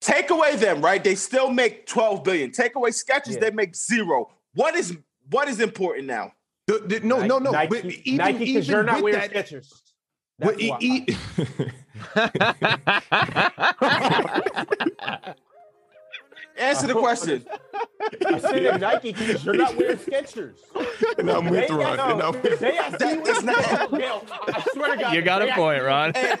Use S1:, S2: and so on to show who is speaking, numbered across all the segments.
S1: Take away them, right? They still make 12 billion. Take away sketches,
S2: Yeah.
S1: they make zero. What is what is important now?
S3: The- the- no, Oh, no, no.
S2: Nike,
S3: but even,
S2: Nike, 'cause
S3: even
S2: you're not
S3: with
S2: wearing
S3: that,
S2: Skechers.
S3: but
S2: That's
S3: e-
S2: why.
S3: e-
S1: Answer the
S2: Oh,
S1: question.
S2: I said that Nike because you're not wearing Skechers.
S3: and I'm with Ron.
S2: I
S3: and
S2: know.
S3: I'm
S2: The
S3: with-
S2: day I see you
S1: is
S2: in
S1: not-
S2: Dale, I swear to God.
S4: you
S2: the
S4: got
S2: day
S4: a
S2: I-
S4: point, Ron.
S1: It, it- it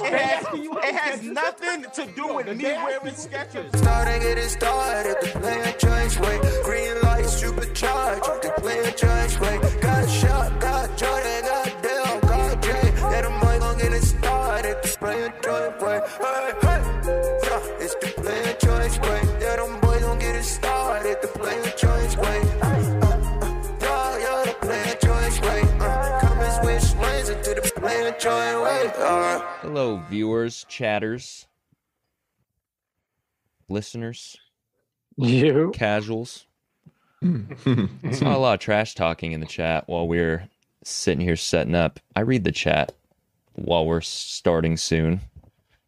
S2: They
S1: has,
S2: asking you
S1: it has
S2: about
S1: nothing to do with
S2: The
S1: me
S2: day I
S1: wearing
S2: see you in
S1: sketches.
S5: Now they get it started. They play a choice way. Green lights, supercharged. They play a choice way. Got shot, got Jordan, got Dell, got Jay. Yeah, the mic gon' get it started. They play a choice way. Hey, hey. Yeah, it's the play a choice way. Yeah, them boys gon' get it started. They play a choice way. Uh, uh, uh. Yeah, yeah, they play a choice way. Uh, come and switch lanes into the play a choice way. Uh. Alright.
S4: Hello, viewers, chatters, listeners,
S6: You.
S4: casuals.
S1: Hmm.
S4: It's not a lot of trash talking in the chat while we're sitting here setting up. I read the chat while we're starting soon.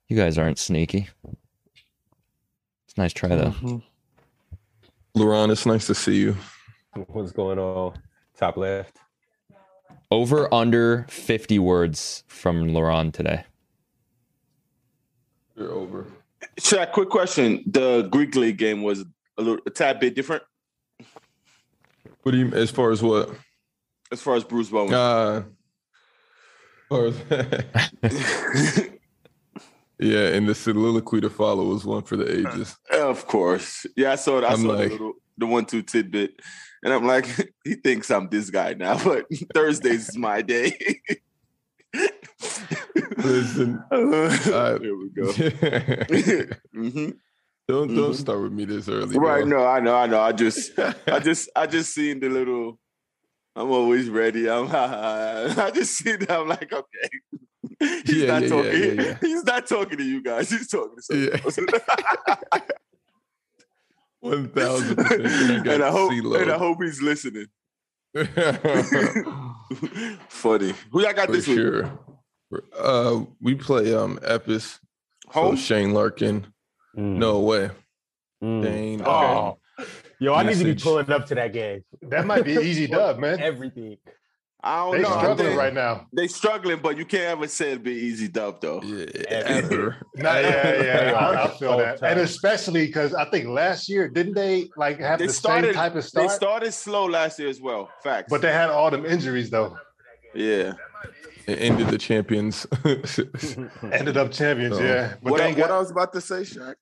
S4: You guys aren't sneaky. It's a nice try though.
S3: Laron, it's nice to see you.
S2: What's going on? Top left.
S4: Over under fifty words from Laurent today.
S3: You're over.
S1: Shaq, quick question. The Greek League game was a little a tad bit different
S3: What do you as far as what?
S1: as far as Bruce Bowen.
S3: Uh or yeah, and the soliloquy to follow was one for the ages.
S1: Of course. Yeah, I saw it. I
S3: I'm
S1: saw
S3: like-
S1: the, little, the one two tidbit. And I'm like, he thinks I'm this guy now, but Thursdays is my day.
S3: Listen,
S2: Uh,
S1: Here we go. hmm
S3: don't don't
S1: Mhm.
S3: start with me this early.
S1: Right.
S3: bro.
S1: No, I know. I know. I just, I just, I just seen the little. I'm always ready. I'm. I just seen that. I'm like, okay. He's
S3: Yeah,
S1: not
S3: yeah, yeah,
S1: talking.
S3: yeah, yeah.
S1: He's not talking to you guys. He's talking to someone
S3: Yeah.
S1: else.
S3: One thousand percent.
S1: and I hope, and I hope he's listening. Funny. Who y'all got
S3: for
S1: this week?
S3: sure. Uh, we play um Epis. So
S1: Home.
S3: Shane Larkin.
S2: Hmm.
S3: No way.
S4: Mm.
S3: Shane.
S2: Oh. Yo, I need to be
S3: Mm. Message.
S2: pulling up to that game.
S7: That might be an easy dub, man.
S2: Everything.
S1: I don't
S7: They
S1: know. I
S7: struggling
S1: think-
S7: right now.
S1: They struggling, but you can't ever say it'd be easy dub though.
S3: Yeah,
S2: Ever.
S7: Nah, yeah, yeah, yeah. I, I
S2: All
S7: feel that,
S2: time.
S7: and especially because I think last year didn't they like have
S1: They
S7: the
S1: started-
S7: same type of
S1: They
S7: start?
S1: started slow last year as well. Facts.
S7: but they had all them injuries though.
S1: yeah.
S3: It ended the champions.
S7: Ended up champions,
S3: So-
S7: yeah. But
S1: what,
S7: they
S1: I,
S7: ain't
S1: what
S7: got-
S1: I was about to say, Shaq.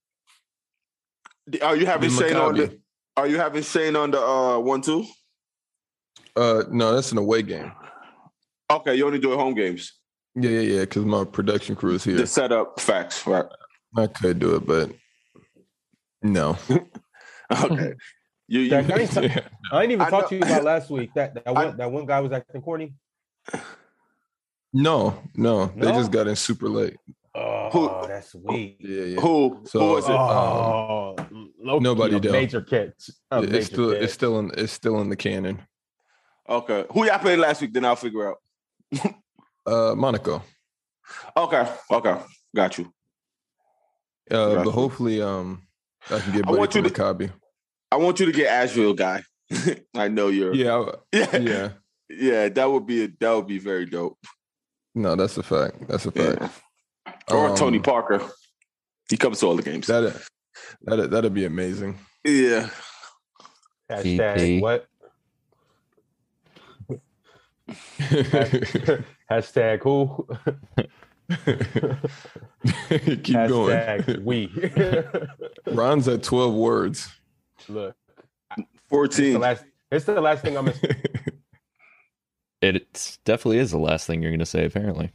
S1: Are you having Shane on the?
S3: Maccabi.
S1: Are you having Shane on the uh one two?
S3: Uh, no, that's an away game.
S1: Okay, you only do home games.
S3: Yeah, yeah, yeah. Because my production crew is here.
S1: The setup facts, right?
S3: I could do it, but no.
S1: Okay. you, you
S2: Jack, I ain't, t- I ain't even
S1: I
S2: talk to
S1: know-
S2: you about last week. That that
S1: I-
S2: one, that one guy was acting corny.
S3: No, no. They
S2: No?
S3: just got in super late.
S2: Oh,
S1: Who-
S2: that's weak.
S3: Yeah, yeah.
S1: who
S3: So- uh,
S1: who is it?
S2: Oh, low-key,
S3: nobody
S2: a
S3: dealt.
S2: major catch. A
S3: it's
S2: major
S3: still, it's
S2: catch.
S3: still in, it's still in the canon.
S1: Okay. Who y'all played last week? Then I'll figure out.
S3: Uh, Monaco.
S1: Okay. Okay. Got you.
S3: Uh,
S1: Gotcha.
S3: but hopefully, um, I can get
S1: I
S3: buddy
S1: want
S3: to
S1: you to-
S3: Maccabi.
S1: I want you to get Asheville guy. I know you're
S3: Yeah, I-
S1: yeah.
S3: yeah.
S1: Yeah, that would be that would be very dope.
S3: No, that's a fact. That's a fact.
S1: Yeah. Or
S3: Um,
S1: Tony Parker. He comes to all the games.
S3: That that that'd be amazing.
S1: yeah.
S2: Hashtag
S4: TP.
S2: what? Hashtag who?
S3: Keep
S2: Hashtag
S3: going.
S2: we.
S3: Ron's at twelve words.
S2: Look, it's the
S1: 14.
S2: last. It's the last thing I'm. gonna
S4: It it's- definitely is the last thing you're gonna say, apparently.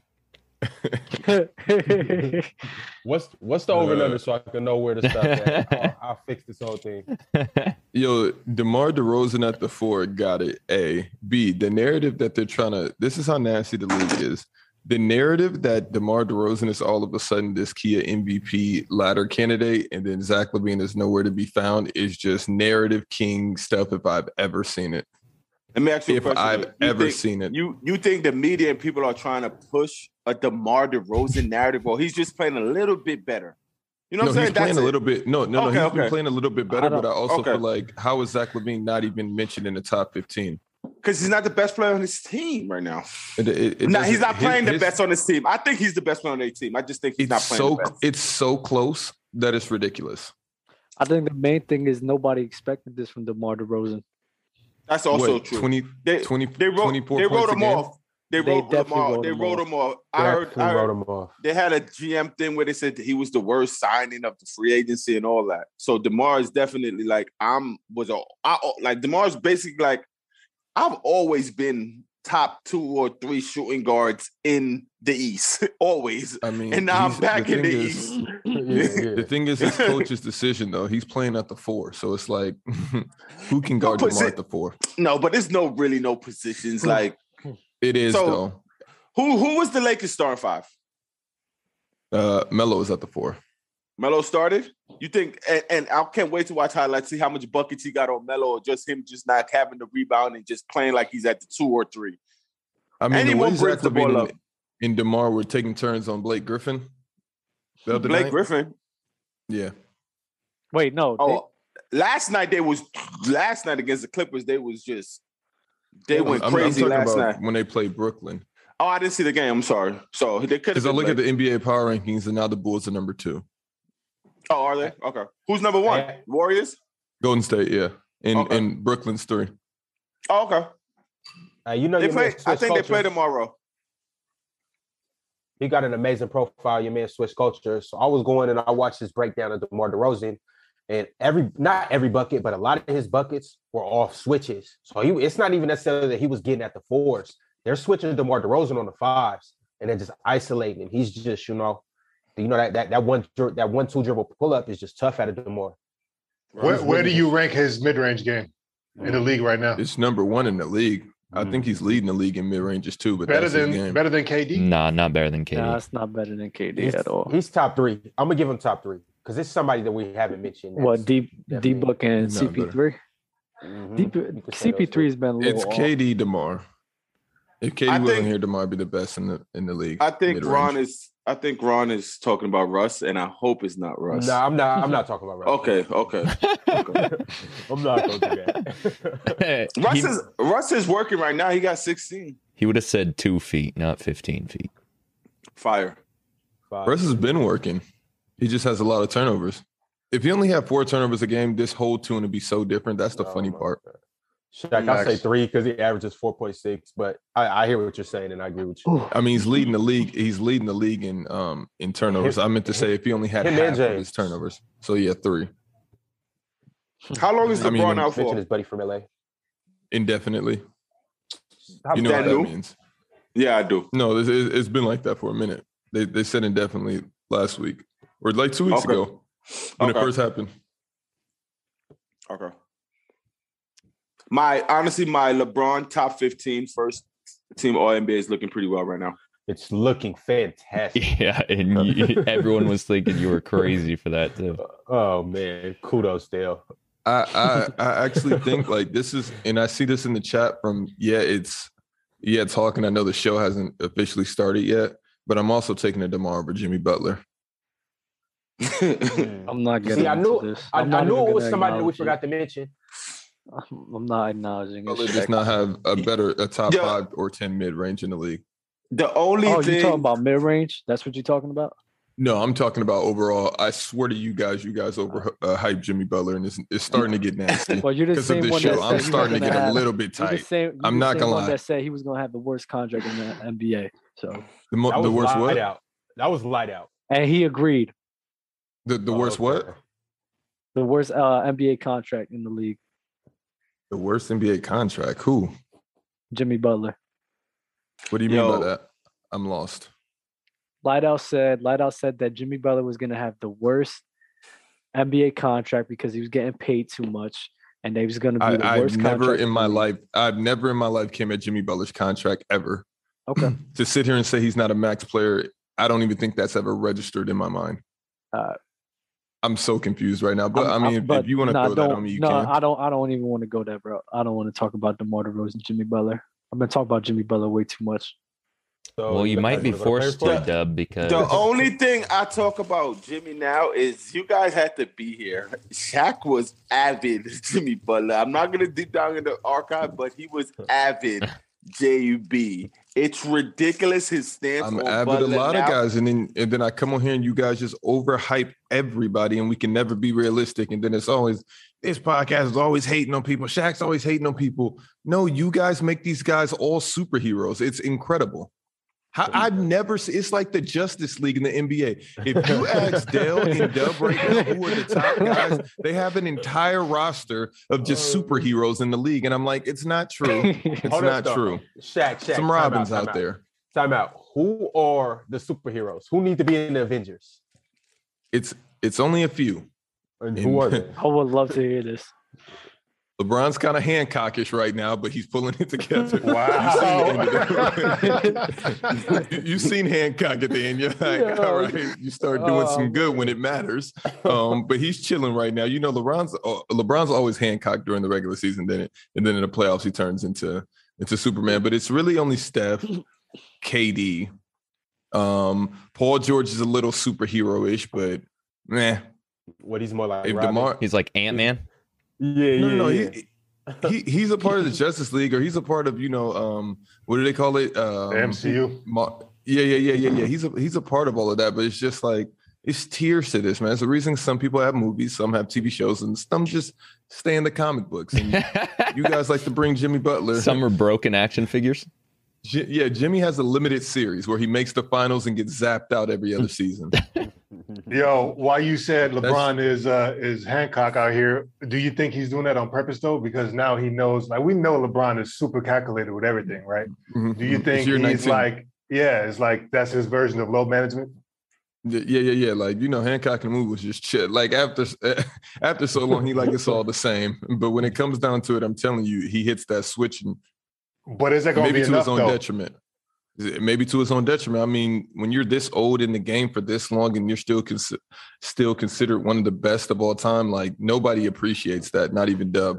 S2: What's what's the over and under so I can know where to stop? At? I'll, I'll fix this whole thing.
S3: Yo, DeMar DeRozan at the four got it. A. B. The narrative that they're trying to this is how nasty the league is. The narrative that DeMar DeRozan is all of a sudden this Kia MVP ladder candidate and then Zach Levine is nowhere to be found is just narrative king stuff if I've ever seen it.
S1: Let me ask you a
S3: If
S1: question.
S3: I've
S1: You
S3: ever
S1: think-
S3: seen it.
S1: You you think the media and people are trying to push a DeMar DeRozan narrative, or he's just playing a little bit better? You know
S3: no,
S1: what I'm
S3: he's
S1: saying?
S3: playing
S1: That's
S3: a
S1: it.
S3: little bit. No, no, no.
S1: Okay,
S3: he's
S1: okay.
S3: been playing a little bit better,
S2: I don't-
S3: but I also
S1: okay.
S3: feel like how is Zach Levine not even mentioned in the top fifteen?
S1: because he's not the best player on his team right now.
S3: It, it- it
S1: No,
S3: doesn't-
S1: he's not
S3: his-
S1: playing the
S3: his-
S1: best on his team. I think he's the best player on their team. I just think he's
S3: It's
S1: not playing.
S3: so
S1: the best.
S3: it's so close that it's ridiculous.
S6: I think the main thing is nobody expected this from DeMar DeRozan.
S1: That's also
S3: what,
S1: true.
S3: 20,
S1: they,
S3: 20,
S1: they wrote
S3: 24
S1: they wrote
S3: points a
S1: them
S3: game?
S1: off. They
S6: They
S1: wrote them
S6: definitely
S1: off.
S6: wrote
S1: They
S6: him
S1: wrote
S6: off.
S1: them off. I heard, I
S2: Jackson wrote
S1: heard
S2: him off.
S1: they had a GM thing where they said that he was the worst signing of the free agency and all that. So Demar is definitely like I'm was a I like Demar is basically like I've always been top two or three shooting guards in the East, always.
S3: I mean,
S1: And now I'm
S3: Mm, he's-
S1: back in
S3: thing
S1: the
S3: is-
S1: East.
S2: Yeah,
S3: The
S2: yeah.
S3: thing is, his coach's decision though. He's playing at the four, so it's like, who can guard
S1: puts
S3: Demar
S1: it-
S3: at the four?
S1: No, but there's no really no
S3: Hmm.
S1: positions like
S3: It is
S1: So-
S3: though.
S1: who who was the Lakers star five?
S3: Uh, Melo is at the four.
S1: Melo started. You think, and, and I can't wait to watch highlights, see how much buckets he got on Melo, or just him just not having the rebound and just playing like he's at the two or three.
S3: I mean,
S1: Anyone
S3: the way
S1: brings
S3: Zach
S1: the
S3: Levine
S1: ball
S3: and, and Demar were taking turns on Blake Griffin. The other
S1: Blake
S3: night?
S1: Griffin.
S3: yeah.
S6: Wait, no. they-
S1: Oh, last night they was last night against the Clippers. They was just they
S3: I'm-
S1: went
S3: I'm- I'm
S1: crazy
S3: talking
S1: last
S3: about
S1: night.
S3: when they played Brooklyn.
S1: Oh, I didn't see the game. I'm sorry. So they could have.
S3: Because I look at the NBA power rankings, and now the Bulls are number two.
S1: Oh, are they okay? Who's number one?
S2: Yeah.
S1: Warriors.
S3: Golden State, yeah, and
S1: Okay.
S3: and Brooklyn's three.
S1: Oh, okay.
S2: Hey, you know
S1: They
S2: your
S1: play.
S2: man
S1: I
S2: switched
S1: think they
S2: cultures.
S1: play tomorrow.
S2: He got an amazing profile. Your man switched culture. So I was going and I watched his breakdown of DeMar DeRozan, and every not every bucket, but a lot of his buckets were off switches. So he, it's not even necessarily that he was getting at the fours. They're switching DeMar DeRozan on the fives, and they're just isolating him. He's just you know, you know that that that one dri- that one two dribble pull up is just tough out of DeMar.
S7: Where, where do you rank his mid range game in the league right now?
S3: It's number one in the league.
S1: Mm-hmm.
S3: I think he's leading the league in mid ranges too. But
S7: Better
S3: that's his
S7: than
S3: game.
S7: better than KD.
S4: Nah, not better than KD.
S6: nah, it's not better than KD
S2: he's,
S6: at
S3: hmm?
S6: all.
S2: He's top three. I'm gonna give him top three because it's somebody that we haven't mentioned.
S6: What D D
S2: definitely
S6: Book and
S3: not better.
S2: Mhm.
S3: Hmm?
S6: CP3? D-
S2: You could say those
S6: CP3 has been a little
S3: It's
S6: off.
S3: KD Demar. If KD
S1: I
S3: wasn't
S1: think-
S3: here, Demar would be the best in the in the league.
S1: I think
S3: mid-range.
S1: Ron is. I think Ron is talking about Russ, and I hope it's not
S2: No,
S1: Russ.
S2: I'm not. I'm not talking about Russ.
S1: Okay. Okay.
S2: I'm not going to do that.
S1: Russ
S4: he,
S1: is Russ is working right now. He got 16.
S4: would have said two feet, not 15 feet.
S1: Fire.
S2: Five.
S3: Russ has been working. He just has a lot of turnovers. If he only had four turnovers a game, this whole tune would be so different. That's the
S2: Oh
S3: funny
S2: my
S3: part.
S2: God. Shaq, I say three because he averages four point six, but I, I hear what you're saying and I agree with you.
S6: Ooh,
S3: I mean, he's leading the league. He's leading the league in um in turnovers. I meant to say if he only had
S2: Him and
S3: half of
S2: James.
S3: his turnovers. So yeah, three
S1: How long is
S3: Hmm. I mean,
S1: LeBron
S3: I'm
S1: out
S2: Mention
S1: for?
S2: his buddy from LA.
S3: indefinitely.
S2: How
S3: You know
S1: that
S3: what that
S1: new?
S3: means?
S1: Yeah, I do.
S3: No, this is, it's been like that for a minute. They they said indefinitely last week or like two weeks
S1: Okay.
S3: ago when
S1: Okay.
S3: it first happened.
S1: Okay. My honestly, my LeBron top 15 first team All NBA is looking pretty well right now.
S2: it's looking fantastic.
S4: Yeah, and you, everyone was thinking you were crazy for that too.
S2: Oh man, kudos, Dale.
S3: I, I I actually think like this is, and I see this in the chat from yeah, it's yeah talking. I know the show hasn't officially started yet, but I'm also taking a Demar over Jimmy Butler.
S6: I'm not
S2: See,
S6: getting
S2: I
S6: into
S2: knew-
S6: this.
S2: I,
S6: I'm not
S2: I knew
S6: even
S2: it was
S6: gonna
S2: somebody that we
S6: acknowledge
S2: forgot to mention.
S6: it. I'm not acknowledging
S3: Butler
S6: it.
S3: does not have a better a top
S1: Yeah.
S3: five or ten mid range in the league.
S1: The only
S6: Oh,
S1: thing
S6: you talking about mid range? That's what you're talking about?
S3: No, I'm talking about overall. I swear to you guys, you guys over uh, hype Jimmy Butler, and it's, it's starting to get nasty
S6: Well, you're the
S3: because of
S6: same
S3: this
S6: one that
S3: show.
S6: said
S3: I'm
S6: he was
S3: starting to
S6: gonna
S3: get a
S6: have-
S3: little bit
S6: You're the
S3: tight.
S6: same.
S3: I'm
S6: you're the
S3: not
S6: same
S3: gonna
S6: one
S3: lie.
S6: That said he was gonna have the worst contract in the NBA. So,
S3: The, mo-
S2: That
S3: the
S2: was
S3: worst
S2: light
S3: what?
S2: out. That was light out.
S6: and he agreed.
S3: The, the
S2: Oh,
S3: worst
S2: okay.
S3: what?
S6: The worst uh, NBA contract in the league,
S3: The worst NBA contract. Who?
S6: Jimmy Butler.
S3: What do you
S1: Yo.
S3: mean by that? I'm lost.
S6: Lighthouse said Lighthouse said that Jimmy Butler was going to have the worst NBA contract because he was getting paid too much, and they was going to be the
S3: I,
S6: worst
S3: I've never
S6: contract
S3: in my
S6: the league.
S3: life, I've never in my life came at Jimmy Butler's contract ever.
S6: Okay,
S3: To sit here and say he's not a max player, I don't even think that's ever registered in my mind.
S6: Uh,
S3: I'm so confused right now. But i
S6: I'm- I'm-
S3: mean, if- if you want to
S6: nah,
S3: throw
S6: don't,
S3: that on me, you
S6: no,
S3: can.
S6: I don't. I don't even want to go there, bro. I don't want to talk about DeMar DeRozan, Jimmy Butler. I've been talking about Jimmy Butler way too much.
S1: Oh,
S2: So
S4: well, you might
S2: guys
S4: be
S2: wanna go
S4: forced
S2: play
S4: to
S2: for it?
S4: dub because
S1: The only thing I talk about Jimmy now is you guys had to be here. Shaq was avid Jimmy Butler. I'm not gonna deep down in the archive, but he was avid JUB. It's ridiculous his stance.
S3: I'm
S1: on
S3: avid a
S1: Butler
S3: lot of
S1: now.
S3: guys, and then and then I come on here and you guys just overhype everybody, and we can never be realistic. And then it's always this podcast is always hating on people. Shaq's always hating on people. No, you guys make these guys all superheroes. It's incredible. How, I've never seen it's like the Justice League in the NBA. If you ask Dale and Dub right now who are the top guys, they have an entire roster of just superheroes in the league. And I'm like, it's not true. It's
S2: Hold up,
S3: not
S2: though.
S3: true.
S2: Shaq, Shaq, time
S3: Some Robins
S2: time
S3: out, there.
S2: Time out. Who are the superheroes? Who need to be in the Avengers?
S3: It's it's only a few.
S2: And
S3: In-
S2: who are they?
S6: I would love to hear this.
S3: LeBron's kind of Hancockish right now, but he's pulling it together.
S7: Hmm. Wow.
S3: You've seen Hancock at the end. You're like,
S2: Yeah.
S3: all right, you start doing
S2: Oh,
S3: some good when it matters. Um, but he's chilling right now. You know, LeBron's oh, LeBron's always Hancock during the regular season, then it, and then in the playoffs he turns into into Superman. But it's really only Steph, KD, um, Paul George is a little superhero ish, but nah.
S2: What he's more like?
S3: If
S2: Robin?
S3: Demar,
S4: he's like Ant Man.
S2: Yeah,
S3: no,
S2: yeah,
S3: no,
S2: yeah.
S3: he, he he's a part of the Justice League, or he's a part of you know um what do they call it? Um,
S7: The MCU.
S3: Ma- yeah, yeah, yeah, yeah, yeah. He's a he's a part of all of that, but it's just like it's tiers to this man. It's the reason some people have movies, some have TV shows, and some just stay in the comic books. And you guys like to bring Jimmy Butler.
S4: Some are broken action figures.
S3: Ji- yeah, Jimmy has a limited series where he makes the finals and gets zapped out every other season.
S7: Yo, why you said LeBron is uh is Hancock out here? Do you think he's doing that on purpose though? Because now he knows, like we know LeBron is super calculated with everything, right? Do you
S3: Mm-hmm. Mm, It's
S7: think
S3: year
S7: he's
S3: 19.
S7: like, yeah, it's like that's his version of load management?
S3: Yeah, yeah, yeah, yeah. Like you know, Hancock and the move was just shit. Like after eh, after so long, he like it's all the same. But when it comes down to it, I'm telling you, he hits that switch, and
S7: But is that gonna
S3: maybe
S7: be
S3: to
S7: enough
S3: his own
S7: though?
S3: detriment. Maybe to his own detriment. I mean, when you're this old in the game for this long, and you're still cons- still considered one of the best of all time, like nobody appreciates that. Not even Dub.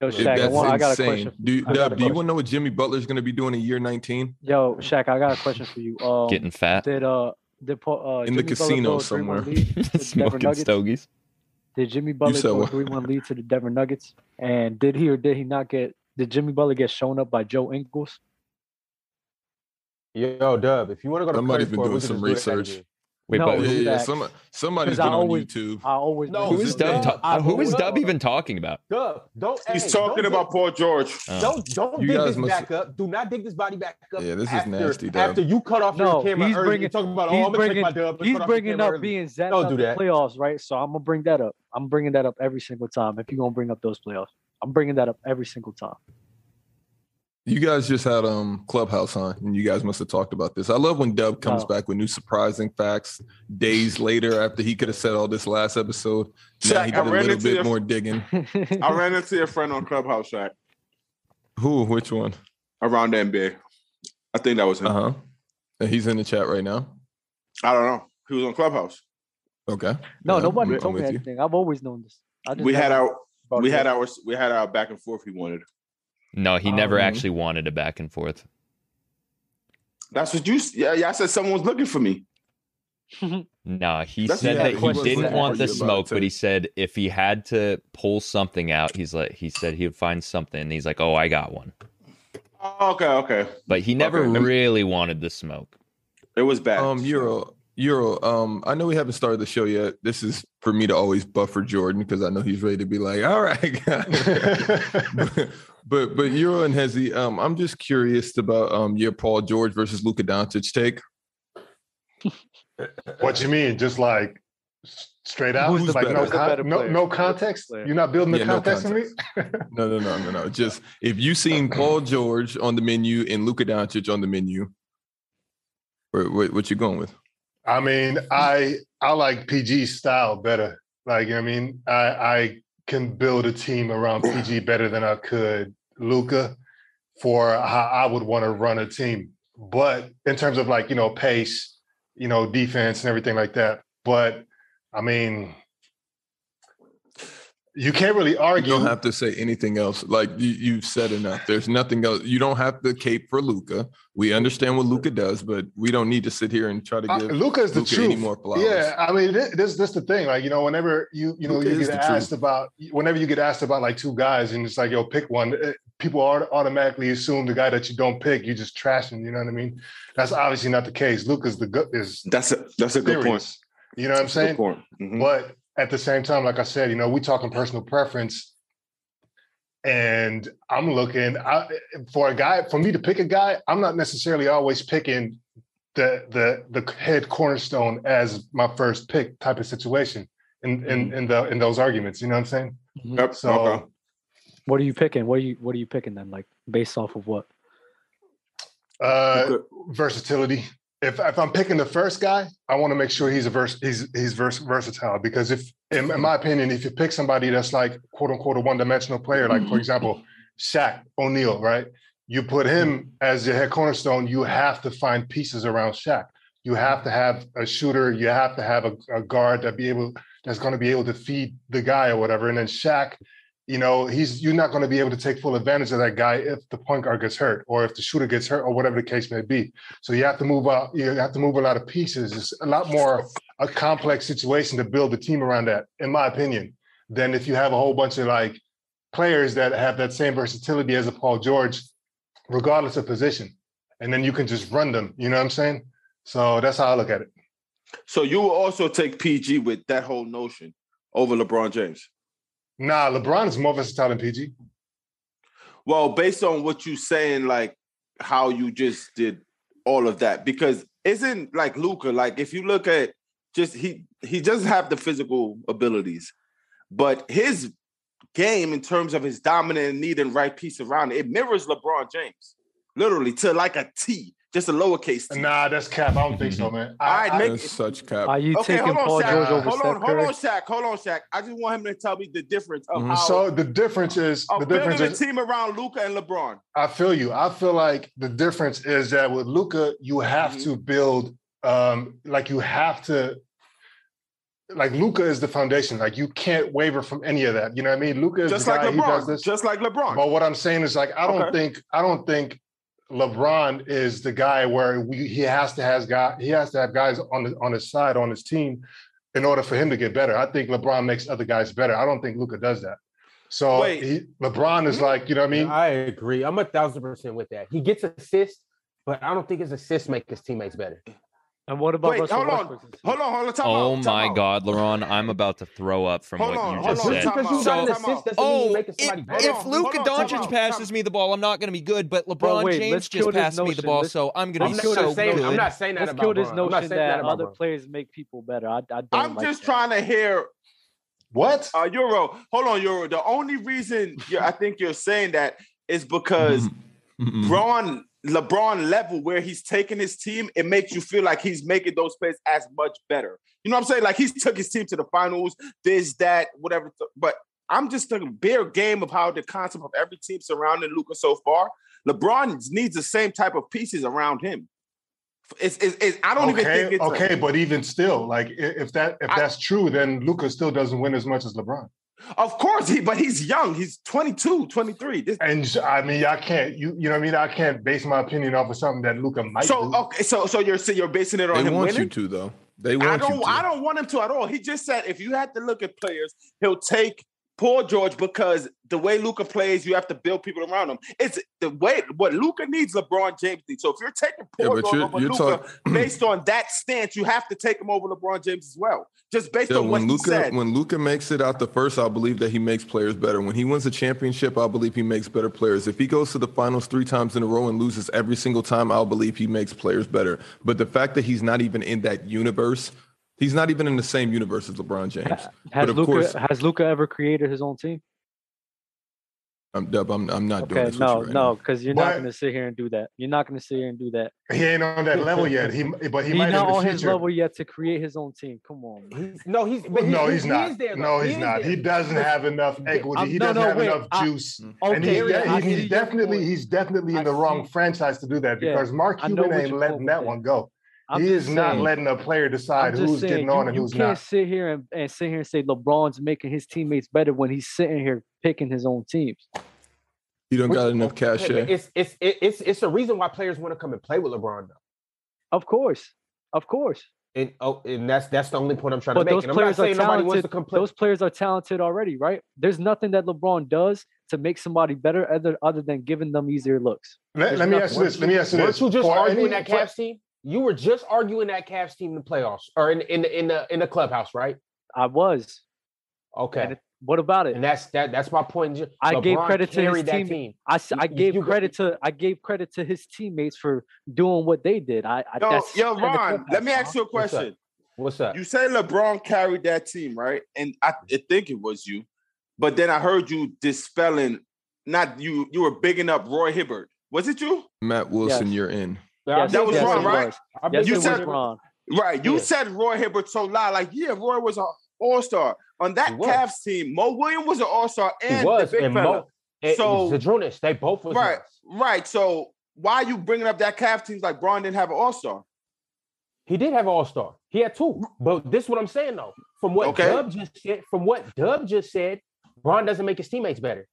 S6: Yo,
S3: If
S6: Shaq, I,
S3: that's
S6: want, I got a
S3: insane.
S6: question.
S3: Do, you-
S6: I got a
S3: Dub, do you
S6: question.
S3: want to know what Jimmy Butler's going to be doing in year 19
S6: Yo, Shaq, I got a question for you. Um,
S4: Getting fat,
S6: did uh did Paul, uh,
S3: In the
S6: Jimmy Butler
S3: casino
S6: blow a 3-1
S3: somewhere.
S6: lead to the Denver
S4: smoking
S6: Nuggets?
S4: stogies.
S6: Did Jimmy Butler
S3: said
S6: go
S3: what?
S6: three one lead to the Denver Nuggets? And did he or did he not get? Did Jimmy Butler get shown up by Joe Ingles?
S2: Yo, Dub, if you want to go to
S3: Somebody's
S2: Curry
S3: been
S2: for it, we
S3: doing
S2: can
S3: some
S2: just do that
S3: research.
S2: again.
S4: Wait,
S6: No,
S3: Yeah,
S4: but
S3: yeah,
S4: who,
S3: yeah.
S6: Facts.
S3: Some, somebody's
S6: 'Cause I
S3: been on
S6: always-
S3: YouTube.
S6: I always
S2: No,
S6: no,
S4: who is
S2: Yeah,
S4: Dub? ta-
S2: I
S4: who is
S2: believe-
S4: Dub even talking about?
S2: Dub, don't.
S1: He's
S2: hey,
S1: talking
S2: don't
S1: about
S2: dig-
S1: Paul George.
S4: Oh.
S2: Don't don't
S3: You
S2: dig
S3: guys
S2: this
S3: must-
S2: back up. Do not dig this body back up.
S3: Yeah, this is
S2: after,
S3: nasty, Dub.
S2: After you cut off
S6: No,
S2: your camera,
S6: he's
S2: early,
S6: bringing-
S2: you're talking about, oh,
S6: he's
S2: I'm gonna take
S6: bringing-
S2: my dub. and
S6: He's
S2: cut off your
S6: bringing
S2: camera
S6: up
S2: early.
S6: being zapped
S2: Don't
S6: out
S2: do
S6: the
S2: that.
S6: playoffs, right? So I'm gonna bring that up. I'm bringing that up every single time. If you're gonna bring up those playoffs, I'm bringing that up every single time.
S3: You guys just had um Clubhouse on, and you guys must have talked about this. I love when Dub comes
S6: No.
S3: back with new surprising facts days later after he could have said all this last episode. Now
S1: Shaq,
S3: he
S1: I
S3: did a
S1: ran
S3: little
S1: into
S3: bit
S1: your-
S3: more digging.
S1: I ran into a friend on Clubhouse Shaq
S3: Who? Which one?
S1: around the NBA. I think that was him.
S3: Uh huh. He's in the chat right now.
S1: I don't know. He was on Clubhouse.
S3: Okay.
S6: no,
S3: Yeah,
S6: nobody
S3: I'm- I'm
S6: told me
S3: with you.
S6: anything. I've always known this. I just
S1: We had
S6: never-
S1: our
S2: About
S1: we
S2: that.
S1: had our we had our back and forth. He wanted.
S4: No, he
S2: Oh,
S4: never
S3: man.
S4: actually wanted a back and forth.
S1: That's what you. s- Yeah, yeah. I said someone was looking for me.
S4: No, he
S1: That's
S4: said
S1: the
S4: that he
S1: question
S4: didn't
S1: that
S4: want the
S3: you about
S4: smoke, but
S3: to-
S4: he said if he had to pull something out, he's like he said he would find something. And he's like, oh, I got one,
S1: Oh, okay, okay.
S4: but he never
S3: Okay, let me-
S4: really wanted the smoke.
S1: It was bad.
S3: Um, Euro, Euro. Um, I know we haven't started the show yet. This is for me to always buffer Jordan because I know he's ready to be like, all right, guys. but but but Euro and Hezzy, um, I'm just curious about um your Paul George versus Luka Doncic take.
S7: what you mean? Just like s- straight out?
S3: Who's
S7: like
S3: better?
S7: no,
S3: Who's
S6: the better
S7: con- no
S6: player?
S7: no
S6: Who's the
S7: context?
S6: player?
S7: You're not building the
S3: Yeah, no
S7: context in me?
S3: No, no, no, no, no. Just if you seen Paul George on the menu and Luka Doncic on the menu, where, what what you going with?
S7: I mean, I I like PG's style better. Like, you know what I mean, I I can build a team around PG better than I could Luca for how I would want to run a team. But in terms of like, you know, pace, you know, defense and everything like that. But I mean, You can't really
S3: You
S7: argue.
S3: don't have to say anything else. Like you, you've said enough. There's nothing else. You don't have to cape for Luca. We understand what Luca does, but we don't need to sit here and try to give
S7: Luca Uh, is the
S3: Luka
S7: truth.
S3: any more flowers.
S7: Yeah, I mean, thi- this this the thing. Like, you know, whenever you you know
S3: Luka
S7: you
S3: is
S7: get
S3: the truth.
S7: asked about whenever you get asked about like two guys, and it's like, yo, pick one. eh, People are automatically assume the guy that you don't pick, you just trash him. You know what I mean? That's obviously not the case. Luca's the good is
S1: That's a that's a good point.
S7: serious. You know what I'm
S1: That's a good
S7: saying?
S1: point. Mhm.
S7: But at the same time, like I said, you know, we talking personal preference. And I'm looking I, for a guy, for me to pick a guy, I'm not necessarily always picking the the the head cornerstone as my first pick type of situation in in, in the in those arguments. You know what I'm saying?
S1: Mm-hmm. Yep,
S7: So
S1: okay.
S6: What are you picking? What are you what are you picking then? Like based off of what?
S7: uh
S1: Luka-
S7: versatility. If if I'm picking the first guy, I want to make sure he's a vers he's he's vers- versatile because if in, in my opinion, if you pick somebody that's like quote unquote a one dimensional player, like for example, Shaq O'Neal, right? You put him as your head cornerstone, you have to find pieces around Shaq. You have to have a shooter, you have to have a, a guard that be able that's going to be able to feed the guy or whatever. And then Shaq, you know, he's you're not going to be able to take full advantage of that guy if the point guard gets hurt or if the shooter gets hurt or whatever the case may be. So you have to move out. You have to move a lot of pieces. It's a lot more a complex situation to build a team around that, in my opinion, than if you have a whole bunch of like players that have that same versatility as a Paul George, regardless of position, and then you can just run them. You know what I'm saying? So that's how I look at it.
S1: So you will also take PG with that whole notion over LeBron James.
S7: Nah, LeBron is more versatile than PG.
S1: Well, based on what you saying, like how you just did all of that, because isn't like Luca, like if you look at just he he doesn't have the physical abilities, but his game in terms of his dominant need and right piece around it, it mirrors LeBron James, literally to like a T, just a lowercase T.
S7: Nah, that's cap. I don't think so, man.
S1: All right,
S7: I,
S1: make-
S3: That's such cap.
S6: Are you
S1: Uh, Okay,
S6: taking
S1: hold on,
S6: Paul
S1: Shaq.
S6: George over
S1: Hold
S6: Steph
S1: on, hold
S6: Curry?
S1: on, Shaq. Hold on, Shaq. I just want him to tell me the difference of
S3: Mhm.
S1: how
S7: Mm-hmm. so the difference is
S1: of
S7: the difference
S1: Oh. building a
S7: is
S1: team around Luca and LeBron.
S7: I feel you. I feel like the difference is that with Luca, you have
S1: Mhm.
S7: to build, um, like you have to, like Luca is the foundation. Like you can't waver from any of that. You know what I mean? Luca is
S1: Just
S7: the
S1: like
S7: guy, he does
S1: LeBron.
S7: this.
S1: Just like LeBron.
S7: But what I'm saying is like I don't
S1: Okay.
S7: think I don't think LeBron is the guy where we, he has to has guy he has to have guys on the, on his side on his team in order for him to get better. I think LeBron makes other guys better. I don't think Luca does that. So
S1: Wait. Mm-hmm.
S7: he, LeBron is like you know what I mean.
S2: I agree. I'm a thousand percent with that. He gets assists, but I don't think his assists make his teammates better.
S6: And what about
S1: Wait,
S6: Russell
S1: hold on.
S6: Westbrook?
S1: Hold on, hold on. Time
S4: oh
S1: out, time
S4: my
S1: out.
S4: God, Laron, I'm about to throw up from
S1: Hold
S4: what
S1: on,
S4: you
S1: hold
S4: just
S1: on,
S2: Just
S4: said.
S1: time
S2: because you
S1: out,
S2: got an
S1: time out.
S2: assist doesn't mean
S4: Oh,
S2: you making somebody
S4: if,
S1: Hold
S2: better.
S1: on,
S4: if Luka
S1: hold on, time
S4: Doncic
S1: out,
S4: passes
S1: time-
S4: me the ball, I'm not going to be good. But LeBron
S6: wait,
S4: James
S6: let's
S4: just
S6: kill this
S4: passed me the
S6: notion.
S4: ball,
S6: Let's-
S4: so I'm going
S2: I'm
S4: to
S6: let's
S4: be
S2: not
S6: kill
S4: so
S6: this
S2: saying
S4: good.
S2: I'm not saying that
S6: Let's
S2: about
S6: kill this
S2: Bron. I'm not
S6: notion
S2: saying that
S6: that
S2: about
S6: other
S2: Bron.
S6: players make people better. I, I don't
S1: I'm
S6: like
S1: just
S6: that.
S1: trying to hear
S7: What?
S1: uh, Euro. Hold on, Euro. The only reason you I think you're saying that is because
S4: Mm-hmm.
S3: Mhm.
S1: Bron, LeBron level where he's taking his team, it makes you feel like he's making those players as much better. You know what I'm saying? Like he's took his team to the finals, this, that, whatever. th- But I'm just the bare game of how the concept of every team surrounding Luca so far. LeBron needs the same type of pieces around him. It's, it's, it's I don't even
S7: okay,
S1: think it's a-
S7: okay, but even still, like i- if that if
S1: I-
S7: that's true, then Luca still doesn't win as much as LeBron.
S1: Of course, he but he's young. He's 22, 23. This,
S7: And s- I mean, I can't you you know what I mean. I can't base my opinion off of something that Luca might
S1: so
S7: do.
S1: okay, so so you're so you're basing it on
S3: They
S1: him
S3: want you
S1: winning.
S3: to though. They want
S1: I
S3: you
S1: don't
S3: to.
S1: I don't want him to at all. He just said if you had to look at players, he'll take Paul George because the way Luca plays, you have to build people around him. It's the way what Luca needs, LeBron James needs. So if you're taking
S3: Yeah,
S1: Paul
S3: but
S1: George
S3: you're-
S1: over
S3: you're
S1: Luca
S3: talk-
S1: based on that stance, you have to take him over LeBron James as well. Just based
S3: Yeah,
S1: on what
S3: when
S1: he
S3: Luca
S1: said.
S3: when Luca makes it out the first, I believe that he makes players better. When he wins a championship, I believe he makes better players. If he goes to the finals three times in a row and loses every single time, I'll believe he makes players better. But the fact that he's not even in that universe, he's not even in the same universe as LeBron James.
S6: Has
S3: but of
S6: Luca
S3: course,
S6: has Luca ever created his own team?
S3: I'm Dub, I'm, I'm not doing
S6: Okay,
S3: this. with
S6: no,
S3: you right
S6: no, because you're not
S7: But-
S6: going to sit here and do that. You're not going to sit here and do that.
S7: He ain't on that level yet. He but he
S6: He's
S7: might in
S6: not
S7: the
S6: on
S7: future.
S6: his level yet to create his own team. Come on.
S3: Hmm.
S6: man.
S2: He's- no, he's but
S7: Well,
S2: he-
S7: no,
S2: he-
S7: he's
S2: he is
S7: not.
S2: there, though.
S7: no,
S2: He
S7: he's
S2: is
S7: not.
S2: there.
S7: He doesn't have enough equity.
S6: I'm-
S7: he
S6: no,
S7: doesn't
S6: no,
S7: have
S6: wait,
S7: enough
S6: I-
S7: juice.
S6: Okay,
S7: and he's,
S6: yeah,
S7: de-
S6: I
S7: he's,
S6: see your
S7: definitely
S6: point.
S7: he's definitely in
S6: I
S7: the wrong
S6: see.
S7: franchise to do that
S6: Yeah,
S7: because Mark
S6: I know
S7: Cuban
S6: what
S7: ain't
S6: your point
S7: letting
S6: was
S7: that
S6: there.
S7: one go.
S6: I'm
S7: he is
S6: just
S7: not
S6: saying-
S7: letting a player decdecide
S6: I'm just
S7: who's
S6: saying,
S7: getting
S6: you-
S7: on and
S6: you
S7: who's
S6: can't
S7: not.
S6: sit here and, and sit here and say LeBron's making his teammates better when he's sitting here picking his own teams.
S3: You don't
S2: Which-
S3: got enough cash.
S2: Hey, but It's it's it- it's it's a reason why players want to come and play with LeBron though.
S6: Of course, of course.
S2: And oh, and that's that's the only point I'm trying
S6: But
S2: to
S6: those
S2: make. And I'm not
S6: players are
S2: saying nobody wants
S6: talented.
S2: to come play.
S6: Those players are talented already, right? There's nothing that LeBron does to make somebody better other other than giving them easier looks.
S7: Let,
S2: There's
S7: let me
S2: enough-
S7: ask you this. Let me ask you
S2: Weren't
S7: this.
S2: you just
S7: For
S2: arguing
S7: any-
S2: that
S7: for-
S2: Cavs team? You were just arguing that Cavs team in the playoffs or in in the in the in the clubhouse, right?
S6: I was.
S2: Okay,
S6: And it- what about it?
S2: and that's that that's my point.
S6: I gave
S2: LeBron
S6: credit to his
S2: carried that
S6: team. I, s- I
S2: You-
S6: gave
S2: you-
S6: credit to I gave credit to his teammates for doing what they did. I, I
S1: Yo,
S6: that's
S1: yo,
S6: in the
S1: Ron, let
S6: clubhouse,
S1: me ask
S6: Ron.
S1: you a
S2: What's up?
S1: question.
S2: What's up?
S1: You say LeBron carried that team, right? And I, I think it was you, but then I heard you dispelling. Not you. You were bigging up Roy Hibbert. Was it you?
S3: Matt Wilson,
S6: Yes.
S3: you're in.
S2: Yeah, I
S6: Yes,
S1: That
S2: think
S1: was
S6: yes,
S2: that's
S1: Ron,
S6: it
S2: what
S1: right?
S6: was.
S2: I think
S6: Yes,
S1: You
S6: it
S2: that's
S1: said-
S6: was
S2: what
S6: Ron.
S1: Right. You
S2: Yeah.
S1: said Roy Hibbert so loud. Like, yeah, Roy was an all star on that
S2: He was.
S1: Cavs team. Mo Williams was an all star, and
S2: He was
S1: the big
S2: and
S1: fella.
S2: Mo. And
S1: So-
S2: so Zadrunas, they both was
S1: Right.
S2: nice.
S1: Right. So why you bringing up that Cavs teams like Braun didn't have an All Star?
S2: He did have All Star. He had two. But this is what I'm saying though. From what
S1: Okay.
S2: Dub just said, from what Dub just said, Bron doesn't make his teammates better.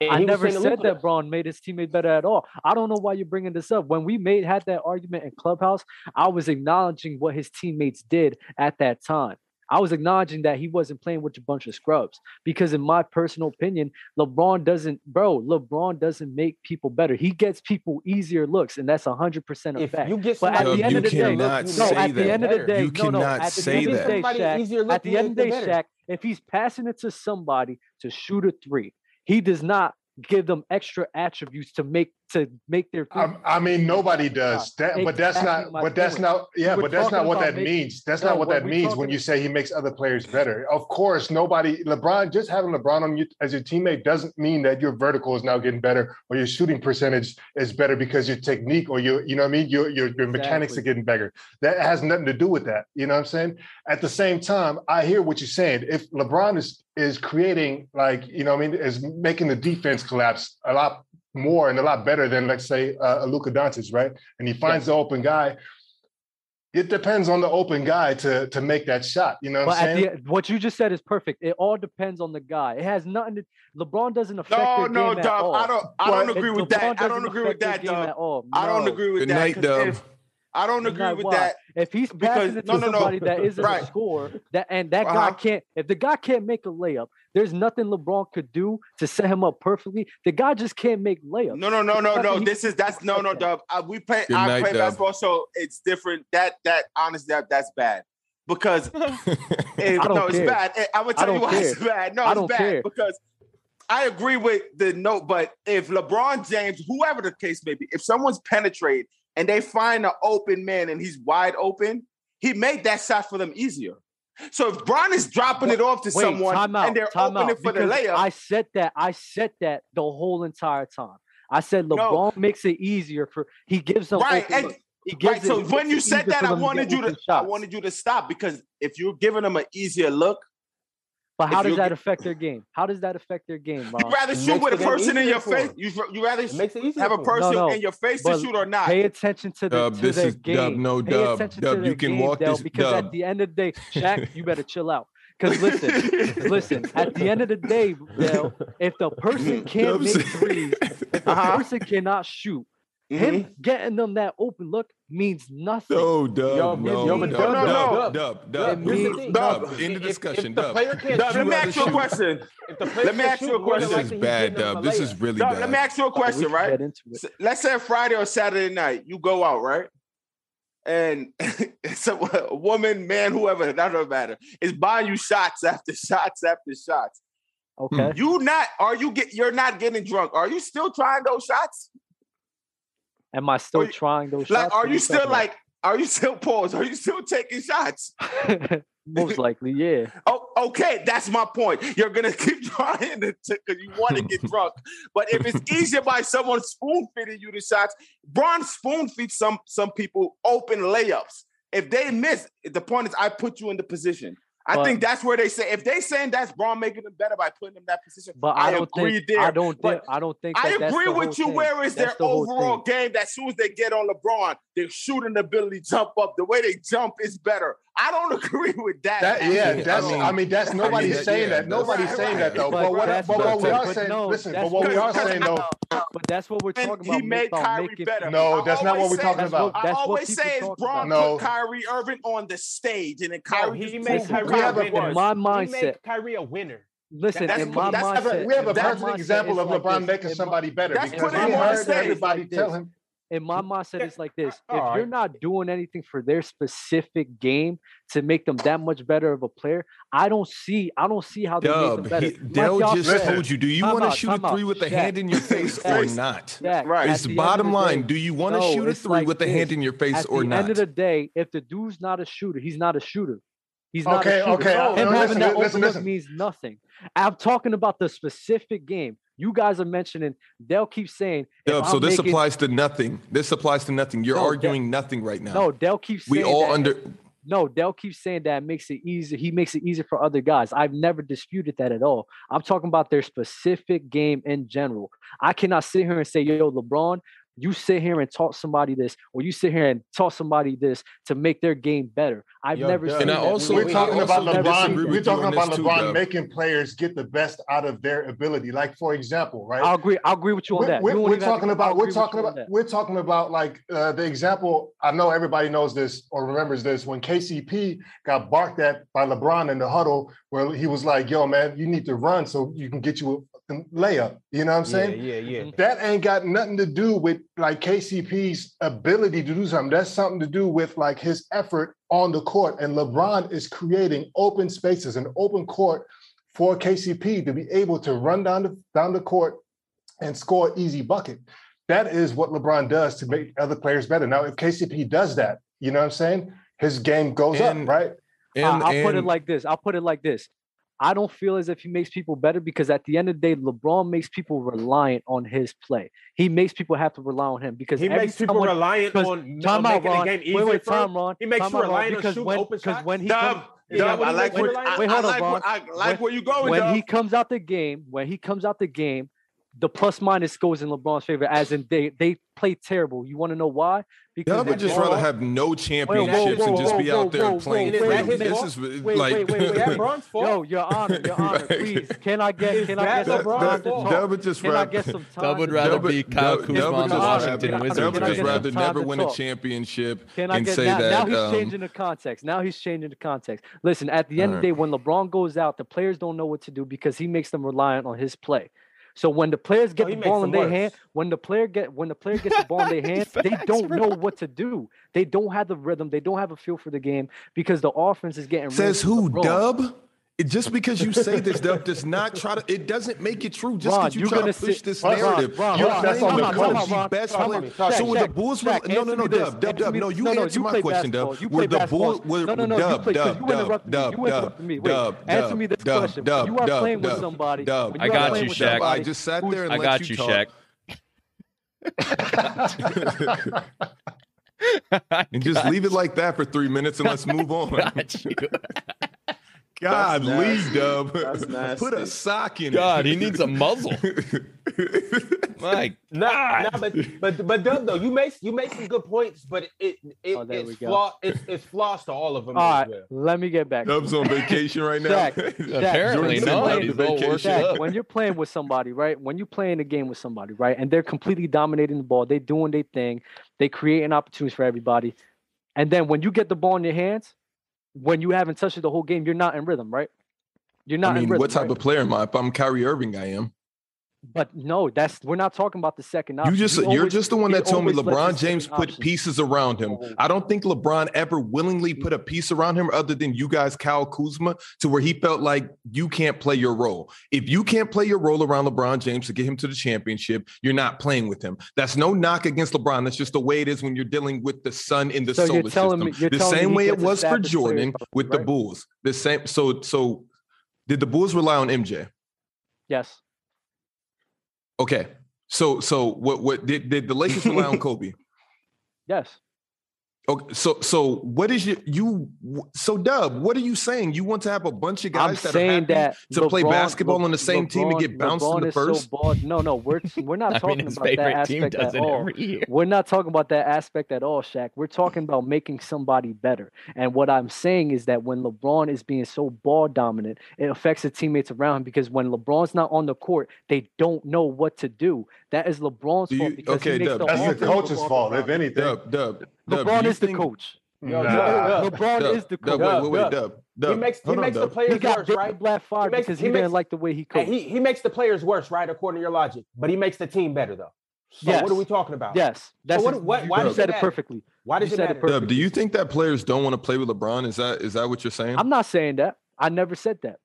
S2: And
S6: I
S2: he was
S6: never
S2: saying to
S6: said
S2: Luka,
S6: that Braun made his teammate better at all. I don't know why you're bringing this up. When we made had that argument in clubhouse, I was acknowledging what his teammates did at that time. I was acknowledging that he wasn't playing with a bunch of scrubs because, in my personal opinion, LeBron doesn't, bro. LeBron doesn't make people better. He gets people easier looks, and that's hundred percent a
S2: If
S6: fact.
S2: you get
S6: But at
S2: somebody
S6: the end
S3: you
S6: of the day,
S3: cannot
S6: no,
S3: say
S6: at
S3: that.
S6: the end of the
S2: better.
S6: day,
S3: You
S6: no, no,
S3: cannot
S6: at the
S3: say
S6: end of the
S3: that.
S6: day,
S2: Somebody
S6: Shaq,
S2: easier
S6: at
S2: looking
S6: the end of the day,
S2: than better.
S6: Shaq, if he's passing it to somebody to shoot a three, he does not give them extra attributes to make to make their three.
S7: I, I mean, nobody does that, but that's
S6: Exactly
S7: not.
S6: my
S7: But that's
S6: point.
S7: not. Yeah,
S6: We're
S7: but that's not
S6: talking
S7: what
S6: about
S7: that
S6: making-
S7: means. That's
S6: No,
S7: not what
S6: what
S7: that
S6: we
S7: means
S6: talking
S7: when you
S6: about-
S7: say he makes other players better. Of course, nobody. LeBron just having LeBron on you as your teammate doesn't mean that your vertical is now getting better or your shooting percentage is better because your technique or your you know what I mean your your, your mechanics
S6: Exactly.
S7: are getting better. That has nothing to do with that. You know what I'm saying? At the same time, I hear what you're saying. If LeBron is is creating like you know what I mean is making the defense collapse a lot more and a lot better than let's say uh, Luka Doncic, right? And he finds the open guy. It depends on the open guy to to make that shot. You know what
S6: But
S7: I'm
S6: at
S7: saying?
S6: the, e, what you just said is perfect. It all depends on the guy. It has nothing to. LeBron doesn't affect.
S1: No,
S6: their
S1: no,
S6: game at
S1: Dub.
S6: all.
S1: I don't. I
S7: But
S1: don't
S6: It-
S1: agree with
S6: LeBron
S1: that. I don't
S6: doesn't
S1: agree
S6: affect
S1: with
S6: their
S1: that,
S6: game
S1: Dub.
S6: At all.
S1: I don't
S6: No.
S1: agree with
S3: Good
S1: that.
S3: night,
S1: 'cause
S3: Dub.
S1: if- I don't
S6: Good
S1: agree
S6: night,
S1: with
S6: why?
S1: that.
S6: If he's passing
S1: Because-
S6: it
S1: no,
S6: to
S1: no, no.
S6: somebody that isn't
S1: Right.
S6: a scorer, that and that guy
S1: Uh-huh.
S6: can't. If the guy can't make a layup, there's nothing LeBron could do to set him up perfectly. The guy just can't make layups.
S1: No, no, no, no, no.
S6: He-
S1: This is that's no, no, Dub. I, we play.
S3: Good
S1: I
S3: night,
S1: play
S3: Dub.
S1: basketball, so it's different. That that honestly, that that's bad because It,
S6: I don't
S1: no,
S6: care.
S1: it's bad. It- I would
S6: I
S1: tell you
S6: don't
S1: why it's
S6: care.
S1: bad. No,
S6: I
S1: it's
S6: don't
S1: bad
S6: care.
S1: because I agree with the note. But if LeBron James, whoever the case may be, if someone's penetrated and they find an open man and he's wide open, he made that shot for them easier. So if Bron is dropping it off to
S6: Wait,
S1: someone
S6: time out,
S1: and they're
S6: time
S1: opening
S6: out,
S1: for the
S6: because
S1: layup,
S6: I said that. I said that the whole entire time. I said
S1: No.
S6: LeBron makes it easier for. He gives them
S1: right?
S6: open
S1: and-
S6: looks. He gives
S1: right.
S6: it-
S1: So
S6: he
S1: when
S6: makes
S1: you
S6: it
S1: said
S6: easier
S1: that,
S6: for
S1: I
S6: them to
S1: wanted
S6: get
S1: you to,
S6: open
S1: I
S6: shots.
S1: wanted you to stop because if you're giving them an easier look,
S6: But how
S1: if you
S6: does that
S1: get-
S6: affect their game? How does that affect their game,
S1: you'd
S6: Ron?
S1: rather
S2: It
S1: shoot
S2: makes
S1: with a
S2: the game
S1: person in
S2: easier
S1: your
S2: for
S1: face.
S2: 'em.
S1: You you rather
S2: It makes it easier.
S1: have a
S2: for 'em.
S1: person
S6: no.
S1: in your face to
S6: But
S1: shoot or not.
S6: Pay attention to the
S3: Dub,
S6: to
S3: this
S6: their
S3: is
S6: game.
S3: Dub. No,
S6: Pay
S3: Dub.
S6: attention to
S3: Dub,
S6: their
S3: you can
S6: game,
S3: walk
S6: Dell,
S3: this.
S6: because
S3: Dub.
S6: at the end of the day, Shaq, you better chill out. Because listen, listen, at the end of the day, Dell, if the person can't
S3: Dub
S6: make
S3: said-
S6: threes, if the
S1: Uh-huh.
S6: person cannot shoot,
S1: Mhm.
S6: him getting them that open look means nothing.
S3: No, Dub.
S2: Yo,
S3: no,
S2: yo, but
S3: Dub,
S1: Dub, no, no.
S3: Dub, Dub,
S2: But
S3: Dub,
S6: here's the
S3: Dub,
S6: thing.
S3: Dub.
S2: If-
S3: End of
S2: if-
S3: discussion,
S2: If the
S3: Dub.
S2: player can't
S1: Dub,
S2: shoot,
S1: let me
S3: rather
S1: ask you a
S3: shoot.
S1: question.
S2: if the player
S1: Let me
S2: can't
S1: ask you
S2: shoot,
S1: a
S2: more than
S3: This is
S2: likely he's
S3: bad,
S2: getting them
S3: Dub.
S2: a
S3: This is
S2: layup.
S3: really
S1: Dub, let me
S3: bad.
S1: ask you a
S6: Oh, we
S1: question,
S6: should
S1: right?
S6: Get into it.
S1: S- Let's say Friday or Saturday night, you go out, right? And so a woman, man, whoever, that doesn't matter, is buying you shots after shots after shots.
S6: Okay.
S1: You not are you get you're not getting drunk. Are you still trying those shots?
S6: Am I still
S1: you-
S6: trying those
S1: Like,
S6: shots?
S1: are
S6: What
S1: you
S6: talking
S1: still
S6: about?
S1: like are you still paused? Are you still taking shots?
S6: Most likely, yeah.
S1: Oh, okay, that's my point. You're gonna keep trying to because you want to get drunk. But if it's easier by someone spoon feeding you the shots, Braun spoon feeds some some people open layups. If they miss, the point is I put you in the position. I
S6: But-
S1: think that's where they say if they saying that's Braun making them better by putting them in that position.
S6: But I,
S1: I
S6: don't
S1: agree
S6: think
S1: there,
S6: I don't think
S1: but
S6: I don't think
S1: I
S6: that that's
S1: agree
S6: the
S1: with
S6: whole
S1: you.
S6: thing.
S1: Where is
S6: That's
S1: their
S6: the whole
S1: overall
S6: thing.
S1: game? That as soon as they get on LeBron, their shooting ability jump up. The way they jump is better. I don't agree with that.
S7: That
S1: at
S7: yeah,
S1: all.
S7: that's I mean, that's nobody's
S3: that-
S7: saying
S3: yeah,
S7: that. Nobody's
S1: that's-
S7: saying that though.
S6: But
S7: But, what
S6: that's
S7: but what
S3: what-
S7: we are
S6: but
S7: saying,
S6: no,
S7: listen, but
S6: that's
S7: what we
S1: what-
S7: are saying though,
S6: But that's what we're
S1: And
S6: talking about.
S1: he made
S6: about
S1: Kyrie
S6: making-
S1: better.
S7: No,
S1: I
S7: that's not
S1: always
S7: what we're
S1: say-
S7: talking
S6: That's
S7: about.
S6: what-
S1: I
S6: that's what
S1: always
S6: people
S1: say is
S6: talk
S1: Braun
S7: about. No.
S1: put Kyrie Irving on the stage, and then
S2: No,
S1: Kyrie.
S2: he
S1: just
S2: made
S1: takes who
S2: Kyrie
S7: we have a-
S1: Kyrie was.
S2: winner.
S6: My
S2: He made
S6: mindset.
S2: Kyrie a winner.
S6: Listen,
S1: That's
S6: in
S1: what-
S6: my
S1: that's
S7: we have
S6: mindset,
S7: a, we have a
S6: in my
S7: perfect
S6: mindset,
S7: example
S6: it's
S7: of
S6: like
S7: LeBron
S6: this.
S7: making
S6: In my-
S7: somebody better
S1: That's
S7: because we
S1: putting him on the
S7: heard
S1: stage.
S7: everybody
S6: Like this.
S7: tell him
S6: in my mindset it's like this if
S2: All
S6: you're
S2: right.
S6: not doing anything for their specific game to make them that much better of a player i don't see i don't see how they made them
S3: Dub,
S6: better
S3: he,
S6: Like
S3: Dell
S6: y'all
S3: just
S6: said,
S3: told you, do you
S6: Time
S3: want to
S6: out,
S3: shoot a
S6: time out.
S3: three with a
S6: Shaq,
S3: hand in your face or
S1: Face.
S3: not?
S6: Shaq,
S1: Right.
S6: at
S3: It's
S6: the end of
S3: bottom
S6: the
S3: line.
S6: day-
S3: do you want to
S6: no,
S3: shoot a
S6: it's
S3: three
S6: like
S3: with a hand
S6: this.
S3: in your face
S6: at
S3: or
S6: the
S3: not?
S6: end of the day if the dude's not a shooter he's not a shooter he's not
S7: Okay,
S6: a shooter
S7: okay,
S6: him
S7: no,
S6: having
S7: listen,
S6: that
S7: listen,
S6: overlook
S7: listen.
S6: means nothing i'm talking about the specific game you guys are mentioning they'll keep saying if
S3: Dub, so
S6: I'm
S3: this
S6: making-
S3: applies to nothing. This applies to nothing. You're
S6: No, that-
S3: arguing nothing right now.
S6: no they'll keep saying
S3: we all
S6: that if-
S3: under.
S6: No, Dell keeps saying that makes it easy. He makes it easier for other guys. I've never disputed that at all. I'm talking about their specific game in general. I cannot sit here and say, yo, LeBron, you sit here and taught somebody this, or you sit here and taught somebody this to make their game better. I've
S2: Yo,
S6: never
S2: Dub.
S6: seen
S3: And I
S6: that.
S3: also-
S7: we're
S3: I
S7: talking
S3: also
S7: about
S6: never
S7: LeBron.
S6: seen
S3: disagree
S7: We're
S3: with you
S7: talking
S3: on
S7: about
S3: this too,
S7: LeBron
S3: Dub.
S7: making players get the best out of their ability. Like for example, right?
S6: I'll agree. I'll agree with you on
S7: we're,
S6: that.
S7: we're-
S6: You won't
S7: we're
S6: even have to-
S7: talking
S6: I'll
S7: about we're
S6: agree with
S7: talking
S6: you on
S7: about
S6: that.
S7: we're talking about like uh, the example. I know everybody knows this or remembers this when KCP got barked at by LeBron in the huddle, where he was like, "Yo, man, you need to run so you can get you a fucking layup." You know what
S2: Yeah,
S7: I'm saying?
S2: yeah, yeah.
S7: That ain't got nothing to do with like KCP's ability to do something. That's something to do with like his effort on the court. And LeBron is creating open spaces and open court for KCP to be able to run down the down the court and score easy bucket. That is what LeBron does to make other players better. Now, if KCP does that, you know what I'm saying? His game goes
S3: And-
S7: up, right?
S3: And,
S6: I- I'll put it
S3: and-
S6: like this. I'll put it like this. I don't feel as if he makes people better because at the end of the day, LeBron makes people reliant on his play. He makes people have to rely on him because
S2: He
S6: every
S2: makes people
S6: someone-
S2: reliant
S6: because-
S2: on, on
S6: Time out,
S2: making
S6: Ron.
S2: the game
S6: Wait,
S2: easier.
S6: wait,
S2: for him.
S6: time, Ron.
S2: He makes
S6: Time
S2: you
S6: out, Ron,
S2: reliant on
S6: because
S2: shooting
S6: when-
S2: open
S6: because
S2: shots.
S6: when he
S1: Dub,
S6: comes-
S2: Is
S1: Dub,
S2: that what
S1: I
S2: he
S1: like
S2: makes
S1: where
S2: you
S1: I,
S2: reliant
S6: Wait,
S1: I
S6: hold on,
S1: like
S6: Vaughn.
S1: where, I like
S6: When-
S1: where you going,
S6: when
S1: Dub.
S6: he comes out the game, when he comes out the game, the plus minus goes in LeBron's favor, as in they they play terrible. You want to know why? Because
S3: Dub would
S6: they
S3: just
S6: ball-
S3: rather have no championships
S2: whoa,
S3: and just
S2: whoa,
S3: be
S6: whoa,
S3: out there
S6: whoa,
S3: playing.
S6: whoa,
S3: for
S6: wait,
S3: them.
S6: wait,
S3: This
S2: wait,
S3: is
S2: Wait,
S3: like
S2: wait, wait, wait. That Braun's fault?
S6: Yo, Your Honor, Your Honor,
S3: Like-
S6: please. Can I get
S2: Is
S6: can I
S2: that
S6: get some
S3: Dub-
S2: LeBron's
S6: time
S3: Dub-
S6: to
S2: fault?
S6: talk?
S3: Dub would just
S6: Can I
S3: rather.
S6: get some time?
S4: Dub would
S6: to
S4: rather
S6: talk?
S3: Dub-
S4: be Kyle
S3: Dub-
S4: Kuzma
S3: Dub would
S4: on the
S3: just
S4: Washington
S3: rather-
S4: Wizards
S3: Dub would
S4: right
S3: just
S4: now.
S3: rather
S6: Time
S3: never
S6: to
S3: win a
S6: talk.
S3: championship
S6: Can I
S3: and
S6: get
S3: say
S6: now? now
S3: that.
S6: he's
S3: um,
S6: changing the context. Now he's changing the context. Listen, at the end of
S3: Alright.
S6: the day, when LeBron goes out, the players don't know what to do because he makes them reliant on his play. So when the players get
S2: he
S6: the
S2: makes
S6: ball in
S2: them
S6: their hand,
S2: worse.
S6: when the player get when the player gets the ball in their hands, they
S4: Facts,
S6: don't
S4: bro.
S6: know what to do. They don't have the rhythm. They don't have a feel for the game because the offense is getting ran
S3: Says
S6: through
S3: who,
S6: LeBron.
S3: Dub? It- just because you say this, Dub, does not try to. It doesn't make it true. Just
S6: Ron,
S3: because you
S6: you're
S3: try to
S6: gonna
S3: push
S6: sit-
S3: this
S6: Ron, Ron,
S3: narrative,
S6: Ron,
S3: you're
S6: Ron,
S3: playing
S6: time
S3: LeBron as
S6: out, time out, Ron,
S3: the best
S6: time
S3: player.
S6: out. Shaq,
S3: so when the
S6: Shaq,
S3: Bulls were,
S6: Shaq,
S3: no, no,
S6: answer
S3: no,
S6: me this,
S3: Dub, Dub,
S6: answer
S3: Dub.
S6: me
S3: No,
S6: this.
S3: you
S6: No, no,
S3: answer
S6: you
S3: my
S6: play
S3: question,
S6: basketball,
S3: Dub.
S6: you
S3: Were
S6: play
S3: the Bulls?
S6: basketball.
S3: were-
S6: No, no, no, you
S3: Dub,
S6: play- 'cause
S3: Dub,
S6: you
S3: Dub,
S6: interrupted me,
S3: Dub,
S6: you interrupted me. Wait,
S3: Dub,
S6: answer
S3: Dub,
S6: me this
S3: Dub,
S6: question. When
S3: Dub,
S6: you are
S3: Dub,
S6: playing with
S3: Dub,
S6: somebody-
S3: Dub,
S6: when
S4: I
S6: you are
S4: got
S6: playing
S4: you,
S6: with
S4: Shaq.
S3: I
S6: somebody
S3: just sat
S6: who's-
S3: there and
S4: I
S3: let
S4: got
S3: you
S4: you,
S3: talk.
S4: Shaq. I
S3: And just
S4: got-
S3: leave it like that for three minutes and let's move on.
S4: got you.
S3: God,
S1: That's
S3: leave,
S1: nasty.
S3: Dub.
S1: That's
S3: Put
S1: nasty.
S3: a sock in
S4: God,
S3: it.
S4: he needs a muzzle. Like,
S2: Nah, nah, but but but Dub though, you make you make some good points, but it, it
S6: Oh, there
S2: it's
S6: we go.
S2: flaw it's it's flaws to all of them
S6: All
S2: as
S6: right,
S2: well.
S6: let me get back.
S3: Dub's on vacation right now.
S6: Shaq,
S4: apparently
S3: Jordan said
S6: Shaq,
S4: not.
S3: love
S6: when,
S3: the
S4: He's
S6: you're
S4: all
S6: playing,
S4: washed
S3: vacation.
S6: Shaq,
S4: up.
S6: when you're playing with somebody, right? When you're playing a game with somebody, right, and they're completely dominating the ball, they doing their thing, they creating opportunities for everybody, and then when you get the ball in your hands, when you haven't touched it the whole game, you're not in rhythm, right? You're
S3: I
S6: not in
S3: mean,
S6: rhythm.
S3: what type
S6: right?
S3: of player am I? If I'm Kyrie Irving, I am.
S6: But no, that's we're not talking about the second option.
S3: You just
S6: He
S3: you're
S6: always-
S3: just the one
S6: he
S3: that told me
S6: always lets
S3: LeBron
S6: us take
S3: James
S6: an
S3: put
S6: option.
S3: pieces around him.
S6: Oh. Mm.
S3: I don't think LeBron ever willingly put a piece around him other than you guys, Kyle Kuzma, to where he felt like you can't play your role. If you can't play your role around LeBron James to get him to the championship, you're not playing with him. That's no knock against LeBron. That's just the way it is when you're dealing with the sun in the
S6: So you're
S3: solar
S6: telling
S3: system.
S6: me- you're
S3: the
S6: telling me
S3: same
S6: he
S3: way it
S6: gets
S3: was for
S6: established players
S3: Jordan
S6: from him,
S3: with the
S6: right?
S3: Bulls. The same. So so did the Bulls rely on MJ?
S6: Yes.
S3: Okay. So so what what did, did the Lakers rely on Kobe?
S6: Yes.
S3: Okay, so so what is your you so Dub? What are you saying? You want to have a bunch of guys
S6: I'm
S3: that are
S6: saying
S3: happy
S6: that
S3: to play
S6: LeBron-
S3: basketball on the same team and
S6: LeBron-
S3: get bounced in
S6: LeBron
S3: the
S6: is so
S3: first?
S6: bald. no, no, we're we're not
S4: I
S6: talking
S4: mean, his
S6: about
S4: favorite
S6: that
S4: team
S6: aspect
S4: does
S6: at
S4: it
S6: all.
S4: every year.
S6: We're not talking about that aspect at all, Shaq. We're talking about making somebody better. And what I'm saying is that when LeBron is being so ball dominant, it affects the teammates around him because when LeBron's not on the court, they don't know what to do. That is LeBron's
S3: Do you-
S6: fault because
S3: okay,
S6: he makes
S3: Dub,
S6: the
S7: That's
S3: all
S7: the
S6: offense
S7: coach's
S6: revolve
S7: fault, if
S6: around him.
S7: anything.
S3: Dub, Dub, Dub.
S6: LeBron
S3: you
S6: is the
S3: think-
S6: coach.
S2: Yo,
S7: Nah.
S2: Dub,
S6: LeBron
S3: Dub,
S6: is the
S3: Dub, wait,
S6: coach.
S3: wait, wait,
S2: Dub.
S3: Dub, Dub.
S2: He makes he
S3: Hold on,
S2: makes the
S3: Dub.
S6: He
S2: players
S6: got
S2: worse,
S6: Big
S2: right?
S6: Black Fire
S2: makes-
S6: because
S2: he
S6: he didn't
S2: makes-
S6: like the way he
S2: And
S6: coached.
S2: he he makes the players worse, right? According to your logic, but he makes the team better though. So what are
S6: Yes.
S2: we talking about?
S6: Yes, that's
S2: what-
S6: ex-
S2: what-
S6: you-
S2: why
S6: you
S2: does it
S6: said it
S2: matter?
S6: perfectly.
S2: Why does
S6: You
S2: it
S6: said it
S2: matter?
S6: perfect.
S3: Dub, do you think that players don't want to play with LeBron? Is that is that what you're saying?
S6: I'm not saying that. I never said that.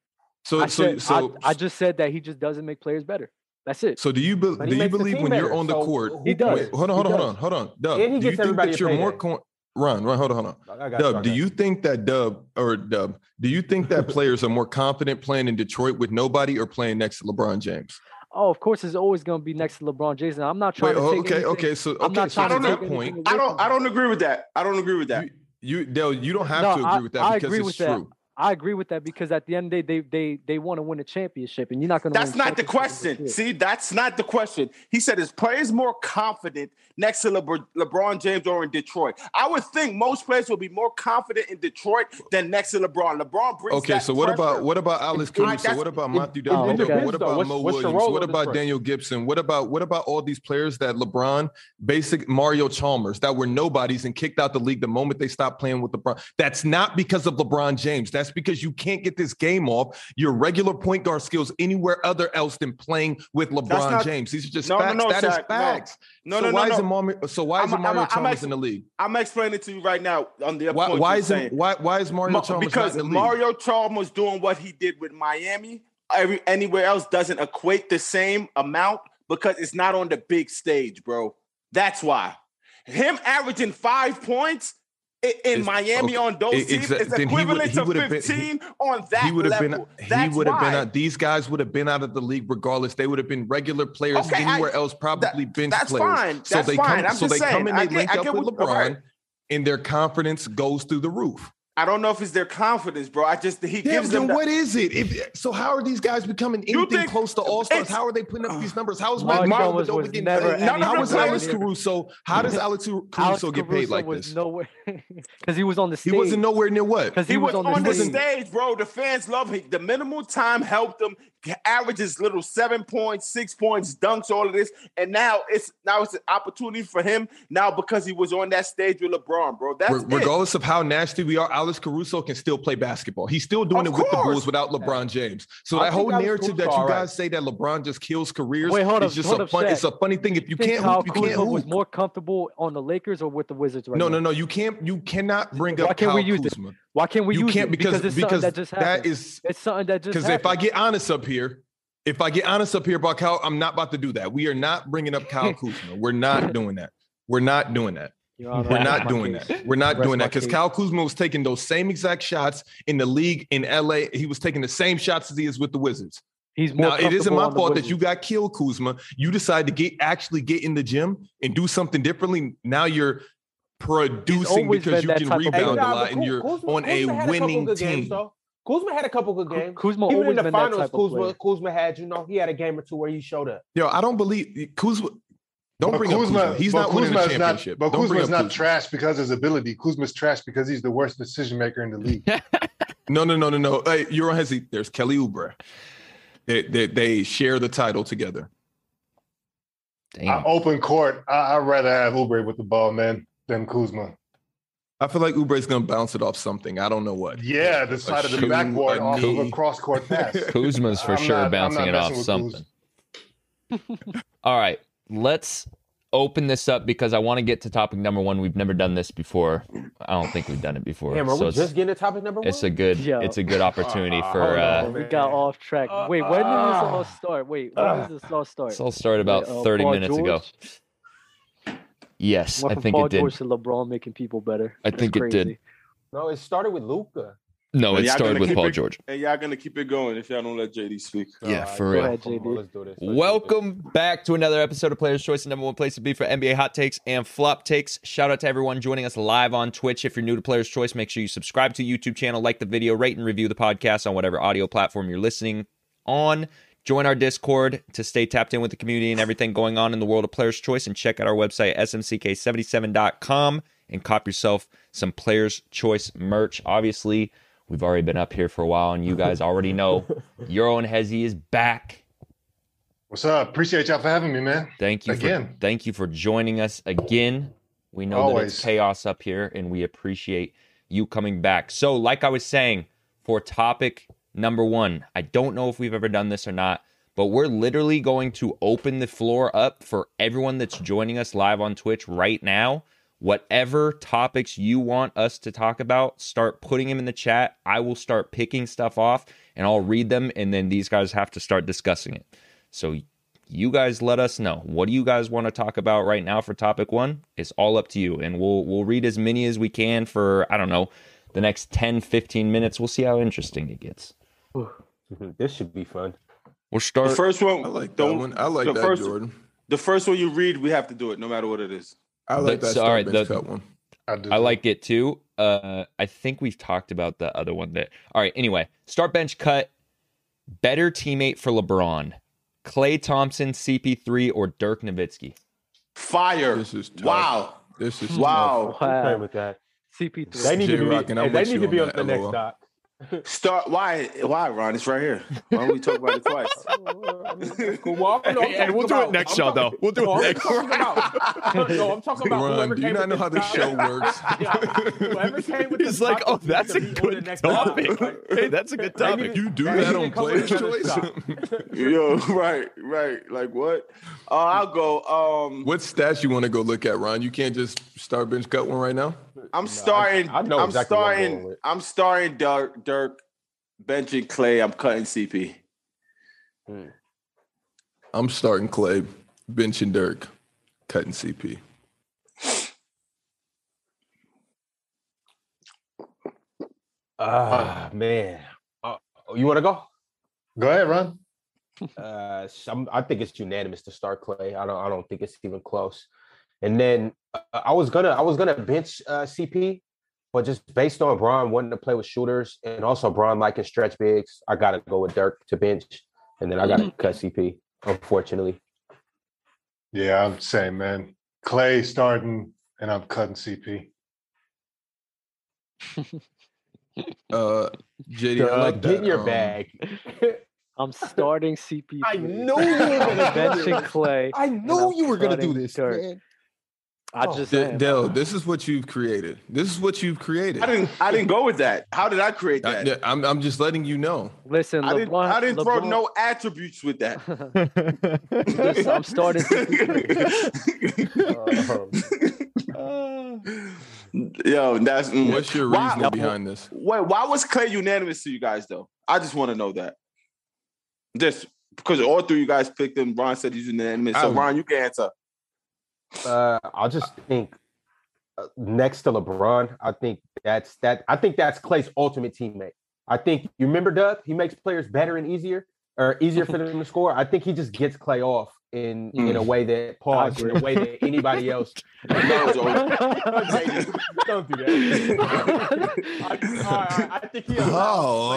S3: so
S6: I
S3: so
S6: said
S3: so
S6: I, I just said that he just doesn't make players better. That's it.
S3: so do you be,
S2: But
S3: do
S2: he
S3: you
S2: makes the
S3: believe
S2: team
S3: when you're
S2: better,
S3: on the
S2: so
S3: court?
S2: He does.
S3: Wait, hold on, hold
S2: He
S3: on,
S2: does.
S3: hold on, hold on. Dub,
S2: And he
S3: do you
S2: gets
S3: think
S2: everybody
S3: that
S2: a
S3: you're more
S2: payday.
S3: con- Run, run, hold on, hold on.
S2: I got you, I
S3: Dub, do
S2: got
S3: you think that Dub or Dub, do you think that players are more confident playing in Detroit with nobody or playing next to LeBron James?
S6: Oh, of course, it's always going to be next to LeBron James. and I'm not
S3: Wait,
S6: trying to
S3: oh,
S6: take
S3: okay,
S6: anything-
S3: okay. So
S6: I'm
S3: okay,
S6: not
S3: so
S6: trying
S3: to
S6: to
S3: that
S6: take
S3: point,
S6: anything
S1: I
S6: away
S1: don't
S6: from
S1: I
S6: him.
S1: don't agree with that. I don't agree with that.
S3: you, you Dale, you don't have
S6: No,
S3: to
S6: I-
S3: agree with that
S6: I
S3: because
S6: agree
S3: it's
S6: with that.
S3: true.
S6: I agree with that because at the end of the day, they they they want to win a championship, and you're not going to.
S1: That's not the question. See, that's not the question. He said his players more confident next to Lebr- LeBron James or in Detroit. I would think most players will be more confident in Detroit than next to LeBron. LeBron brings
S3: Okay,
S1: that
S3: so what about
S1: pressure.
S3: what about Alice
S1: All right,
S3: Caruso?
S1: that's-
S3: What about
S2: it-
S3: Matthew
S2: it
S3: Dellavedova?
S6: depends,
S3: What
S2: though.
S3: about
S2: What's-
S3: Mo
S2: what's the
S3: Williams?
S2: role
S3: What
S2: of
S3: about
S2: Detroit?
S3: Daniel Gibson? What about what about all these players that LeBron, basic Mario Chalmers, that were nobodies and kicked out the league the moment they stopped playing with LeBron? That's not because of LeBron James. That's because you can't get this game off your regular point guard skills anywhere other else than playing with LeBron
S1: not-
S3: James. These are just
S1: No, no,
S3: facts. That
S1: no,
S3: is
S1: Zach, no.
S3: facts.
S1: No,
S3: so
S1: no, no,
S3: why
S1: no.
S3: isn't Mario, so why isn't
S1: I'm-
S3: Mario
S1: I'm- I'm
S3: Chalmers
S1: ex-
S3: in the league?
S1: I'm explaining to you right now on the
S3: Why,
S1: point
S3: why
S1: you're
S3: isn't
S1: saying.
S3: why why is Mario
S1: Ma-
S3: Chalmers
S1: because
S3: not in the league?
S1: Mario Chalmers doing what he did with Miami, every anywhere else doesn't equate the same amount because it's not on the big stage, bro. That's why him averaging five points i- in
S3: It's-
S1: Miami
S3: okay,
S1: on those
S3: it-
S1: teams
S3: exa-
S1: is
S3: then he would-
S1: equivalent
S3: he
S1: to
S3: would've been- he-
S1: fifteen on that
S3: he would have been
S1: level.
S3: he
S1: That's
S3: would have been
S1: why.
S3: out these guys would have been out of the league regardless they would have been regular players
S1: Okay, I-
S3: anywhere else probably bench
S1: that's
S3: players
S1: fine.
S3: so
S1: That's
S3: they
S1: fine.
S3: come
S1: I'm
S3: so
S1: just
S3: they
S1: saying.
S3: come and
S1: I
S3: they
S1: get-
S3: link
S1: I
S3: up
S1: get
S3: with
S1: what-
S3: LeBron
S1: alright.
S3: and their confidence goes through the roof
S1: I don't know if it's their confidence, bro. I just he
S3: Damn,
S1: gives
S3: then
S1: them that.
S3: what is it if so how are these guys becoming
S1: You
S3: anything
S1: think-
S3: close to all-stars
S1: it's-
S3: how are they putting up these numbers how is
S6: Mario
S3: Mario
S6: Chalmers
S3: Lavadova
S6: was
S3: getting
S6: never
S3: paid?
S1: None of
S3: how
S1: the
S3: is Alex
S1: players-
S3: Caruso how does Alex Caruso
S6: Alex
S3: get paid
S6: Caruso
S3: like
S6: was
S3: this
S6: nowhere because he was on the
S3: he
S6: stage.
S3: wasn't nowhere near what
S6: Because
S1: He, was, on, the
S3: wasn't-
S1: stage, bro. The fans love him. The minimal time helped him average his little seven points, six points, dunks, all of this. And now it's now it's an opportunity for him now because he was on that stage with LeBron, bro. That's
S3: Re-
S1: it.
S3: regardless of how nasty we are, Alex Caruso can still play basketball. He's still doing
S1: Of
S3: it with the
S1: course.
S3: Bulls without LeBron James. So
S2: I
S3: that
S2: think
S3: whole
S2: Alex
S3: narrative that
S2: Caruso
S3: you
S2: all
S3: guys
S2: right.
S3: say that LeBron just kills careers
S6: Wait, hold
S3: is
S6: up,
S3: just
S6: hold
S3: a
S6: up,
S3: fun.
S6: Shaq.
S3: it's a funny thing. If you
S6: think
S3: can't,
S6: Kyle
S3: hoop, you can't
S6: Kuzma was
S3: hoop.
S6: more comfortable on the Lakers or with the Wizards right
S3: No,
S6: now?
S3: no, no. You can't. You cannot bring
S6: Why
S3: up
S6: can't
S3: Kyle
S6: we use it?
S3: Kuzma.
S6: Why can't we
S3: You
S6: use
S3: can't
S6: it?
S3: because
S6: it's
S3: because
S6: something that just happened.
S3: that is
S6: it's something that just
S3: because
S6: happened.
S3: if I get honest up here, if I get honest up here about Kyle, I'm not about to do that. We are not bringing up Kyle Kuzma. We're not doing that. We're not doing that.
S6: Your Honor,
S3: We're
S6: I
S3: not
S6: rest my
S3: doing
S6: case.
S3: that. We're not
S6: Rest
S3: doing
S6: my
S3: that because
S6: case.
S3: Kyle Kuzma was taking those same exact shots in the league in LA. He was taking the same shots as he is with the Wizards.
S6: He's more
S3: Now it isn't
S6: comfortable
S3: my
S6: on the
S3: fault that you
S6: Wizards.
S3: got killed, Kuzma. You decide to get actually get in the gym and do something differently. Now you're producing
S6: always
S3: because
S6: been
S3: you
S6: that
S3: can
S6: type of
S3: rebound
S2: Hey,
S3: a
S6: player.
S2: nah,
S3: lot
S2: but
S3: and
S2: Kuz-
S3: you're
S2: Kuzma-
S3: on
S2: Kuzma
S3: a
S2: had couple
S3: winning
S2: good games,
S3: team.
S2: though. Kuzma had a couple good games.
S6: Kuzma
S2: Even
S6: always
S2: in the
S6: been that
S2: finals,
S6: type of player.
S2: Kuzma, Kuzma had, you know, he had a game or two where he showed up.
S3: Yo, I don't believe Kuzma. Don't
S7: But
S3: bring up Kuzma. He's
S7: but
S3: not winning a
S7: Kuzma is not-
S3: championship.
S7: But
S3: don't bring
S7: Kuzma's
S3: up
S7: not trash because of his ability. Kuzma's trash because he's the worst decision maker in the league.
S3: No, no, no, no, no. Hey, you're on Hezzy. There's Kelly Oubre. They, they they share the title together.
S7: I,
S4: Damn.
S7: Uh, open court, I, I'd rather have Ubre with the ball, man, than Kuzma.
S3: I feel like Oubre's gonna bounce it off something. I don't know what.
S7: Yeah, the side of the
S3: shoe,
S7: backboard
S3: a
S7: off of a
S3: knee.
S7: cross court pass.
S4: Kuzma's for
S7: I'm
S4: sure
S7: not- I'm
S4: bouncing
S7: not
S4: it off
S7: messing with
S4: something.
S7: Kuz.
S4: All right, let's open this up because I want to get to topic number one. We've never done this before. I don't think we've done it before.
S2: Damn, are
S4: so
S2: we
S4: it's,
S2: just getting to topic number one?
S4: it's a good
S6: Yo.
S4: it's a good opportunity
S2: Uh,
S4: for.
S2: hold
S4: Uh,
S2: on.
S6: we got
S2: man.
S6: off track.
S2: Uh,
S6: Wait, when did this all start? Wait, when did this all start?
S4: this all started about
S6: Wait, uh,
S4: thirty
S6: Paul
S4: minutes ago.
S6: George?
S4: Yes,
S6: Went
S4: I
S6: from
S4: think
S6: Paul
S4: it did.
S6: George to LeBron making people better.
S4: I
S6: That's
S4: think it did.
S6: crazy.
S2: No, it started with Luca.
S4: No,
S1: And
S4: it
S1: y'all
S4: started
S1: gonna
S4: with
S1: keep
S4: Paul
S1: it-
S4: George.
S1: And y'all gonna keep it going if y'all don't let JD speak.
S4: Yeah,
S2: Alright,
S4: for
S2: go
S4: real.
S2: ahead, JD.
S6: Come on,
S2: Let's do this. Let's do this.
S8: Welcome back to another episode of Players' Choice, the number one place to be for NBA hot takes and flop takes. Shout out to everyone joining us live on Twitch. If you're new to Players' Choice, make sure you subscribe to the YouTube channel, like the video, rate and review the podcast on whatever audio platform you're listening on. Join our Discord to stay tapped in with the community and everything going on in the world of Players' Choice. And check out our website, smck77.com, and cop yourself some Players' Choice merch. Obviously, we've already been up here for a while, and you guys already know your own Hezzy is back.
S7: What's up? Appreciate y'all for having me, man.
S4: Thank you for-
S7: Again.
S4: thank you for joining us again. We know that it's
S7: Always.
S4: chaos up here, and we appreciate you coming back. So, like I was saying, for topic number one, I don't know if we've ever done this or not, but we're literally going to open the floor up for everyone that's joining us live on Twitch right now. Whatever topics you want us to talk about, start putting them in the chat. I will start picking stuff off and I'll read them, and then these guys have to start discussing it. So, you guys let us know what do you guys want to talk about right now for topic one it's all up to you and we'll we'll read as many as we can for i don't know the next 10 15 minutes we'll see how interesting it gets
S2: This should be fun.
S4: we'll
S1: The
S4: start
S1: first one,
S3: I like that
S1: don't-
S3: one. I like
S1: the
S3: that
S1: first-
S3: Jordan.
S1: the first one you read, we have to do it, no matter what it is.
S3: I like
S4: That's-
S3: that
S4: all right,
S3: Starbench
S4: the-
S3: Cup one.
S7: I do.
S4: i like it too uh i think we've talked about the other one that all right anyway start bench cut better teammate for lebron clay thompson cp3 or dirk nowitzki
S1: Fire!
S3: This is tough.
S1: wow,
S3: This is
S1: wow.
S2: I'm playing
S6: Wow.
S2: with that.
S6: CP3.
S2: They need to be.
S3: J-Rock, and I'm
S2: hey, they
S3: with
S2: need
S3: you
S2: to be
S3: on
S2: on
S3: that,
S2: the next
S3: LOL.
S2: doc.
S1: Start. Why? Why, Ron? It's right here. Why don't we talk about it twice?
S2: Cool. Well, I'm- no, I'm talking about- I'm talking-
S4: We'll do
S2: no, I'm talking about- No, I'm talking about
S3: Ron,
S2: whoever
S3: do you
S2: came
S3: not know
S2: with
S3: how the
S2: this
S3: show
S2: topic.
S3: works?
S2: Yeah. Whoever came with
S4: He's
S2: this
S4: like,
S2: topic
S4: "Oh,
S2: needs
S4: that's
S2: to
S4: a
S2: be on the
S4: good
S2: next
S4: topic.
S2: Like,
S4: hey, that's a good
S2: They
S4: topic.
S2: needed-
S3: You do
S2: they
S3: that
S2: needed
S3: on
S2: to come
S3: Players'
S2: with another
S3: Choice?
S2: topic.
S1: Yo, right, right. Like what? Uh, I'll go. Um,
S3: What stats you want to go look at, Ron? You can't just start bench cut one right now.
S1: I'm starting.
S2: I know
S1: I'm
S2: exactly what I'm going
S1: starting.
S2: with.
S1: I'm starting Dirk, Dirk, benching Clay. I'm cutting CP.
S3: I'm starting Clay, benching Dirk, cutting CP.
S2: Ah man, uh, you want to go?
S7: Go ahead, Ron.
S2: Uh, some, I think it's unanimous to start Clay. I don't. I don't think it's even close. And then uh, I was gonna. I was gonna bench uh, CP, but just based on Braun wanting to play with shooters and also Braun liking stretch bigs, I gotta go with Dirk to bench, and then I gotta cut CP. Unfortunately,
S7: Yeah, I'm saying, man. Clay starting, and I'm cutting CP.
S3: Uh, JD, I
S2: Doug,
S3: like
S2: get
S3: that,
S2: in your
S3: um,
S2: bag.
S6: I'm starting CP3.
S2: I knew you were
S6: I'm
S2: gonna do
S6: benching
S2: this.
S6: Clay.
S2: I knew
S6: I'm
S2: you were gonna do
S6: starting
S2: this.
S6: Dirk.
S2: man.
S6: I
S2: Oh.
S6: just
S3: D-
S6: saying.
S3: Dell, this is what you've created. This is what you've created.
S1: I didn't. I didn't go with that. How did I create
S2: Uh,
S1: that?
S3: I, am I'm just letting you know.
S6: Listen,
S1: I didn't.
S6: LeBron.
S1: I didn't
S6: LeBron,
S1: throw no attributes with that.
S6: Listen, I'm starting CP3.
S2: Um,
S1: Yo, that's mm.
S3: What's your
S1: Why-
S3: reasoning behind this?
S1: Wait, why was Clay unanimous to you guys though? I just want to know that. Just because all three of you guys picked him, Ron said he's unanimous. So
S3: I-
S1: Ron, you can answer.
S2: Uh, I just think uh, next to LeBron, I think that's that. I think that's Clay's ultimate teammate. I think you remember Doug. He makes players better and easier, or easier for them to score. I think he just gets Clay off in in a way that pause in a way that anybody else.
S1: That was all-
S2: Don't do that. I, I- I- I think he. Oh,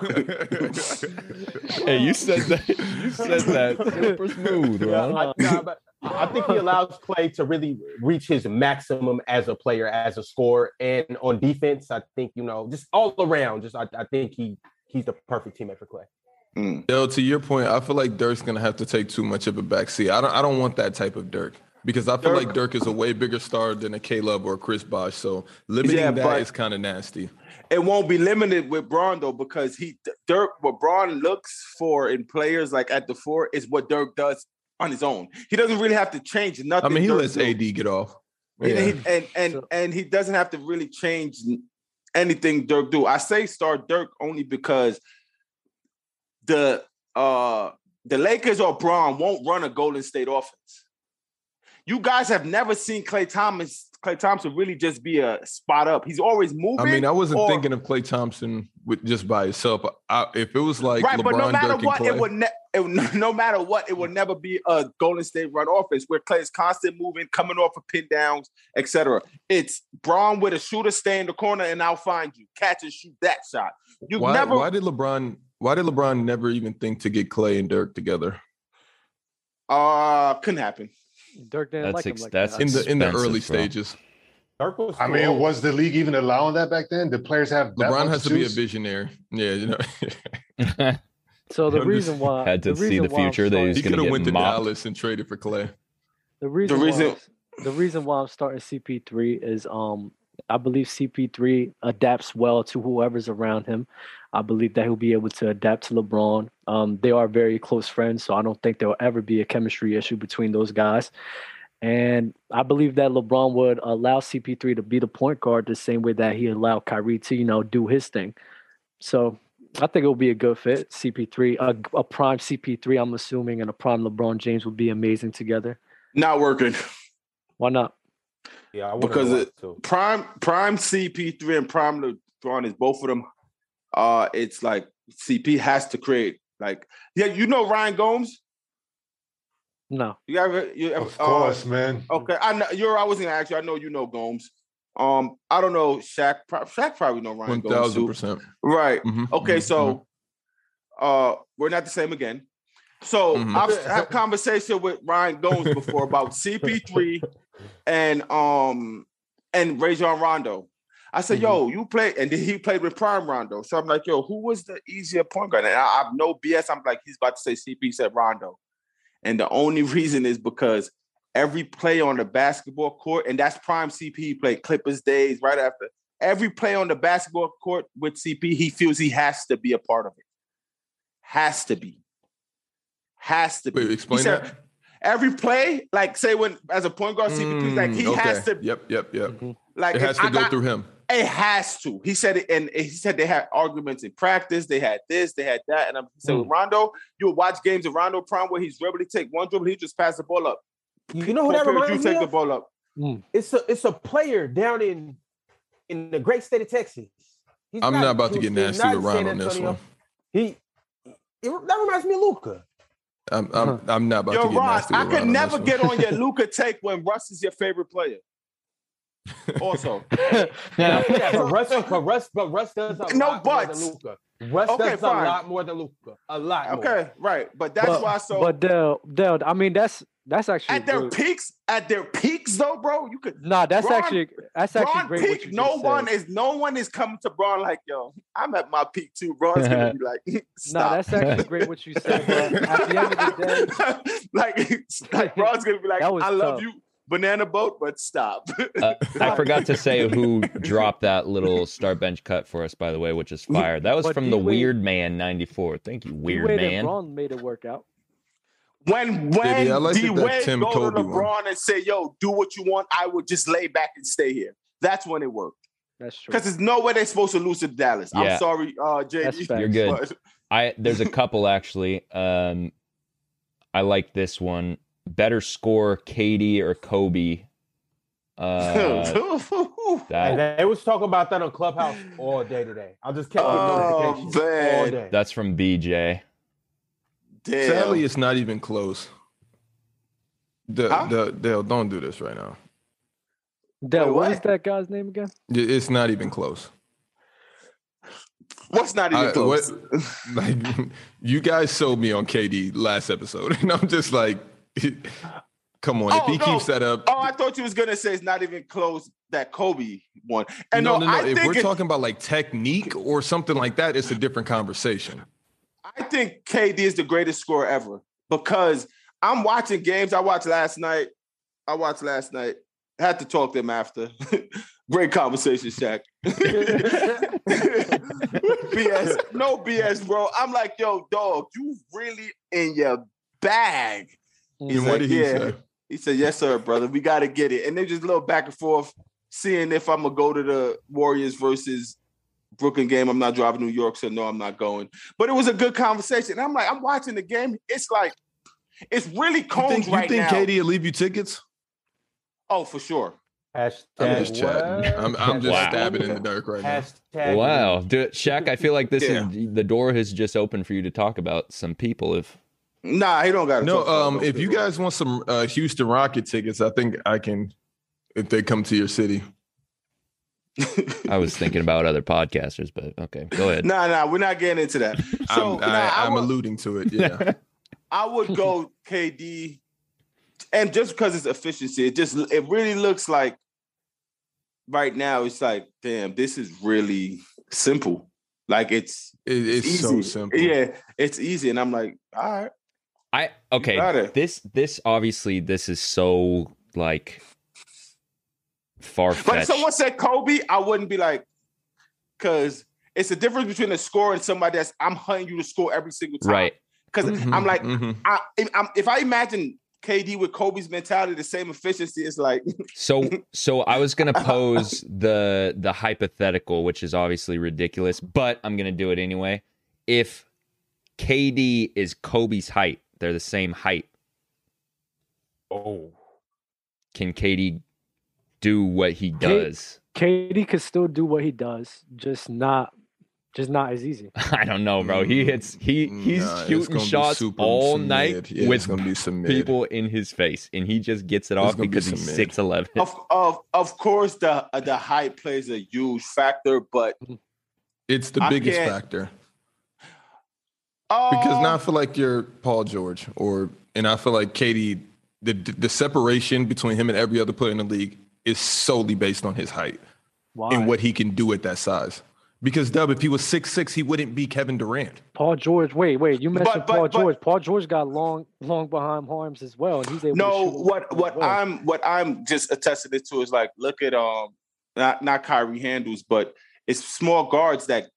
S1: Oh.
S4: hey you said that you said that super smooth
S2: Yeah,
S4: Ron.
S2: I, nah, but I I think he allows Clay to really reach his maximum as a player, as a scorer, and on defense. I think you know, just all around. Just I, I think he he's the perfect teammate for Clay.
S1: Mm.
S3: Dell, to your point, I feel like Dirk's gonna have to take too much of a backseat. I don't I don't want that type of Dirk because I feel
S1: Dirk-
S3: like Dirk is a way bigger star than a Caleb or a Chris Bosh. So limiting
S1: Yeah,
S3: that is
S1: but-
S3: kind of nasty.
S1: It won't be limited with Braun though, because he Dirk what Braun looks for in players like at the four is what Dirk does on his own. He doesn't really have to change nothing.
S3: I mean, he
S1: Dirk
S3: lets
S1: do.
S3: AD get off.
S1: He-
S3: Yeah.
S1: he- and and
S6: So-
S1: and he doesn't have to really change n- anything Dirk do. I say start Dirk only because the uh the Lakers or Braun won't run a Golden State offense. You guys have never seen Clay Thomas Clay Thompson really just be a spot up? He's always moving.
S3: I mean, I wasn't
S1: or-
S3: thinking of Clay Thompson with just by himself. I, if it was like
S1: right,
S3: LeBron,
S1: but no matter
S3: Dirk,
S1: what,
S3: and Clay,
S1: it would, ne- it would- no matter what, it will never be a Golden State run offense where Clay is constant moving, coming off of pin downs, etc. It's Braun with a shooter, stay in the corner, and I'll find you. Catch and shoot that shot. You
S3: why,
S1: never
S3: why did LeBron? Why did LeBron never even think to get Clay and Dirk together
S1: uh couldn't happen.
S6: Dirk didn't
S4: That's
S6: like him
S4: ex-
S6: like
S4: that's
S6: that.
S3: in the in the
S4: Expensive,
S3: early
S4: bro.
S3: stages?
S2: Dirk was
S7: I
S2: too
S7: mean,
S2: old.
S7: was the league even allowing that back then? Did players have that
S3: LeBron
S7: much
S3: has to be a
S7: juice?
S3: visionary. Yeah, you know,
S6: so
S3: I'm
S6: the
S3: just-
S6: reason why
S4: had to
S6: the
S4: see
S6: reason
S4: the
S6: why I'm
S4: future that
S6: starting-
S4: he's
S3: he
S4: gonna
S3: could have
S4: get
S3: went to
S4: mopped.
S3: Dallas and traded for Clay.
S6: The reason,
S1: reason-
S6: why I'm- the reason why I'm starting CP3 is um I believe CP3 adapts well to whoever's around him. I believe that he'll be able to adapt to LeBron. Um, they are very close friends, so I don't think there will ever be a chemistry issue between those guys. And I believe that LeBron would allow CP3 to be the point guard the same way that he allowed Kyrie to, you know, do his thing. So I think it will be a good fit. CP3, a, a prime CP3, I'm assuming, and a prime LeBron James would be amazing together.
S1: Not working.
S6: Why not?
S2: yeah, I
S1: because it-
S2: too.
S1: Prime Prime CP3 and Prime LeBron is both of them. Uh it's like CP has to create. Like, yeah, you know Ryan Gomes?
S6: No.
S1: You ever you ever
S7: Of course, man.
S3: Mm-hmm.
S1: Uh, okay. I know you're I wasn't gonna ask you. I know you know Gomes. Um, I don't know Shaq. Pro- Shaq probably know Ryan
S3: One
S1: Gomes.
S3: thousand
S1: Too.
S3: percent. Mm-hmm,
S1: Right. Okay, so uh we're not the same again. So
S3: Mhm.
S1: I've had conversation with Ryan Gomes before about CP3 and um and Rajon Rondo. I said,
S3: Mm-hmm.
S2: Mhm.
S1: yo, you play, and then he played with Prime Rondo. So I'm like, yo, who was the easier point guard? And I, have no BS. I'm like, he's about to say CP He said Rondo. And the only reason is because every play on the basketball court, and that's prime CP, he played Clippers days right after. Every play on the basketball court with CP, he feels he has to be a part of it. Has to be. Has to be.
S3: mm-hmm. Wait,
S1: He
S3: explain
S1: said
S3: that.
S1: Every play, like say when as a point guard, CP3, 's like
S3: Mm,
S1: he
S3: okay.
S1: has to,
S3: Yep, yep, yep.
S6: Mm-hmm.
S1: like
S3: It
S1: if
S3: has
S1: I
S3: to go
S1: got-
S3: through him.
S1: it has to. He said it, and he said they had arguments in practice. They had this, they had that, and I'm he said
S3: Hmm.
S1: with Rondo, you'll watch games of Rondo Prime where he's dribbling, take one dribble, he just pass the ball up.
S2: You know who
S1: Four
S2: that
S1: periods,
S2: reminds
S1: you
S2: me
S1: take the
S2: of?
S1: ball up.
S2: It's a it's a player down in in the great state of Texas. He's
S3: I'm not about to
S2: he's
S3: get nasty
S2: not
S3: with
S2: San
S3: Ron on this
S2: Antonio.
S3: one.
S2: He it- that reminds me of Luca.
S3: I'm, I'm, I'm not about
S1: Yo,
S3: to get
S1: Ron,
S3: nasty with
S1: I could
S3: Ron on this
S1: never
S3: one.
S1: get on your Luca take when Russ is your favorite player. Also,
S2: Yeah, but Russ, but Russ, but Russ does a
S1: No
S2: lot more than
S1: buts.
S2: Luca. Russ
S1: Okay,
S2: does
S1: fine.
S2: a lot more than Luca. A lot. more.
S1: okay, right, but that's
S6: But-
S1: why. So
S6: but Dell, Dell, I mean that's that's actually
S1: at their
S6: good.
S1: peaks, at their peaks, though, bro, you could.
S6: nah, that's
S1: Bron-
S6: actually that's actually
S1: Bron
S6: great. what
S1: peak.
S6: you
S1: No
S6: just
S1: one
S6: said.
S1: is. No one is coming to Bron like, yo, I'm at my peak too. Bron's gonna be like,
S6: Nah,
S1: stop.
S6: that's actually great what you said. But at the end of the day,
S1: like, like Bron's gonna be like,
S6: That was
S1: I love
S6: tough.
S1: you, banana boat, but stop.
S4: Uh, I forgot to say who dropped that little star bench cut for us, by the way, which is fire. That was
S6: But
S4: from the
S6: D-Wade-
S4: Weird Man '94. Thank you, Weird
S6: D-Wade and
S4: Man.
S6: Bron made it work out.
S1: when
S3: Diddy, I
S1: when
S3: like that
S1: D Wade
S3: Tim
S1: go to
S3: Kobe
S1: LeBron
S3: one.
S1: and say, yo, do what you want, I will just lay back and stay here. That's when it worked.
S6: That's true.
S1: Because there's no way they're supposed to lose to Dallas.
S4: Yeah.
S1: I'm sorry, uh,
S6: That's
S1: JD.
S6: facts.
S4: You're good. I there's a couple actually. Um, I like this one. Better score, Katie or Kobe. Uh,
S2: And
S4: that,
S2: they was talking about that on Clubhouse all day today. I just kept getting
S1: oh
S2: notifications all
S1: man,
S2: day.
S4: that's from BJ.
S1: damn.
S3: Sadly, it's not even close. The,
S1: Huh?
S3: the, Dale, don't do this right now.
S6: Dell,
S1: Wait,
S6: what
S1: what?
S6: is that guy's name again?
S3: Y- It's not even close.
S1: what's not even
S3: I-
S1: close?
S3: what- like, you guys sold me on KD last episode, and I'm just like, come on. if
S1: Oh,
S3: he
S1: no.
S3: keeps that up,
S1: Oh, I thought you was gonna say it's not even close that Kobe won. And
S3: no,
S1: no,
S3: no, no.
S1: I
S3: If
S1: think
S3: we're
S1: it-
S3: talking about like technique or something like that, it's a different conversation.
S1: I think KD is the greatest scorer ever because I'm watching games. I watched last night. I watched last night. Had to talk to him after. Great conversation, Shaq. BS. No BS, bro. I'm like, yo, dog, you really in your bag. He's
S3: And
S1: like,
S3: what did he
S1: yeah.
S3: say?
S1: He said, "Yes, sir, brother. We got to get it." And they just a little back and forth, seeing if I'm gonna go to the Warriors versus Brooklyn game. I'm not driving to New York, so no, I'm not going. But it was a good conversation. And I'm like, I'm watching the game. It's like, it's really
S3: You
S1: cold
S3: think, you
S1: right
S3: think
S1: now.
S3: KD will leave you tickets?
S1: Oh, for sure.
S2: Hashtag
S3: I'm just chatting.
S2: what?
S3: I'm, I'm just
S4: Wow.
S3: stabbing in the dark right now.
S2: Hashtag
S4: Wow, Do it, Shaq. I feel like this
S3: Yeah.
S4: is the door has just opened for you to talk about some people. If
S1: Nah, he don't got
S3: No, um, if you guys want some uh, Houston Rocket tickets, I think I can. If they come to your city,
S4: I was thinking about other podcasters, but okay, go ahead.
S1: Nah, nah, we're not getting into that. So
S3: I'm,
S1: nah,
S3: I,
S1: I
S3: I'm
S1: would-
S3: alluding to it. Yeah,
S1: I would go KD, and just because it's efficiency, it just it really looks like right now it's like, damn, this is really simple. Like it's
S3: it, it's
S1: easy.
S3: so simple.
S1: Yeah, it's easy, and I'm like, all right,
S4: I
S1: you
S4: okay.
S1: got it.
S4: This this obviously this is so like far
S1: But if
S4: fetched.
S1: someone said Kobe, I wouldn't be like, because it's the difference between a scorer and somebody that's I'm hunting you to score every single time.
S4: Right.
S1: Because I'm like,
S3: Mhm.
S1: I, if, I'm, if I imagine KD with Kobe's mentality, the same efficiency, it's like,
S4: So so I was gonna pose the the hypothetical, which is obviously ridiculous, but I'm gonna do it anyway. If KD is Kobe's height, they're the same height.
S2: Oh,
S4: Can KD do what he does?
S6: Katie could still do what he does, just not, just not as easy.
S4: I don't know, bro. He hits he he's
S3: Mm, Nah, it's
S4: shooting
S3: gonna be
S4: shots
S3: super-
S4: all
S3: some
S4: night
S3: mid. Yeah, it's
S4: with
S3: gonna be some mid.
S4: people in his face, and he just gets it
S3: It's
S4: off
S3: gonna be
S4: because
S3: some
S4: he's
S3: mid.
S4: six eleven.
S1: of, of of course, the uh, the height plays a huge factor, but
S3: It's the
S1: I
S3: biggest
S1: can't-
S3: factor
S1: oh,
S3: because now I feel like you're Paul George, or and I feel like Katie. The the separation between him and every other player in the league is solely based on his height
S6: Why?
S3: and what he can do at that size. Because Dub, if he was six six, he wouldn't be Kevin Durant.
S6: Paul George. Wait, wait. You
S1: But-
S6: mentioned
S1: but-
S6: Paul
S1: but-
S6: George. Paul George got long, long behind arms as well, and he's able.
S1: no,
S6: to shoot
S1: what
S6: as
S1: what
S6: well.
S1: I'm what I'm just attesting it to is like, look at um, not not Kyrie handles, but it's small guards that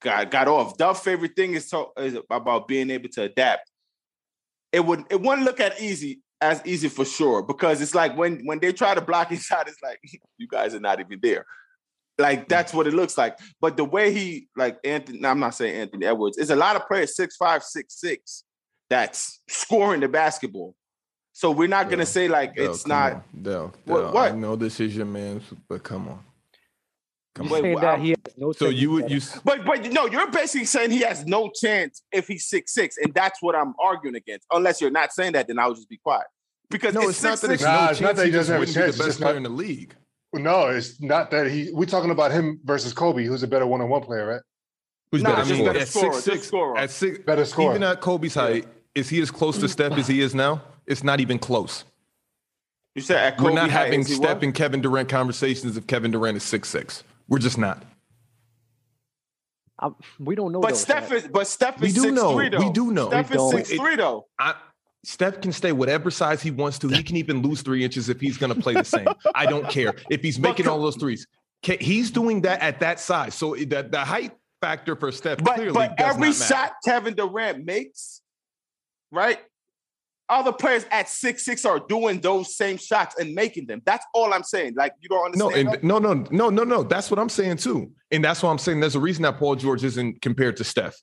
S1: got got off. Duff's favorite thing is, to, is about being able to adapt. It would it wouldn't look at easy as easy for sure because it's like when when they try to block his shot, it's like you guys are not even there.
S3: Hmm.
S1: Like that's what it looks like. But the way he like Anthony, no, I'm not saying Anthony Edwards. It's a lot of players six five six six that's scoring the basketball. So we're not gonna
S3: Yeah.
S1: say like
S3: Dell,
S1: it's
S3: come
S1: not.
S3: on. Dell,
S1: What-
S3: Dell,
S1: what?
S3: I know this is your man, but come on.
S6: You're
S3: Come on.
S1: Wait,
S6: saying
S1: well,
S6: that
S1: I'm-
S6: he has no.
S3: So you
S6: technique
S3: would
S6: at
S3: you
S6: all.
S3: s-
S1: But but no, you're basically saying he has no chance if he's six six, and that's what I'm arguing against. Unless you're not saying that, then I would just be quiet. Because
S3: no, it's not that it's
S7: Nah,
S3: no
S7: it's
S3: chance.
S7: not that he
S3: he just
S7: doesn't have a
S3: wouldn't be
S7: chance, it's
S3: the best
S7: just
S3: player
S7: not-
S3: in the league.
S7: No, it's not that he. We're talking about him versus Kobe, who's a better one-on-one player, right?
S3: Who's
S1: Nah,
S3: better?
S1: just better
S3: at
S1: scorer, just
S3: 6'6",
S1: scorer.
S3: at six,
S7: Better scorer.
S3: Even at Kobe's height, is he as close to Steph as he is now? It's not even close.
S1: you said at Kobe
S3: We're not
S1: height,
S3: having
S1: is he
S3: Steph
S1: what?
S3: and Kevin Durant conversations if Kevin Durant is six six. We're just not.
S6: I'm, we don't know.
S1: But
S6: though,
S1: Steph
S6: Shaq.
S1: is but Steph
S3: We
S1: is
S3: do
S1: six
S3: know.
S1: three
S3: We
S1: though.
S3: do know.
S1: Steph
S6: We
S1: is
S6: don't.
S1: six three though.
S3: I, Steph can stay whatever size he wants to. He can even lose three inches if he's going to play the same. I don't care if he's making all those threes. Ca- He's doing that at that size. So it- the, the height factor for Steph
S1: But
S3: clearly
S1: but
S3: does
S1: every
S3: not matter.
S1: shot Kevin Durant makes, right? Other players at six six are doing those same shots and making them. That's all I'm saying. Like you don't
S3: No,
S1: understand.
S3: and no, no, no, no, no. That's what I'm saying too, and that's why I'm saying there's a reason that Paul George isn't compared to Steph,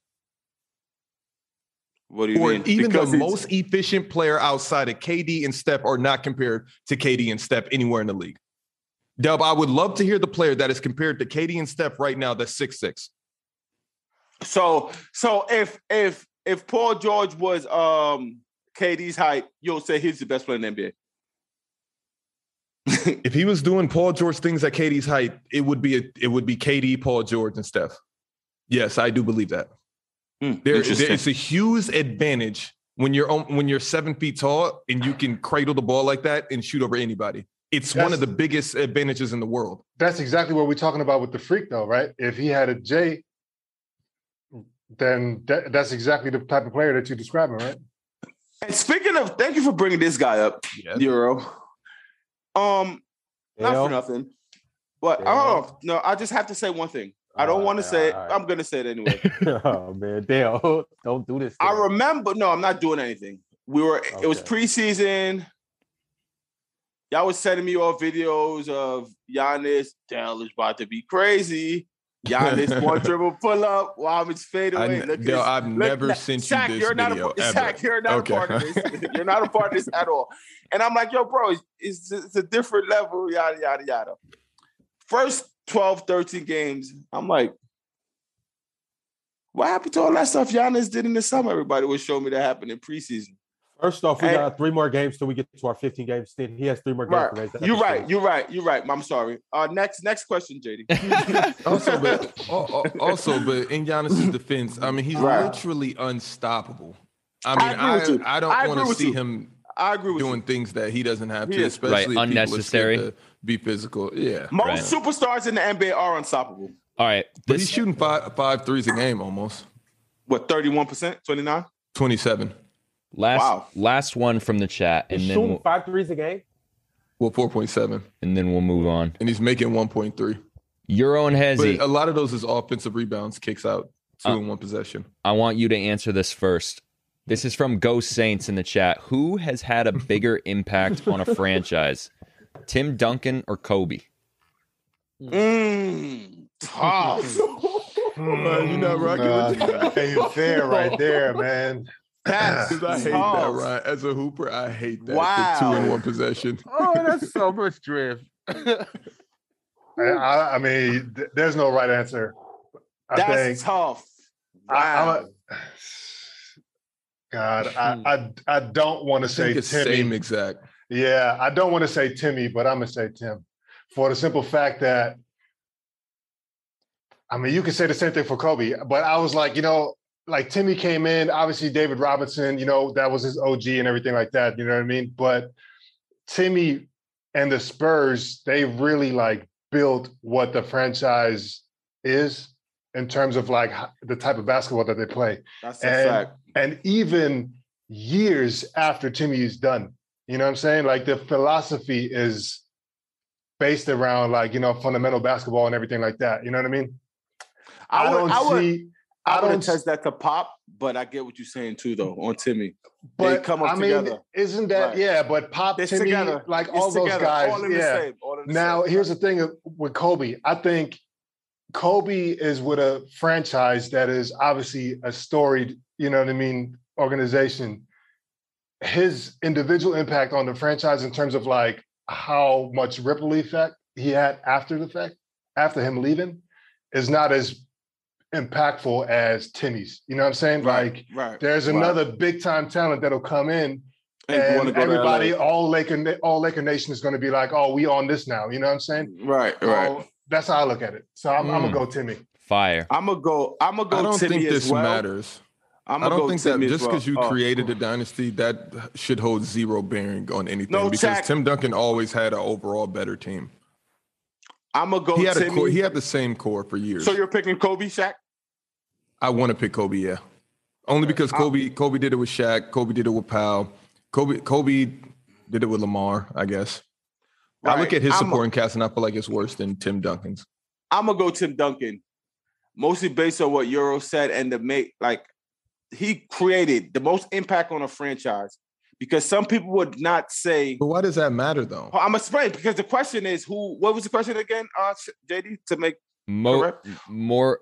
S1: what do
S3: or even
S1: Because
S3: the
S1: it's-
S3: most efficient player outside of KD and Steph are not compared to KD and Steph anywhere in the league. Dub, I would love to hear the player that is compared to KD and Steph right now. That's six six.
S1: So so if if if Paul George was um KD's height, you'll say he's the best player in the NBA.
S3: If he was doing Paul George things at KD's height, it would be a, it would be KD, Paul George, and Steph. Yes, I do believe that. There, there it's a huge advantage when you're on, when you're seven feet tall and you can cradle the ball like that and shoot over anybody. It's one of the
S7: That's-
S3: biggest advantages in the world.
S7: That's exactly what we're talking about with the freak, though, right? If he had a J, then that, that's exactly the type of player that you're describing, right?
S1: and speaking of, thank you for bringing this guy up,
S3: Yeah.
S1: Euro. Um, not
S2: Dale?
S1: for nothing. But
S2: Yeah.
S1: oh no, I just have to say one thing. I don't
S2: Oh,
S1: want to
S2: yeah,
S1: say it.
S2: all right.
S1: I'm gonna say it anyway.
S2: oh man, Dale, don't do this.
S1: I
S2: to me.
S1: remember. No, I'm not doing anything. We were. It was
S2: Okay.
S1: preseason. Y'all was sending me all videos of Giannis. Dell is about to be crazy. Giannis one dribble pull up, Wobbins fade
S3: I
S1: away.
S3: n-
S1: Look at
S3: yo,
S1: this.
S3: I've
S1: Look-
S3: never
S1: nah,
S3: sent you
S1: Shaq,
S3: this
S1: you're
S3: video,
S1: Not a,
S3: ever.
S1: Shaq, you're not
S3: Okay.
S1: a part of this. you're not a part of this at all. And I'm like, yo, bro, it's, it's, it's a different level, yada, yada, yada. First 12, 13 games, I'm like, what happened to all that stuff Giannis did in the summer? Everybody would show me that happened in preseason.
S2: First off, we
S1: Hey.
S2: got three more games till we get to our 15 game stint. He has three more games.
S1: Right.
S2: to raise that
S1: You're
S2: episode.
S1: right. You're right. You're right. I'm sorry. Uh, next, next question, JD.
S3: Also, but al- al- also, but in Giannis's defense, I mean, he's
S1: Right.
S3: literally unstoppable. I
S1: I
S3: mean,
S1: agree with you.
S3: I, I,
S1: I
S3: don't want
S1: agree
S3: to
S1: with
S3: see
S1: you.
S3: him
S1: I agree with you.
S3: doing things that he doesn't have
S1: Yeah.
S3: to, especially if
S4: Right,
S3: people are scared
S4: unnecessary.
S3: to be physical. Yeah,
S1: Most
S4: Right.
S1: superstars in the NBA are unstoppable.
S4: All right.
S3: but he's
S4: This,
S3: shooting five five threes a game almost
S1: What, 31%, 29?
S3: twenty seven.
S4: last
S1: wow.
S4: last one from the chat,
S2: He's
S4: and then
S2: shooting
S4: we'll,
S2: five threes a game.
S3: Well, four point seven,
S4: and then we'll move on.
S3: and he's making one point three.
S4: Euro and
S3: But uh,
S4: Hezzy,
S3: a lot of those is offensive rebounds, kicks out, two
S4: Uh,
S3: in one possession.
S4: I want you to answer this first. This is from Ghost Saints in the chat. Who has had a bigger impact on a franchise, Tim Duncan or Kobe?
S1: Mm, tough.
S3: man, you're not rocking with that.
S7: ain't fair right there, man.
S1: That's
S3: Because I hate that,
S1: tough.
S3: Ryan. As a hooper, I hate that.
S1: Wow.
S3: The two in one possession.
S9: Oh, that's so much drift.
S7: I, I, I mean, th- there's no right answer. I
S1: That's
S7: think
S1: tough.
S7: I, I'm
S1: Wow.
S7: a, God, I, I I don't want to
S3: Hmm. I
S7: say
S3: think it's
S7: Timmy.
S3: same exact.
S7: Yeah, I don't want to say Timmy, but I'm gonna say Tim, for the simple fact that, I mean, you can say the same thing for Kobe, but I was like, you know, like Timmy came in, obviously David Robinson, you know, that was his OG and everything like that. You know what I mean? But Timmy and the Spurs, they really like built what the franchise is in terms of like h- the type of basketball that they play
S1: That's a
S7: And-
S1: fact.
S7: and even years after Timmy's done. You know what I'm saying? Like the philosophy is based around like you know fundamental basketball and everything like that. You know what I mean?
S1: I, would, I would,
S7: see.
S1: I
S7: I
S1: would
S7: don't.
S1: attest that to Pop, but I get what you're saying too, though, on Timmy.
S7: but
S1: come up
S7: I mean,
S1: together.
S7: isn't that
S1: Right.
S7: yeah? But Pop,
S1: It's
S7: Timmy,
S1: together.
S7: like
S1: It's
S7: all those
S1: together,
S7: guys,
S1: all in
S7: yeah.
S1: the same. All in the
S7: Now,
S1: same.
S7: here's the thing with Kobe. I think Kobe is with a franchise that is obviously a storied, you know what I mean, organization. His individual impact on the franchise in terms of like how much ripple effect he had after the fact, after him leaving, is not as impactful as Timmy's. You know what I'm saying?
S1: right,
S7: Like
S1: right.
S7: there's
S1: Right.
S7: another big time talent that'll come in
S1: you
S7: and
S1: wanna go to LA.
S7: everybody, all Laker, Na- all Laker Nation is going to be like, "Oh, we on this now." You know what I'm saying?
S1: Right, right.
S7: So that's how I look at it. So I'm, I'm
S3: Mm.
S7: gonna go Timmy.
S4: Fire.
S1: I'm gonna go. I'm gonna go.
S3: I don't
S1: Timmy
S3: think
S1: as
S3: this
S1: well.
S3: matters.
S1: I'm
S3: I
S1: gonna
S3: don't
S1: go
S3: think that
S1: Timmy as
S3: just
S1: well.
S3: because you
S1: Oh.
S3: created a dynasty, that should hold zero bearing on anything.
S1: No,
S3: because
S1: Shaq-
S3: Tim Duncan always had an overall better team.
S1: I'm gonna go.
S3: He had a
S1: Timmy.
S3: core, he had the same core for years.
S1: so you're picking Kobe, Shaq?
S3: I want to pick Kobe, yeah. Only because Kobe Kobe did it with Shaq, Kobe did it with Powell, Kobe Kobe did it with Lamar, I guess. I look
S1: Right.
S3: at his
S1: I'm a-
S3: supporting cast and I feel like it's worse than Tim Duncan's.
S1: I'm gonna go Tim Duncan, mostly based on what Euro said and the mate. Like he created the most impact on a franchise because some people would not say.
S3: But why does that matter though?
S1: Well, I'm explaining because the question is who? What was the question again, uh, JD? To make
S4: Mo-
S1: Correct.
S4: more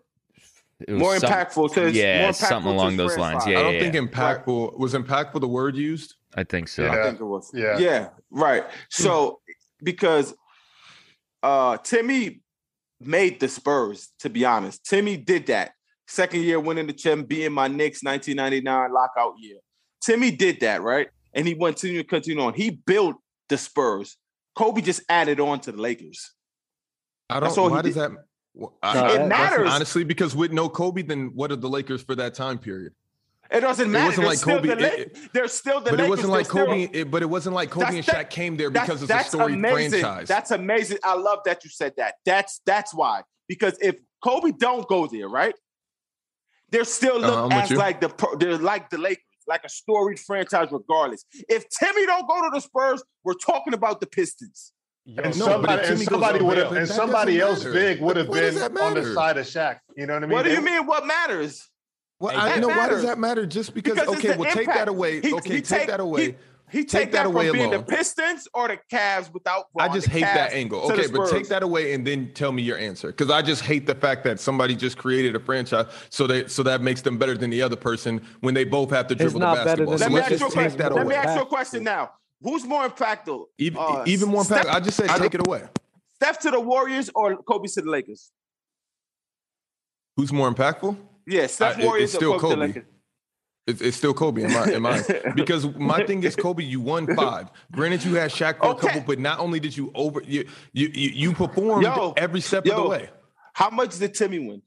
S4: it was
S1: more
S4: some-
S1: impactful to his-
S4: yeah,
S1: more impactful
S4: something
S1: to his
S4: along those
S1: franchise.
S4: lines. Yeah,
S3: I
S4: yeah,
S3: don't
S4: yeah.
S3: think impactful was impactful the word used.
S4: I think so.
S7: Yeah.
S1: I think it was.
S7: Yeah.
S1: Yeah, right. So because uh Timmy made the Spurs, to be honest. Timmy did that. Second year winning the champ, being my Knicks 1999 lockout year. Timmy did that, right? And he went to continue on. He built the Spurs. Kobe just added on to the Lakers.
S3: I
S1: That's
S3: don't.
S1: all he
S3: Why does
S1: did.
S3: that? Well, I-
S6: No,
S3: I-
S6: it
S3: honestly-
S1: matters.
S3: honestly because with no Kobe, then what are the Lakers for that time period?
S1: It doesn't
S3: It
S1: matter.
S3: wasn't
S1: They're
S3: like
S1: still
S3: Kobe.
S1: the
S3: it-
S1: Lak-
S3: it-
S1: they're still the
S3: but
S1: Lakers.
S3: it wasn't
S1: They're
S3: like
S1: still-
S3: Kobe. It, but it wasn't like Kobe
S1: That's
S3: and Shaq
S1: that-
S3: came there
S1: That's-
S3: because it's a
S1: that's
S3: storied
S1: amazing.
S3: franchise.
S1: That's amazing. I love that you said that. That's that's why. Because if Kobe don't go there, right? They're still
S3: Uh-huh,
S1: looked
S3: I'm with
S1: as
S3: you.
S1: like the pro- they're like the Lakers, like a storied franchise, regardless. If Timmy don't go to the Spurs, we're talking about the Pistons.
S2: Yo,
S7: And
S3: No, but
S7: somebody,
S3: if
S7: and
S3: Timmy goes
S7: somebody
S3: out
S7: would
S3: there,
S7: have,
S3: but
S7: and
S3: that
S7: somebody
S3: doesn't
S7: else
S3: matter.
S7: big would have
S3: Why does
S7: been
S3: that
S7: on the
S3: matter?
S7: side of Shaq. You know what I mean?
S1: what do
S7: They-
S1: you mean? What matters?
S3: Well,
S1: That
S3: I know why
S1: matters.
S3: does that matter? Just because,
S1: Because it's
S3: okay,
S1: the
S3: well take
S1: impact.
S3: that away.
S1: He-
S3: okay,
S1: he
S3: take,
S1: take-
S3: that away.
S1: he- He take, that, away from being
S3: alone.
S1: the Pistons or the Cavs without.
S3: I
S1: Braun,
S3: just
S1: the
S3: hate that
S1: Cavs to
S3: angle.
S1: the
S3: Okay, but take
S1: Spurs.
S3: that away and then tell me your answer because I just hate the fact that somebody just created a franchise, so they so that makes them better than the other person when they both have to dribble the
S6: not better
S3: basketball.
S6: than
S3: So
S1: Let me
S3: let's
S1: ask you a
S3: just take
S1: question.
S3: that
S1: Let me
S3: away.
S1: ask you a question now. Who's more impactful?
S3: Even,
S1: uh,
S3: even more,
S1: Steph-
S3: fact, I just said
S1: I
S3: take it away.
S1: Steph to the Warriors or Kobe to the Lakers?
S3: Who's more impactful?
S1: Yeah, Steph
S3: I- it-
S1: Warriors
S3: it's still
S1: or Kobe, to
S3: Kobe.
S1: the Lakers?
S3: It's, it's still Kobe in my in mine because my thing is Kobe. You won five. Granted, you had Shaq for
S1: Okay.
S3: a couple, but not only did you over you you you, you performed
S1: Yo,
S3: every step of
S1: yo.
S3: the way.
S1: How much did Timmy win?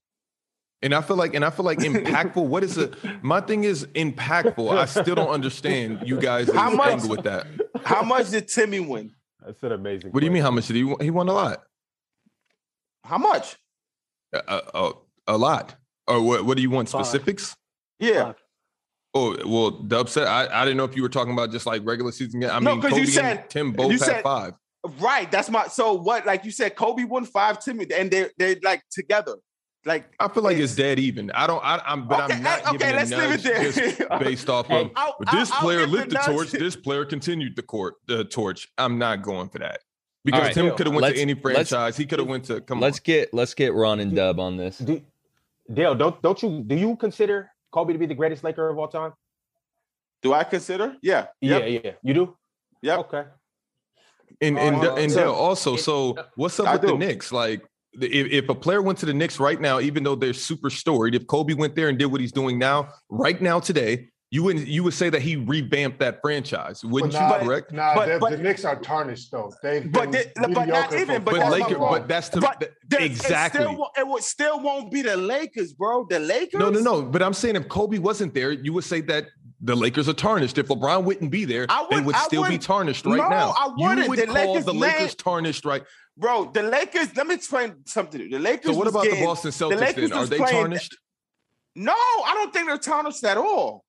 S3: And I feel like, and I feel like impactful. what is it? My thing is impactful. I still don't understand you guys
S1: How much?
S3: angle with that.
S1: How much did Timmy win?
S2: That's an amazing.
S3: What do you mean? How much did he? win? He won a lot.
S1: How much?
S3: A, a- a, oh, a lot. Or what? What do you want?
S6: Five.
S3: Specifics?
S1: Yeah.
S6: Five.
S3: Oh well, the upset. I, I didn't know if you were talking about just like regular season. game. I
S1: No,
S3: mean,
S1: 'cause you
S3: Kobe and
S1: said-
S3: Tim both
S1: you
S3: had
S1: said-
S3: five.
S1: Right. That's my so what like you said, Kobe won five, Timmy, and they they like together. Like
S3: I feel like it's, dead even. I don't. I, I'm, but
S1: Okay,
S3: I'm not
S1: hey, okay,
S3: giving a
S1: let's leave it
S3: nudge
S1: there.
S3: just based off
S6: Hey,
S3: of
S1: I'll-
S3: but this
S1: I'll- I'll
S3: player
S1: give
S3: lit the
S1: the nudge.
S3: torch. This player continued the court, the torch. I'm not going for that because
S8: right,
S3: Tim could have went
S8: let's-
S3: to any
S8: let's-
S3: franchise. He could have went to. Come
S8: let's get let's get Ron and Dub on this.
S2: Do, Dale, don't don't you do you consider Kobe to be the greatest Laker of all time?
S1: do I consider? Yeah. Yep.
S2: Yeah, yeah, you do.
S1: Yep.
S2: Okay.
S3: on. And and,
S2: Uh,
S3: and
S1: so-
S3: Dale also. So what's up
S1: uh, I
S3: with the
S1: do.
S3: Knicks? Like. the- If, if a player went to the Knicks right now, even though they're super storied, if Kobe went there and did what he's doing now, right now today, you would not you would say that he revamped that franchise, wouldn't
S7: But nah,
S3: you? Correct?
S7: Nah,
S1: But-
S7: the-
S1: but-
S7: the Knicks are tarnished though. They've
S1: But
S7: been
S1: they- but not
S7: mediocre
S1: even,
S7: for
S1: but
S3: But,
S7: far
S1: that's
S7: too
S1: my
S3: Laker,
S1: point.
S7: long.
S3: but that's the
S1: But
S3: that-
S1: there-
S3: exactly.
S1: It still, won't, it will, still won't be the Lakers, bro. The Lakers?
S3: No, no, no. But I'm saying if Kobe wasn't there, you would say that the Lakers are tarnished. If LeBron wouldn't be there,
S1: I
S3: they
S1: would-
S3: would
S1: I
S3: still be
S1: wouldn't-
S3: tarnished right
S1: No,
S3: now.
S1: I
S3: You
S1: wouldn't.
S3: would
S1: The
S3: call
S1: Lakers
S3: the
S1: name-
S3: Lakers tarnished right.
S1: Bro, the Lakers, let me explain something. The Lakers.
S3: So what
S1: was
S3: about
S1: getting-
S3: the Boston
S1: the
S3: Celtics
S1: Lakers
S3: then? Are
S1: was
S3: they
S1: playing-
S3: tarnished?
S1: No, I don't think they're tarnished at all.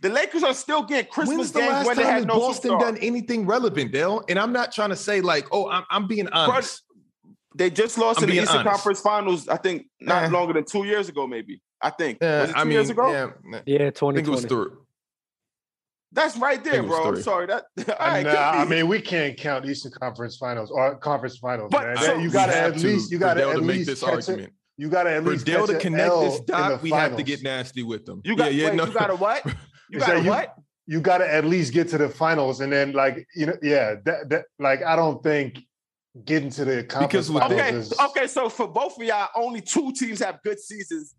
S1: The Lakers are still getting Christmas
S3: When's the
S1: games
S3: last
S1: when they
S3: time has
S1: had no
S3: Boston
S1: superstar.
S3: done anything relevant, Dale? And I'm not trying to say like, oh, I'm, I'm being honest.
S1: They just lost
S3: I'm
S1: in the
S3: being
S1: Eastern
S3: honest.
S1: Conference Finals, I think, not
S3: Eh.
S1: longer than two years ago, maybe. I think.
S3: Eh,
S1: was it two
S3: I mean,
S1: years ago?
S3: yeah, I
S6: Yeah,
S3: think it was
S6: 2020.
S3: three.
S1: That's right there,
S3: think it was
S1: bro. I'm
S3: three.
S1: sorry. That all
S7: I,
S1: right,
S7: nah,
S1: could
S7: I
S1: be.
S7: mean, we can't count Eastern Conference Finals or Conference Finals,
S1: But-
S7: man.
S1: so-
S7: you
S1: We
S7: got to
S3: have
S7: at least you got
S3: for
S7: to
S3: Dale
S7: at
S3: to make
S7: least
S3: this
S7: catch a-
S3: argument.
S7: You got to at
S3: For
S7: least
S3: Dale
S7: catch
S3: to
S7: a
S3: connect
S7: L
S3: this
S7: in
S3: dot,
S7: the
S3: we have to
S7: finals.
S3: get nasty with them.
S1: you got
S3: yeah, yeah,
S1: wait,
S3: no.
S1: you got a what? You
S7: Is
S1: got
S7: that
S1: a
S7: you-
S1: what?
S7: you got to at least get to the finals, and then like you know, yeah, that, that like I don't think getting to the conference
S3: Because with
S7: finals
S1: Okay,
S7: is
S1: okay. So for both of y'all, only two teams have good seasons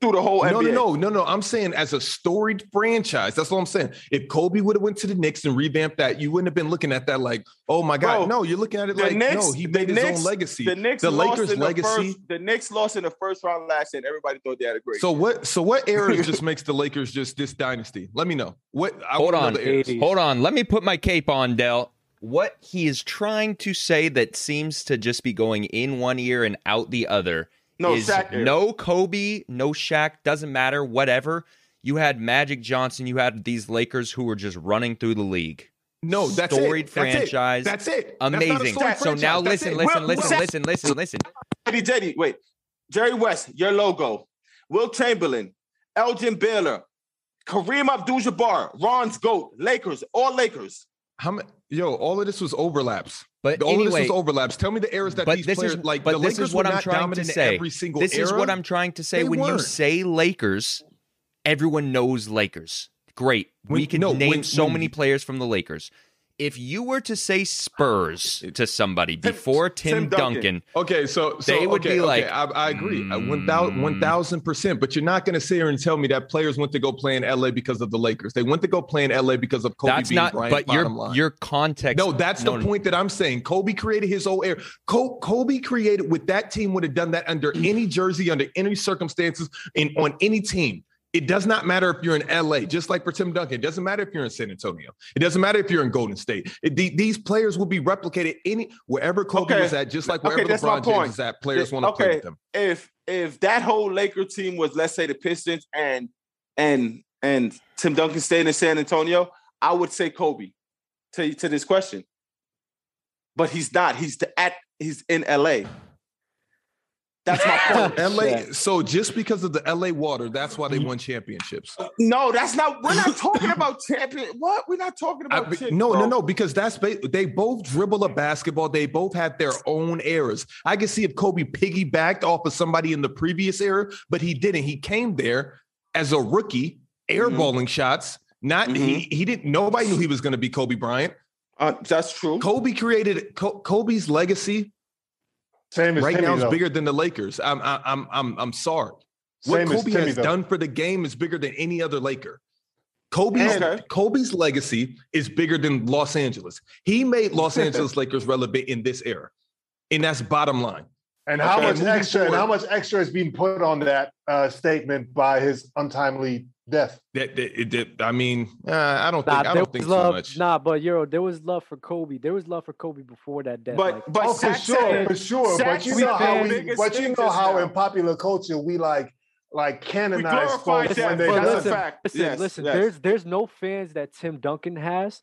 S1: through the whole
S3: No,
S1: NBA.
S3: no, no, no, no. I'm saying as a storied franchise. That's what I'm saying. If Kobe would have went to the Knicks and revamped that, you wouldn't have been looking at that like, oh my God.
S1: Bro,
S3: no, you're looking at it
S1: the
S3: like,
S1: Knicks-
S3: no, he
S1: the
S3: made his
S1: Knicks-
S3: own legacy.
S1: The Knicks,
S3: The
S1: lost
S3: Lakers'
S1: in the
S3: legacy-
S1: First, the Knicks lost in the first round last, year, and everybody thought they had a great.
S3: so what? So what era just makes the Lakers just this dynasty? Let me know. What? I
S8: Hold
S3: wanna know
S8: on.
S3: the eras.
S8: Hold on, let me put my cape on, Dell. What he is trying to say that seems to just be going in one ear and out the other
S1: no,
S8: is
S1: Shaq era.
S8: no Kobe, no Shaq, doesn't matter, whatever. You had Magic Johnson, you had these Lakers who were just running through the league.
S3: No, that's
S8: Storied
S3: it. That's
S8: franchise.
S3: It. That's it. That's not a
S8: Amazing.
S3: storied
S8: so now
S3: franchise. That's
S8: listen,
S3: it.
S8: listen,
S1: Will-
S8: listen,
S1: Will-
S8: listen, listen, listen.
S1: Jetty, Jetty, wait. Jerry West, your logo. Will Chamberlain, Elgin Baylor, Kareem Abdul-Jabbar, Ron's goat, Lakers, all Lakers.
S3: How many? Yo, all of this was overlaps.
S8: But
S3: all of
S8: anyway,
S3: this was overlaps. Tell me the eras that
S8: but
S3: these
S8: this
S3: players
S8: is
S3: like.
S8: but
S3: the
S8: this
S3: Lakers
S8: is what
S3: were
S8: I'm
S3: not
S8: trying to
S3: dominant in
S8: say.
S3: Every single
S8: This is
S3: era.
S8: what I'm trying to say
S3: They
S8: when you
S3: weren't.
S8: say Lakers, everyone knows Lakers. Great. we
S3: When-
S8: can
S3: no,
S8: name
S3: when-
S8: so
S3: when
S8: many
S3: you-
S8: players from the Lakers. If you were to say Spurs to somebody
S1: Tim-
S8: before Tim,
S1: Tim Duncan.
S8: Duncan,
S3: Okay, so, so
S8: They would
S3: okay,
S8: be like,
S3: okay, I, I agree, I- one
S8: "Mm."
S3: thousand, one thousand percent. But you're not going to sit here and tell me that players went to go play in LA because of the Lakers. They went to go play in LA because of Kobe
S8: that's
S3: being
S8: not.
S3: Bryant.
S8: but your
S3: bottom line.
S8: your context.
S3: no, that's the point that I'm saying. Kobe created his old era. Ko- Kobe created with that team would have done that under any jersey, under any circumstances, and on any team. It does not matter if you're in LA, just like for Tim Duncan. It doesn't matter if you're in San Antonio. It doesn't matter if you're in Golden State. It- the- these players will be replicated any wherever Kobe
S1: Okay.
S3: is at, just like
S1: Okay,
S3: wherever
S1: that's my
S3: LeBron James
S1: point.
S3: is at. Players
S1: Yeah,
S3: want to play
S1: okay.
S3: with them.
S1: If if that whole Laker team was, let's say, the Pistons and and and Tim Duncan stayed in San Antonio, I would say Kobe to, to this question. But he's not. He's the, at he's in LA. That's my point.
S3: LA. So just because of the LA water, that's why they
S1: Mm-hmm.
S3: won championships.
S1: No, that's not. We're not talking about champion. What? We're not talking
S3: I-
S1: about. shit,
S3: no, no,
S1: bro.
S3: no, because that's ba- they both dribble a basketball. They both had their own eras. I can see if Kobe piggybacked off of somebody in the previous era, but he didn't. He came there as a rookie,
S1: Mm-hmm.
S3: airballing shots. Not he. He didn't. Nobody knew he was going to be Kobe Bryant.
S1: Uh, that's true.
S3: Kobe created Co- Kobe's legacy.
S7: Same as
S3: right
S7: Timmy,
S3: now is
S7: though.
S3: bigger than the Lakers. I'm, I'm, I'm, I'm, I'm sorry.
S7: Same
S3: what
S7: as
S3: Kobe
S7: Timmy,
S3: has
S7: though.
S3: done for the game is bigger than any other Laker. Kobe's,
S7: uh,
S1: Okay.
S3: Kobe's legacy is bigger than Los Angeles. He made Los Angeles Lakers relevant in this era. And that's bottom line.
S7: And how
S1: Okay,
S7: much
S1: moving
S7: extra? And
S1: forward.
S7: how much extra is being put on that uh, statement by his untimely death?
S3: That, that- it- that- I mean, uh, I don't think I
S6: there
S3: don't think
S6: was love,
S3: too much.
S6: Nah, but Euro, there was love for Kobe. There was love for Kobe before that death.
S1: But
S6: like,
S1: but
S7: oh, for
S1: Shaq
S7: sure,
S1: said-
S7: for sure. But
S1: Shaq
S7: you
S1: said
S7: know how
S1: the
S7: we,
S1: biggest
S7: but you
S1: thing
S7: know
S1: just
S7: how
S1: now.
S7: in popular culture we like like
S1: we
S7: canonize
S1: glorified
S7: folks
S1: that.
S7: when
S6: but
S7: they
S1: that's
S7: done.
S1: a
S6: listen,
S1: fact.
S6: Listen,
S1: yes,
S6: listen.
S1: yes.
S6: There's there's no fans that Tim Duncan has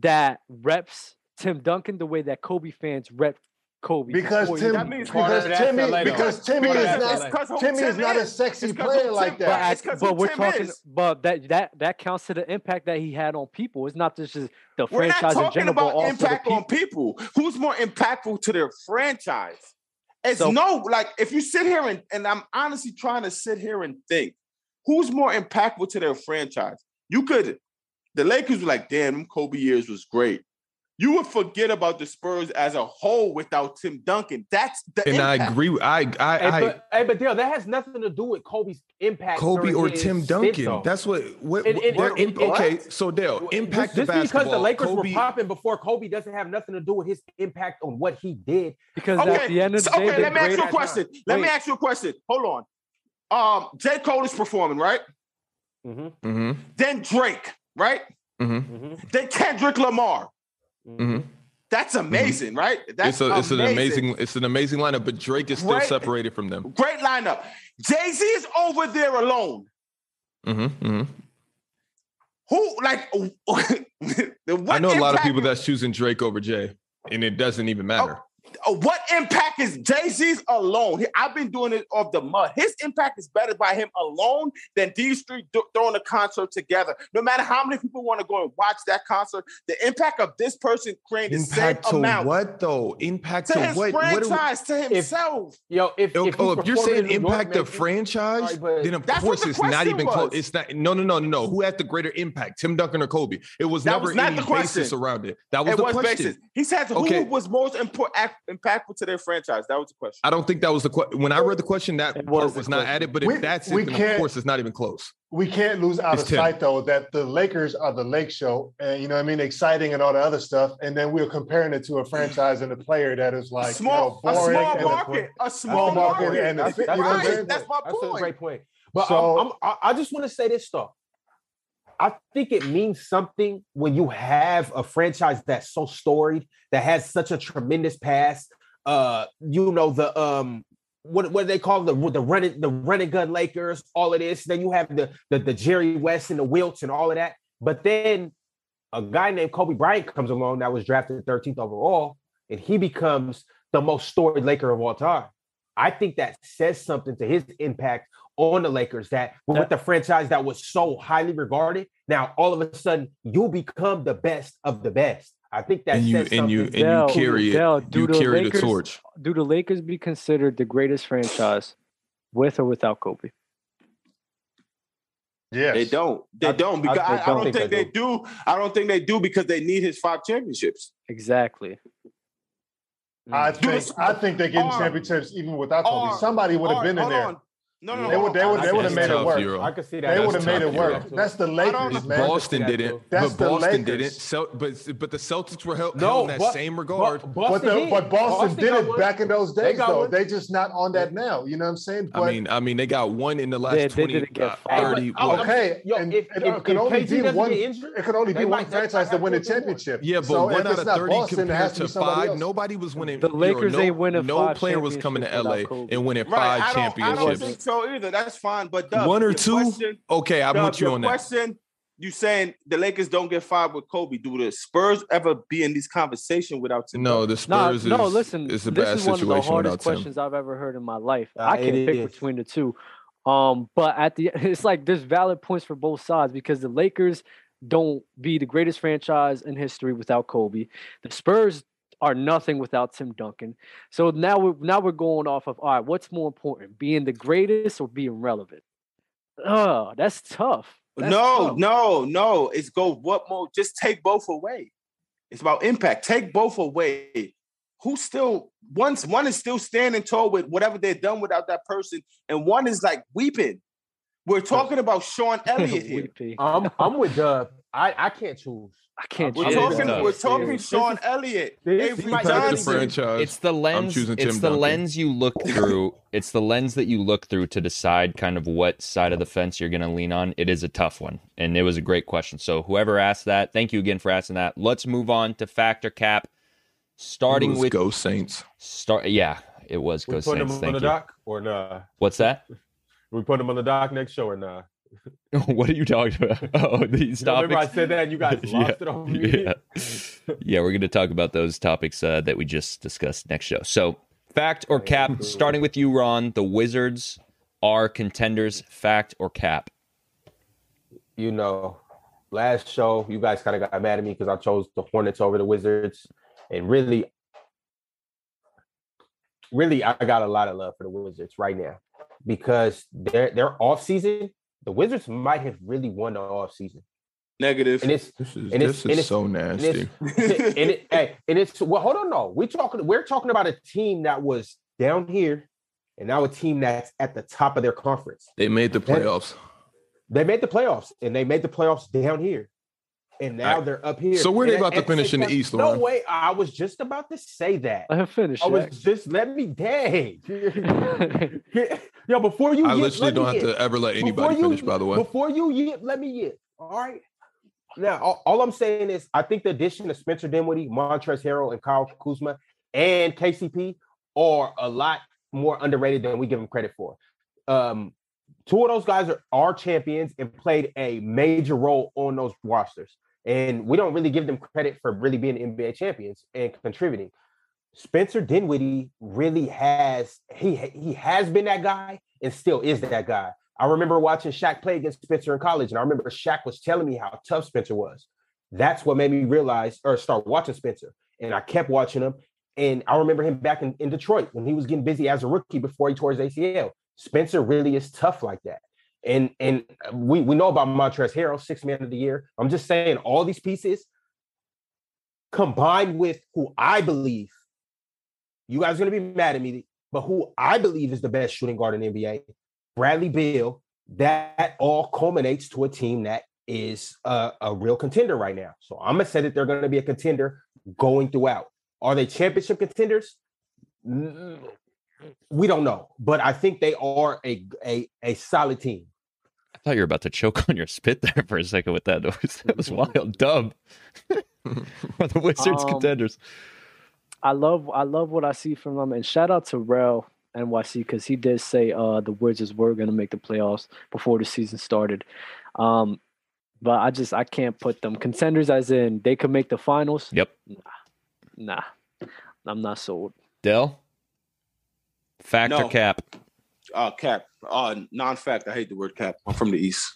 S6: that reps Tim Duncan the way that Kobe fans rep Kobe.
S7: because
S6: before you-
S7: Tim
S1: That means part
S7: because
S1: of that's
S7: Timmy
S1: LA though.
S7: because Timmy
S1: Because
S7: is
S1: that's
S7: not
S1: 'cause who
S7: Timmy is
S1: Tim
S7: not a sexy
S1: 'Cause who
S7: player
S1: Tim-
S7: like
S6: But,
S7: that.
S6: I-
S1: it's 'cause
S6: but
S1: who
S6: we're
S1: Tim
S6: talking,
S1: is.
S6: but that that that counts to the impact that he had on people. It's not just just the
S1: We're not
S6: franchise in
S1: talking
S6: general, but
S1: about
S6: also the
S1: impact on
S6: people.
S1: people. Who's more impactful to their franchise? It's
S6: So-
S1: no like if you sit here and, and I'm honestly trying to sit here and think, who's more impactful to their franchise? You could the Lakers were like, damn, them Kobe years was great. You would forget about the Spurs as a whole without Tim Duncan. That's the
S3: and I
S1: impact.
S3: agree. with- I, I,
S2: Hey,
S3: I
S2: but, hey, but Dale, that has nothing to do with Kobe's impact.
S3: Kobe
S2: during
S3: or
S2: his
S3: Tim
S2: stint,
S3: Duncan.
S2: though.
S3: That's what. what,
S2: And- and-
S3: what-
S2: and-
S3: okay,
S2: what?
S3: so Dale,
S2: just,
S3: impact the
S2: just
S3: basketball.
S2: because the Lakers
S3: Kobe-
S2: were popping before Kobe doesn't have nothing to do with his impact on what he did.
S6: Because
S1: Okay,
S6: at the end of the
S1: so-
S6: day,
S1: okay,
S6: the
S1: let me ask you a
S2: greatest-
S1: question. Let me
S2: Wait.
S1: ask you a question. Hold on. Um, J. Cole is performing, right?
S2: Mhm,
S3: Mhm,
S1: Then Drake, right?
S3: mhm,
S2: mhm,
S1: Then Kendrick Lamar.
S3: mhm.
S2: mhm.
S1: That's amazing, right? That's
S3: it's a, it's an amazing it's an amazing lineup, but Drake is still
S1: Great.
S3: separated from them.
S1: great lineup. Jay Z is over there alone.
S3: hmm hmm
S1: Who like? what
S3: I know a lot of
S1: impact-
S3: people that's choosing Drake over Jay, and it doesn't even matter.
S1: uh, What impact is Jay Z's alone? He- I've been doing it off the mud. His impact is better by him alone than these three do- throwing a concert together. No matter how many people want to go and watch that concert, the impact of this person created the same amount
S3: what though? Impact
S1: to, his franchise to himself.
S2: Yo, if,
S3: Oh,
S2: if,
S3: oh, if you're
S2: performed
S3: saying
S2: in New York,
S3: impact
S2: man,
S3: of franchise,
S2: Sorry, but-
S3: then of
S1: That's what
S3: course
S1: the
S3: it's not
S1: question
S3: even close.
S1: was.
S3: It's not. No, no, no, no, no. Who had the greater impact? Tim Duncan or Kobe? It was
S1: That
S3: never
S1: was not
S3: any
S1: the question.
S3: basis around it. That was
S1: it
S3: the
S1: was
S3: question.
S1: basis. He said who
S3: Okay.
S1: was most important, impactful to their franchise. That was the question.
S3: I don't think that was the question. When I read the question, that
S6: It was
S3: part
S6: the
S3: was not
S6: question.
S3: added. But
S7: We-
S3: if that's
S7: we
S3: it, then of
S7: can't-
S3: course it's not even close.
S7: we can't lose out
S3: It's
S7: of
S3: Tim.
S7: sight though that the Lakers are the Lake Show, and you know what I mean, exciting and all the other stuff, and then we're comparing it to a franchise and a player that is like
S1: a small,
S7: you know, boring
S1: a small
S7: and
S1: market, a small
S7: small market
S1: market,
S7: and a
S1: That's-
S7: fit-
S1: that's
S7: you know what
S1: right,
S7: I'm saying?
S1: That's my
S2: That's a
S1: point.
S2: great point. But
S7: So-
S2: I'm, I'm, I- I just want to say this though. I think it means something when you have a franchise that's so storied, that has such a tremendous past. Uh, you know the um, what what do they call the the running the running gun Lakers, all of this. Then you have the the, the Jerry West and the Wilts and all of that. But then a guy named Kobe Bryant comes along that was drafted 13th overall, and he becomes the most storied Laker of all time. I think that says something to his impact on the Lakers that with the franchise that was so highly regarded, now all of a sudden you become the best of the best. I think that
S3: and you
S2: says
S3: and you and
S2: something.
S6: Dell,
S3: you carry it.
S6: Dell, do
S3: you
S6: the
S3: carry
S6: Lakers-
S3: the torch.
S6: Do the Lakers be considered the greatest franchise with or without Kobe?
S7: Yes.
S1: They don't. They
S2: I-
S1: don't. Because I, I don't think, they, do. I don't think they do because they need his five championships.
S6: Exactly.
S7: I
S1: Dude,
S7: think
S1: it's-
S7: I think they're getting
S1: Or-
S7: championships even without Kobe.
S1: or-
S7: Somebody would have
S1: All right,
S7: been in
S1: hold
S7: there.
S1: on. No, no, no.
S7: They would-
S1: hold
S7: they
S1: on.
S7: would- they would have
S3: That's
S7: made it
S3: tough,
S7: work.
S3: Euro.
S2: I could see that.
S7: They
S3: That's
S7: would have made
S3: tough,
S7: it work.
S2: Euro.
S7: That's the
S1: I
S7: Lakers,
S1: don't-
S7: man.
S3: Boston
S2: Yeah,
S3: didn't,
S7: that's
S3: but
S7: the
S3: Boston
S7: Lakers.
S3: didn't. So, but but the Celtics were held,
S2: No,
S3: held in that
S2: but-
S3: same
S2: Bo-
S3: regard.
S7: But, the,
S2: did.
S7: but Boston, did
S2: got
S7: it
S2: one.
S7: back in those
S2: They
S7: days,
S2: got
S7: though.
S2: one.
S7: They just not on that now. You know what I'm saying? But
S3: I mean, I mean, they got one in the last
S6: They- they
S3: twenty,
S6: didn't get
S3: uh,
S6: five.
S3: thirty.
S2: But-
S3: what?
S2: oh,
S7: okay,
S2: Yo,
S7: and
S2: if,
S7: it
S2: if,
S7: could
S2: if KG
S7: only be
S2: doesn't
S7: one-
S2: get injured,
S7: it could only be
S2: They
S7: one
S2: might- they might
S7: franchise that
S2: have
S7: win a
S2: two or three more.
S7: championship.
S3: Yeah, but
S7: So if
S3: one
S7: it's
S3: out of
S7: not
S3: thirty
S7: Boston, it has
S3: compared
S7: to be
S3: to
S7: somebody
S3: five.
S7: else.
S3: Nobody was winning.
S6: The
S3: Euro.
S6: Lakers
S3: no,
S6: ain't win a
S3: no
S6: five
S3: player was coming to LA
S6: championships without
S3: and winning
S1: Right.
S3: five
S1: I don't. I don't
S3: championships.
S1: think so either. That's fine. But Dub,
S3: One or
S1: your
S3: two?
S1: question-
S3: Okay, I'm
S1: Dub,
S3: with you
S1: your
S3: on that.
S1: Question. you saying the Lakers don't get fired with Kobe? Do the Spurs ever be in this conversation without Tim?
S3: No, the
S6: Nah,
S3: Spurs
S6: no,
S3: is,
S6: listen.
S3: is a
S6: this
S3: bad
S6: is one of the
S3: situation
S6: hardest
S3: without Tim.
S6: questions I've ever heard in my life.
S2: Uh,
S6: I can
S2: it
S6: pick
S2: is.
S6: between the two. Um, but at the it's like there's valid points for both sides because the Lakers don't be the greatest franchise in history without Kobe. The Spurs are nothing without Tim Duncan. So now we're now we're going off of all right, what's more important, being the greatest or being relevant? Oh, that's tough. That's
S1: no,
S6: tough.
S1: no, no. It's go what more? Just take both away. It's about impact. Take both away. Who still once one is still standing tall with whatever they've done without that person, and one is like weeping. We're talking about Sean Elliott here.
S6: Weepy.
S2: I'm I'm with Dub. I, I can't choose.
S6: I can't.
S1: We're
S4: It
S6: choose.
S4: is
S1: talking,
S4: tough.
S1: we're
S2: This
S1: talking
S2: is-
S1: Sean Elliott,
S2: this is
S1: Avery
S2: my-
S3: Protect the
S1: Johnson.
S3: franchise.
S4: It's the lens.
S3: choosing
S4: It's
S3: Tim
S4: the
S3: Duncan.
S4: lens you look through. it's the lens that you look through to decide kind of what side of the fence you're going to lean on. It is a tough one, and it was a great question. So whoever asked that, thank you again for asking that. Let's move on to factor cap, starting
S3: Let's
S4: with
S3: go Saints.
S4: start. Yeah, it was
S2: We
S4: Go
S2: putting him
S4: Saints.
S2: on
S4: Thank
S2: the
S4: you.
S2: dock or nah?
S4: What's that?
S2: We putting him on the dock next show or nah?
S4: what are you talking about? Oh, these
S2: You know, remember I
S4: topics.
S2: said that and you guys
S4: Yeah,
S2: lost it on me.
S4: yeah. yeah, we're going to talk about those topics uh, that we just discussed next show. So, fact or cap, starting with you, Ron, the Wizards are contenders, fact or cap?
S2: you know, last show you guys kind of got mad at me because I chose the Hornets over the Wizards, and really, really, I got a lot of love for the Wizards right now because their their off season, the Wizards might have really won the off season,
S1: Negative.
S2: and it's
S3: This is
S2: And it's-
S3: this
S2: and
S3: is
S2: it's-
S3: so
S2: and
S3: nasty.
S2: it's, and it, hey, and it's well, hold on, no, we're talking we're talking about a team that was down here, and now a team that's at the top of their conference.
S3: They made the playoffs.
S2: They made the playoffs, and they made the playoffs down here, and now
S3: I-
S2: they're up here.
S3: So where they
S2: And
S3: about to
S2: at the
S3: finish
S2: same
S3: in the
S2: time-
S3: East,
S2: No
S3: Lauren?
S2: way! I was just about to say that.
S6: Let him finish.
S2: I
S6: Shaq.
S2: was just let me dang. Yo, before you,
S3: I
S2: yip,
S3: literally
S2: let
S3: don't
S2: me
S3: have
S2: yip.
S3: to ever let
S2: Before
S3: anybody
S2: you-
S3: finish. By the way,
S2: Before you, yip, let me yip. All right. Now, all, all I'm saying is, I think the addition of Spencer Dinwiddie, Montrezl Harrell, and Kyle Kuzma, and KCP are a lot more underrated than we give them credit for. Um, two of those guys are, are champions and played a major role on those rosters. And we don't really give them credit for really being NBA champions and contributing. Spencer Dinwiddie really has he he has been that guy and still is that guy. I remember watching Shaq play against Spencer in college, and I remember Shaq was telling me how tough Spencer was. That's what made me realize or start watching Spencer. And I kept watching him. And I remember him back in, in Detroit when he was getting busy as a rookie before he tore his ACL. Spencer really is tough like that. And and we, we know about Montrezl Harrell, six man of the year. I'm just saying all these pieces combined with who I believe you guys are gonna be mad at me, but who I believe is the best shooting guard in the NBA, Bradley Beal, that all culminates to a team that is a, a real contender right now. So I'm gonna say that they're gonna be a contender going throughout. Are they championship contenders? Mm, We don't know, but I think they are a a, a solid team.
S4: I thought you were about to choke on your spit there for a second with that noise. That was wild. Dub. are the Wizards
S6: Um,
S4: contenders?
S6: I love I love what I see from them, and shout out to Rel NYC because he did say uh, the Wizards were going to make the playoffs before the season started. Um, but I just I can't put them contenders as in they could make the finals.
S4: Yep.
S6: Nah, I'm not sold.
S4: Dell? Fact
S1: No.
S4: or cap?
S1: uh, cap. Uh, non-fact. I hate the word cap. I'm from the East.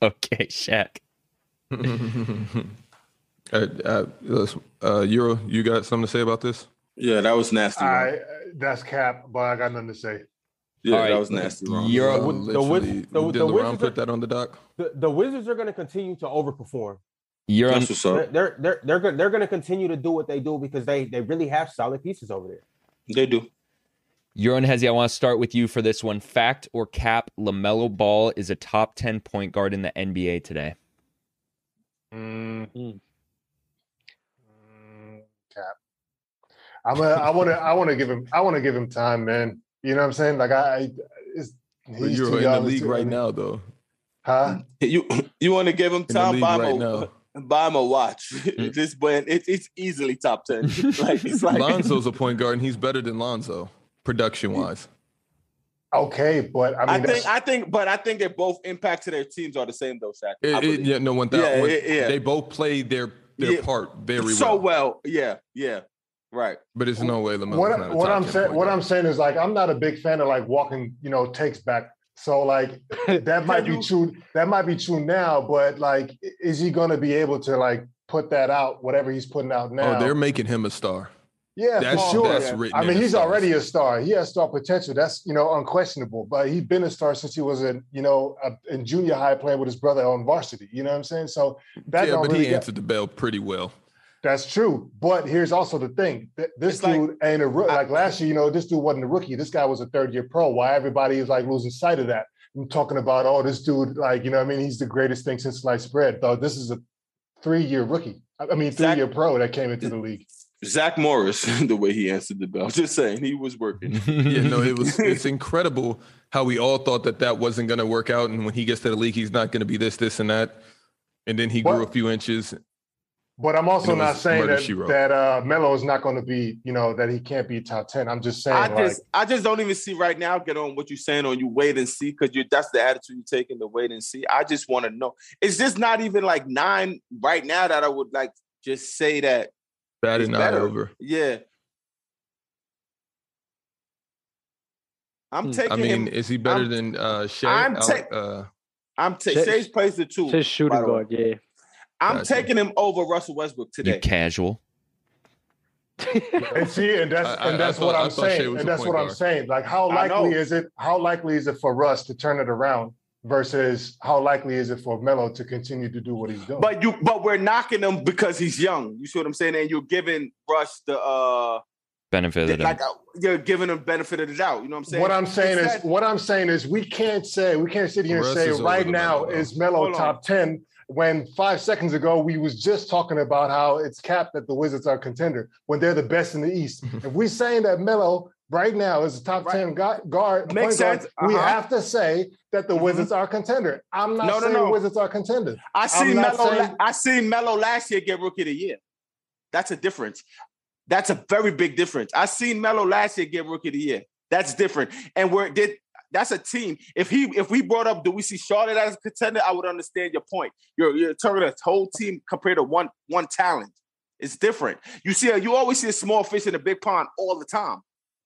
S4: okay, Shaq.
S3: Uh, uh, listen, uh, Euro, you got something to say about this?
S1: Yeah, that was nasty. Ron.
S7: I that's cap, but I got nothing to say.
S1: Yeah,
S4: All right.
S1: that was nasty. Ron.
S4: Euro.
S3: Uh,
S2: Wi- the Wiz-
S3: literally,
S2: the-
S3: did
S2: the
S3: LeBron
S2: Wizards
S3: put
S2: are-
S3: that on the dock?
S2: The, the Wizards are gonna continue to overperform.
S4: You're on.
S1: That's what's up.
S2: They're they're they're, they're, go- they're gonna continue to do what they do because they they really have solid pieces over there.
S1: They do.
S4: You're on Hezzy. I want to start with you for this one. Fact or cap? LaMelo Ball is a top 10 point guard in the NBA today.
S7: Mm.
S3: Mm-hmm.
S6: Mm.
S7: Mm, Cap. I'm a, I want to. I want to give him. I want to give him time, man. You know what I'm saying? Like I, I- it's,
S3: But
S7: he's
S3: Euro
S7: too
S3: in the
S7: young, it's
S3: league
S7: too
S3: right
S7: early.
S3: now, though.
S7: Huh?
S1: You you want to give him
S3: In the
S1: time?
S3: league
S1: Buy him,
S3: right
S1: a,
S3: now,
S1: buy him a watch. this man, it, it's easily top ten. like it's like
S3: Lonzo's a point guard, and he's better than Lonzo production wise.
S7: Okay, but I
S1: I,
S7: mean,
S1: think
S7: that's,
S1: I think, but I think their both impact to their teams are the same though, Shaq. I
S3: It- it-
S1: believe.
S3: yeah, no, one thousand.
S1: Yeah, yeah, yeah.
S3: They both played their their
S1: Yeah.
S3: part very
S1: so
S3: well,
S1: well. Yeah, yeah, right.
S3: but it's no way Lamelo's not
S7: what,
S3: a
S7: what
S3: top
S7: I'm
S3: 10
S7: saying,
S3: point
S7: what
S3: guard.
S7: I'm saying is like, I'm not a big fan of like walking, you know, takes back. So like, that might be
S1: you-
S7: true. That might be true now, but like, i- is he going to be able to like put that out? Whatever he's putting out now.
S3: Oh, they're making him a star.
S7: yeah,
S3: That's
S7: for sure.
S3: that's written.
S7: I
S3: in
S7: mean,
S3: the
S7: he's
S3: stars.
S7: already a star. He has star potential. That's you know unquestionable. But he's been a star since he was a you know a, in junior high playing with his brother on varsity. You know what I'm saying? So that
S3: yeah,
S7: don't
S3: but
S7: really
S3: he
S7: get-
S3: answered the bell pretty well.
S7: that's true. But here's also the thing: Th- this
S1: It's like-
S7: dude ain't a rookie. Like last year, you know, this dude wasn't a rookie. This guy was a third year pro. Why everybody is like losing sight of that? I'm talking about oh, this dude, like you know, what I mean, he's the greatest thing since sliced bread. Though this is a three year rookie. I I mean, three
S1: Zach-
S7: year pro that came into the league.
S1: Zach Morris, the way he answered the bell. Just saying, he was working.
S3: Yeah, no, it was it's incredible how we all thought that that wasn't going to work out, and when he gets to the league, he's not going to be this, this, and that. And then he grew
S7: What?
S3: a few inches.
S7: But I'm also
S3: And it
S7: not
S3: was
S7: saying
S3: Murder,
S7: that
S3: She Wrote.
S7: that uh, Melo is not going to be, you know, that he can't be top ten. I'm just saying,
S1: I
S7: like,
S1: just, I just don't even see right now. Get on what you're saying on you wait and see because you that's the attitude you're taking the wait and see. I just want to know. It's just not even like nine right now that I would like just say that.
S3: Bad
S1: He's
S3: and not
S1: better.
S3: over.
S1: Yeah. I'm
S6: Hmm.
S1: taking
S3: I mean,
S1: him.
S3: is he better
S1: I'm-
S3: than uh, Shea?
S1: I'm
S3: Al-
S1: ta-
S3: uh,
S1: I'm taking
S6: Shea-
S1: Shay's plays the two.
S6: His
S1: by
S6: shooting
S1: the way.
S6: guard, yeah.
S1: I'm
S3: Gotcha.
S1: taking him over Russell Westbrook
S4: you
S1: today.
S4: casual.
S7: And see, and that's
S3: I- I-
S7: and that's
S3: I thought-
S7: what
S3: I
S7: I'm
S3: thought Shea
S7: saying.
S3: was
S7: And
S3: the
S7: that's what
S3: point
S7: I'm
S3: guard.
S7: saying. Like, how
S1: I
S7: likely
S1: know.
S7: is it? How likely is it for Russ to turn it around versus how likely is it for Melo to continue to do what he's doing?
S1: But you, but we're knocking him because he's young. You see what I'm saying? And you're giving Russ the uh,
S4: Benefit of the
S1: like
S4: doubt.
S1: uh, you're giving him benefit of the doubt. You know what I'm saying?
S7: what I'm saying is,
S1: Instead-
S7: what I'm saying is, we can't say we can't sit here and
S3: Russ
S7: say
S3: is over
S7: right
S3: the
S7: now
S3: Melo, though.
S7: is Melo
S1: Hold on.
S7: top ten when five seconds ago we was just talking about how it's capped that the Wizards are a contender when they're the best in the East. if we saying that Melo right now is the top
S1: Right.
S7: ten gu- guard, point
S1: Makes
S7: guard,
S1: sense.
S7: we
S1: Uh-huh.
S7: have to say that the
S1: Mhm.
S7: Wizards are a contender. I'm not
S1: No, no,
S7: saying
S1: no.
S7: the Wizards are a contender.
S1: I see
S7: I'm not
S1: Melo. la-
S7: saying-
S1: I see Melo last year get Rookie of the Year. That's a difference. That's a very big difference. I seen Melo last year get Rookie of the Year. That's different. And we're did that's a team. If he if we brought up, do we see Charlotte as a contender? I would understand your point. You're you're talking a whole team compared to one one talent. It's different. You see, a- you always see a small fish in a big pond all the time,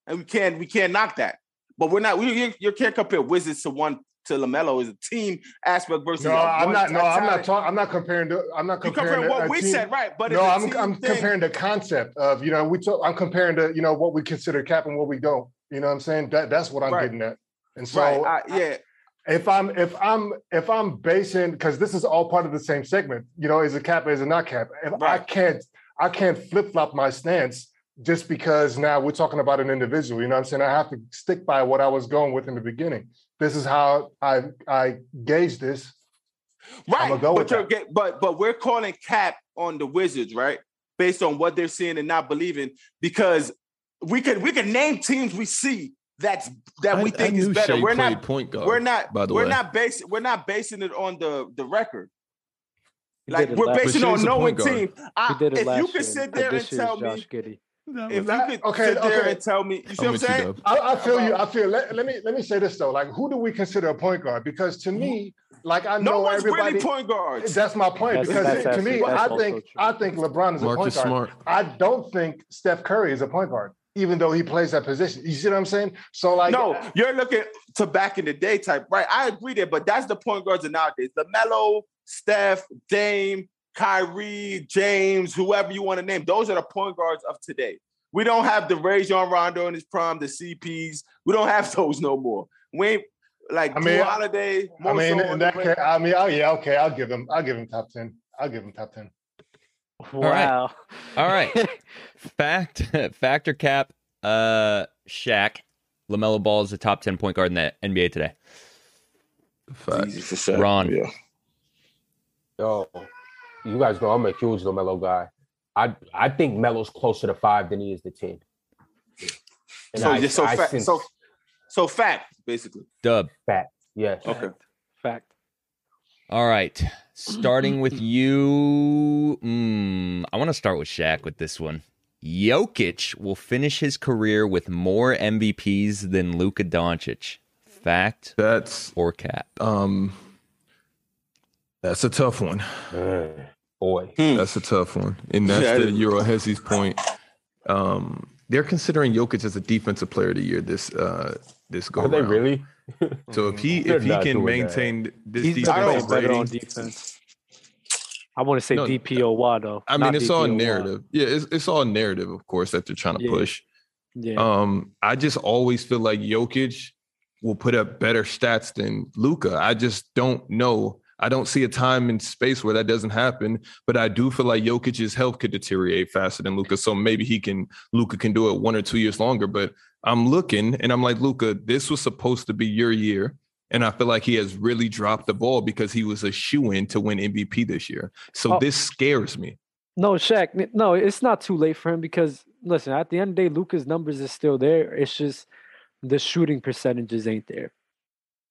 S1: and we can't we can't knock that. But we're not. We you, you can't compare Wizards to one to Lamelo is a team aspect versus.
S7: No,
S1: a
S7: I'm
S1: uh, one
S7: not. No, I'm
S1: talent.
S7: not talking. I'm not comparing. To, I'm not
S1: You comparing
S7: comparing. to
S1: what
S7: a
S1: we
S7: team-
S1: said, right? But
S7: no,
S1: it's a
S7: I'm
S1: team
S7: I'm
S1: thing.
S7: comparing the concept of you know we talk, I'm comparing to you know what we consider cap and what we don't. You know what I'm saying? That that's what I'm
S1: Right.
S7: getting at. And so
S1: Right? I- yeah,
S7: if I'm if I'm if I'm basing because this is all part of the same segment, you know, is it cap, is it not cap? If I
S1: Right.
S7: can't I can't flip flop my stance just because now we're talking about an individual. You know what I'm saying? I have to stick by what I was going with in the beginning. This is how I I gauge this.
S1: right.
S7: go with
S1: but you're get, but but we're calling cap on the Wizards, right? Based on what they're seeing and not believing, because we could we could name teams we see that's that we
S3: I- I
S1: think is
S3: knew
S1: better.
S3: Shea
S1: we're
S3: played
S1: not
S3: point guard.
S1: we're not
S3: by the
S1: we're
S3: way.
S1: not basing we're not basing it on the the record.
S6: He
S1: Like
S6: did it
S1: we're
S6: last-
S1: basing
S3: But
S1: on
S3: Shea's a
S1: knowing
S3: point guard.
S1: team. I,
S6: He did it
S1: if
S6: last
S1: you could
S6: year,
S1: sit
S6: but
S1: there and
S6: this year is
S1: tell me,
S6: Josh Giddy.
S1: if you
S7: That-
S1: could
S7: okay,
S1: sit there
S7: okay.
S1: and tell me, you see
S3: I'm
S1: what I'm
S3: with you,
S1: saying?
S3: Dub.
S7: I, I feel you. I feel. Let, let me let me say this though. Like, who do we consider a point guard? Because to me, like I
S1: no
S7: know
S1: one's
S7: everybody.
S1: really point guards.
S7: that's my point.
S6: That's-
S7: because
S6: that's
S7: it- to
S6: actually-
S7: me,
S6: that's
S7: I
S6: also
S7: think
S6: true.
S7: I think LeBron is a point
S3: Marcus
S7: guard.
S3: Smart.
S7: I don't think Steph Curry is a point guard, even though he plays that position. You see what I'm saying? So like,
S1: no, you're looking to back in the day type, right? I agree there, but that's the point guards of nowadays. LaMelo, Steph, Dame, Kyrie, James, whoever you want to name, those are the point guards of today. We don't have the Ray John Rondo in his prime, the CPs. We don't have those no more. We ain't like
S7: I
S1: I
S7: mean,
S1: mean, Holiday.
S7: I mean, in that
S1: case,
S7: case, I mean, oh yeah, okay, I'll give him. I'll give him top ten. I'll give him top ten.
S4: right.
S6: Wow.
S4: All right. Fact factor cap uh Shaq. LaMelo Ball is the top 10 point guard in the NBA today.
S3: Fact.
S4: Ron.
S1: Yeah.
S2: Yo, you guys know I'm a huge Lamelo guy. I I think Melo's closer to five than he is to ten. And
S1: So,
S2: I-
S1: yeah, so,
S2: I
S1: fact,
S2: sense
S1: so, so fact, basically.
S4: Dub.
S2: that. Yes.
S1: Okay.
S6: Fact.
S4: All right. Starting with you. Mm, I want to start with Shaq with this one. Jokic will finish his career with more MVPs than Luka Doncic. Fact
S3: That's
S4: or cat?
S3: um that's a tough one.
S2: Boy.
S3: That's a tough one. And that's
S1: Yeah, it
S3: the
S1: is.
S3: Euro Hezzy's point. Um they're considering Jokic as a defensive player of the year this uh this go
S2: Are they
S3: round.
S2: really?
S3: So if he
S2: They're
S3: if he
S2: not
S3: can
S2: doing that.
S3: maintain this
S6: He's
S1: I
S3: defensive
S1: don't-
S6: playing better
S3: rating-
S6: on defense. I want to say
S3: No,
S6: DPOY though.
S3: I mean,
S6: not
S3: it's all
S6: DPOY.
S3: narrative. Yeah, it's, it's all narrative, of course, that they're trying to
S6: Yeah.
S3: push.
S6: Yeah.
S3: Um, I just always feel like Jokic will put up better stats than Luca. I just don't know. I don't see a time and space where that doesn't happen, but I do feel like Jokic's health could deteriorate faster than Luca. So maybe he can Luca can do it one or two years longer. But I'm looking and I'm like, Luca, this was supposed to be your year. And I feel like he has really dropped the ball because he was a shoe in to win MVP this year. So
S6: Oh.
S3: this scares me.
S6: No, Shaq. n- No, it's not too late for him because listen, at the end of the day, Luca's numbers is still there. It's just the shooting percentages ain't there.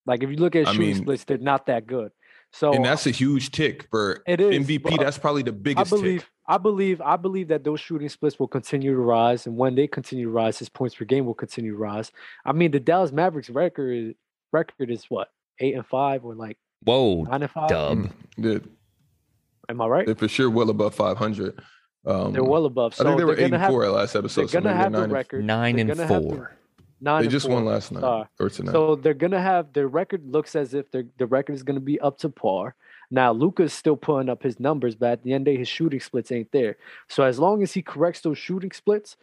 S6: Like if you look at
S3: I
S6: shooting
S3: mean-
S6: splits, they're not that good. So
S3: and that's a huge tick for
S6: Oh. It is,
S3: MVP.
S6: but
S3: That's probably the
S6: I
S3: biggest
S6: believe,
S3: tick.
S6: I believe, I believe that those shooting splits will continue to rise, and when they continue to rise, his points per game will continue to rise. I mean, the Dallas Mavericks record record is what eight and five or like
S4: Whoa,
S6: nine and five.
S4: dub.
S3: Yeah.
S6: Am I right?
S3: They're Mm. for sure well above 500. Um,
S6: They're well above.
S3: I
S6: So
S3: think they
S6: they're
S3: were eight
S6: gonna
S3: and
S6: have,
S3: four last
S6: they're
S3: episode. so
S6: gonna
S3: maybe
S6: have the
S3: nine and-
S6: record
S4: Nine
S6: they're
S4: and
S6: gonna have the
S4: four.
S6: Nine
S3: They
S6: and
S3: just
S6: four.
S3: won last night
S6: Sorry.
S3: or tonight.
S6: So they're gonna have their record looks as if their the record is gonna be up to par. Now Luca's still putting up his numbers, but at the end of the day, his shooting splits ain't there. So as long as he corrects those shooting splits,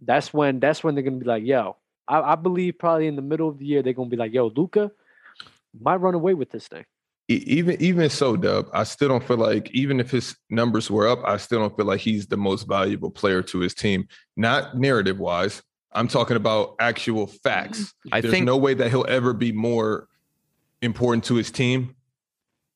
S6: that's when that's when they're gonna be like, yo, I, I believe probably in the middle of the year they're gonna be like, yo, Luca might run away with this thing.
S3: E- even even so, Dub, I still don't feel like even if his numbers were up, I still don't feel like he's the most valuable player to his team. Not narrative wise. I'm talking about actual facts.
S4: I
S3: There's
S4: think
S3: no way that he'll ever be more important to his team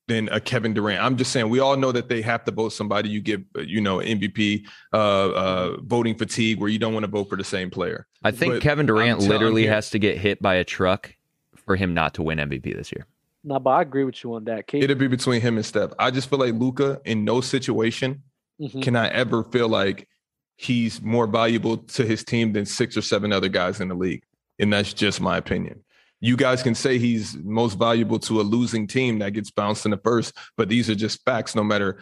S3: than a Kevin Durant. I'm just saying we all know that they have to vote somebody. You give uh, you know MVP uh, uh, voting fatigue where you don't want to vote for the same player.
S4: I think
S3: but
S4: Kevin Durant
S3: I'm tell- I'm
S4: literally
S3: here-
S4: has to get hit by a truck for him not to win MVP this year.
S6: Now, but I agree with you on that, Kate.
S3: It'll be between him and Steph. I just feel like Luca in no situation
S6: Mhm.
S3: can I ever feel like he's more valuable to his team than six or seven other guys in the league. And that's just my opinion. You guys can say he's most valuable to a losing team that gets bounced in the first, but these are just facts. No matter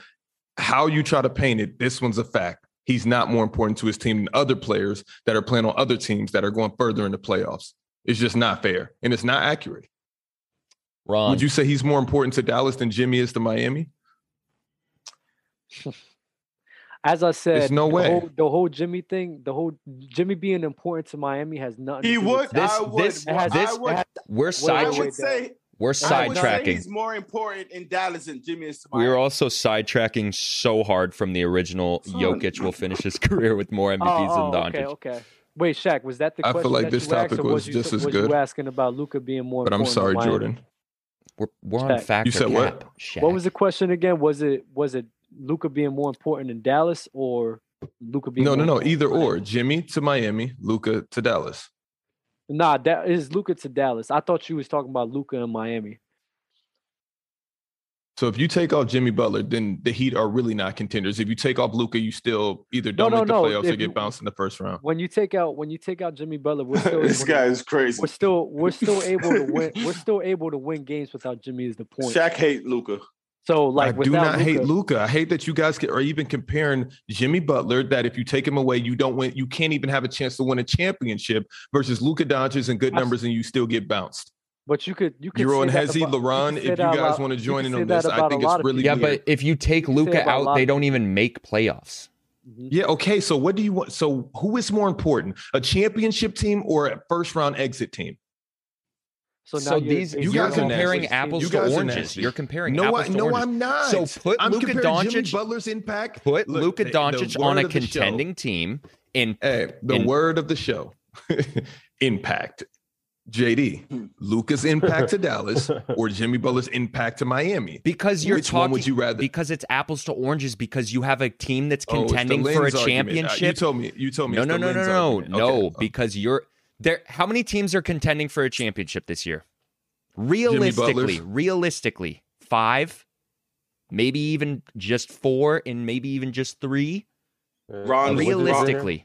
S3: how you try to paint it, this one's a fact. He's not more important to his team than other players that are playing on other teams that are going further in the playoffs. It's just not fair and it's not accurate.
S6: Uh,
S4: Ron,
S3: Would you say he's more important to Dallas than Jimmy is to Miami?
S6: As I said,
S3: no
S6: the
S3: way.
S6: Whole, the whole Jimmy thing, the whole Jimmy being important to Miami has nothing.
S1: He
S6: to do
S1: would.
S6: With that.
S1: I would.
S4: this-
S1: I
S4: this-
S1: would,
S4: we're
S1: I
S4: side
S1: would say I
S4: we're
S1: would say
S4: sidetracking.
S1: He's more important in Dallas than Jimmy is. to
S4: We are
S1: Miami.
S4: also sidetracking so hard from the original. Jokic will finish his career with more MVPs
S6: Oh,
S4: than
S6: oh,
S4: Doncic.
S6: okay, okay. Wait, Shaq, was that the
S3: I
S6: question?
S3: feel like
S6: that
S3: this
S6: you asked,
S3: topic
S6: or
S3: was
S6: you-
S3: just as
S6: was
S3: good.
S6: You asking about Luca being more.
S3: But I'm
S6: important
S3: sorry,
S6: to Miami?
S3: Jordan.
S4: We're, we're on
S6: Shaq.
S4: fact.
S3: You
S4: or
S3: said what?
S4: cap, Shaq.
S6: What was the question again? Was it was it Luca being more important in Dallas or Luca being?
S3: No, no,
S6: more
S3: no.
S6: important
S3: Either
S6: in Miami?
S3: or. Jimmy to Miami, Luca to Dallas.
S6: Nah, that is Luca to Dallas. I thought you was talking about Luca in Miami.
S3: So if you take off Jimmy Butler, then the Heat are really not contenders. If you take off Luca, you still either don't
S6: No, no,
S3: make the
S6: no,
S3: playoffs or
S6: if you-
S3: get bounced in the first round.
S6: When you take out when you take out Jimmy Butler, we're still
S1: this
S6: able to-
S1: guy is crazy.
S6: we're still we're still able to win. We're still able to win games without Jimmy is the point.
S1: Shaq hate Luca.
S6: So like
S3: I do
S6: without
S3: not hate
S6: Luka-
S3: Luca. I hate that you guys get, are even comparing Jimmy Butler. That if you take him away, you don't win. You can't even have a chance to win a championship versus Luca Doncic and good
S6: Abs-
S3: numbers, and you still get bounced.
S6: But you could you could
S3: Euro
S6: say
S3: and
S6: that
S3: Hezzy,
S6: about-
S3: LeBron.
S6: could
S3: If
S6: say
S3: you
S6: that
S3: guys
S6: about-
S3: want to
S6: you
S3: join
S6: could
S3: in
S6: say
S3: on
S6: that
S3: this, I
S6: about
S3: think
S6: a lot
S3: it's
S6: of
S3: really
S4: yeah,
S3: weird.
S4: but if you take
S6: You can say
S4: Luca
S6: about a
S4: out,
S6: lot
S4: they
S6: of
S4: don't even make playoffs.
S6: Mhm.
S3: Yeah, okay. So what do you want? So who is more important, a championship team or a first round exit team?
S6: So, now
S4: So
S6: you're
S4: these
S6: basically
S3: you
S4: you are
S3: guys are nasty.
S4: comparing
S6: versus
S4: apples
S3: You
S6: teams.
S4: to
S3: guys are
S4: oranges.
S3: nasty.
S4: You're comparing
S3: No, I,
S4: apples to
S3: no,
S4: oranges.
S3: I'm not.
S4: So put
S3: I'm
S4: Luka
S3: comparing Jimmy
S4: Doncic-
S3: Butler's impact.
S4: Put
S3: Look,
S4: Luka
S3: the- the
S4: Doncic
S3: word
S4: on a
S3: of the show.
S4: contending team in
S3: Hey, the
S4: And-
S3: word of the show, impact.
S4: Hmm.
S3: JD, Luca's impact to Dallas or Jimmy Butler's impact to Miami.
S4: because you're
S3: Which one
S4: talking
S3: would you rather?
S4: because it's apples to oranges because you have a team that's
S3: Oh, it's the
S4: contending for a
S3: lens argument. Uh, You
S4: championship.
S3: told me. You told me.
S4: no,
S3: it's
S4: no,
S3: the
S4: no, no,
S3: lens
S4: no,
S3: argument.
S4: no,
S3: Okay.
S4: because you're there. How many teams are contending for a championship this year? Realistically,
S3: Butler's.
S4: realistically, five, maybe even just four, and maybe even just three.
S2: Uh,
S1: Ron-
S2: what did they say now?
S4: Realistically,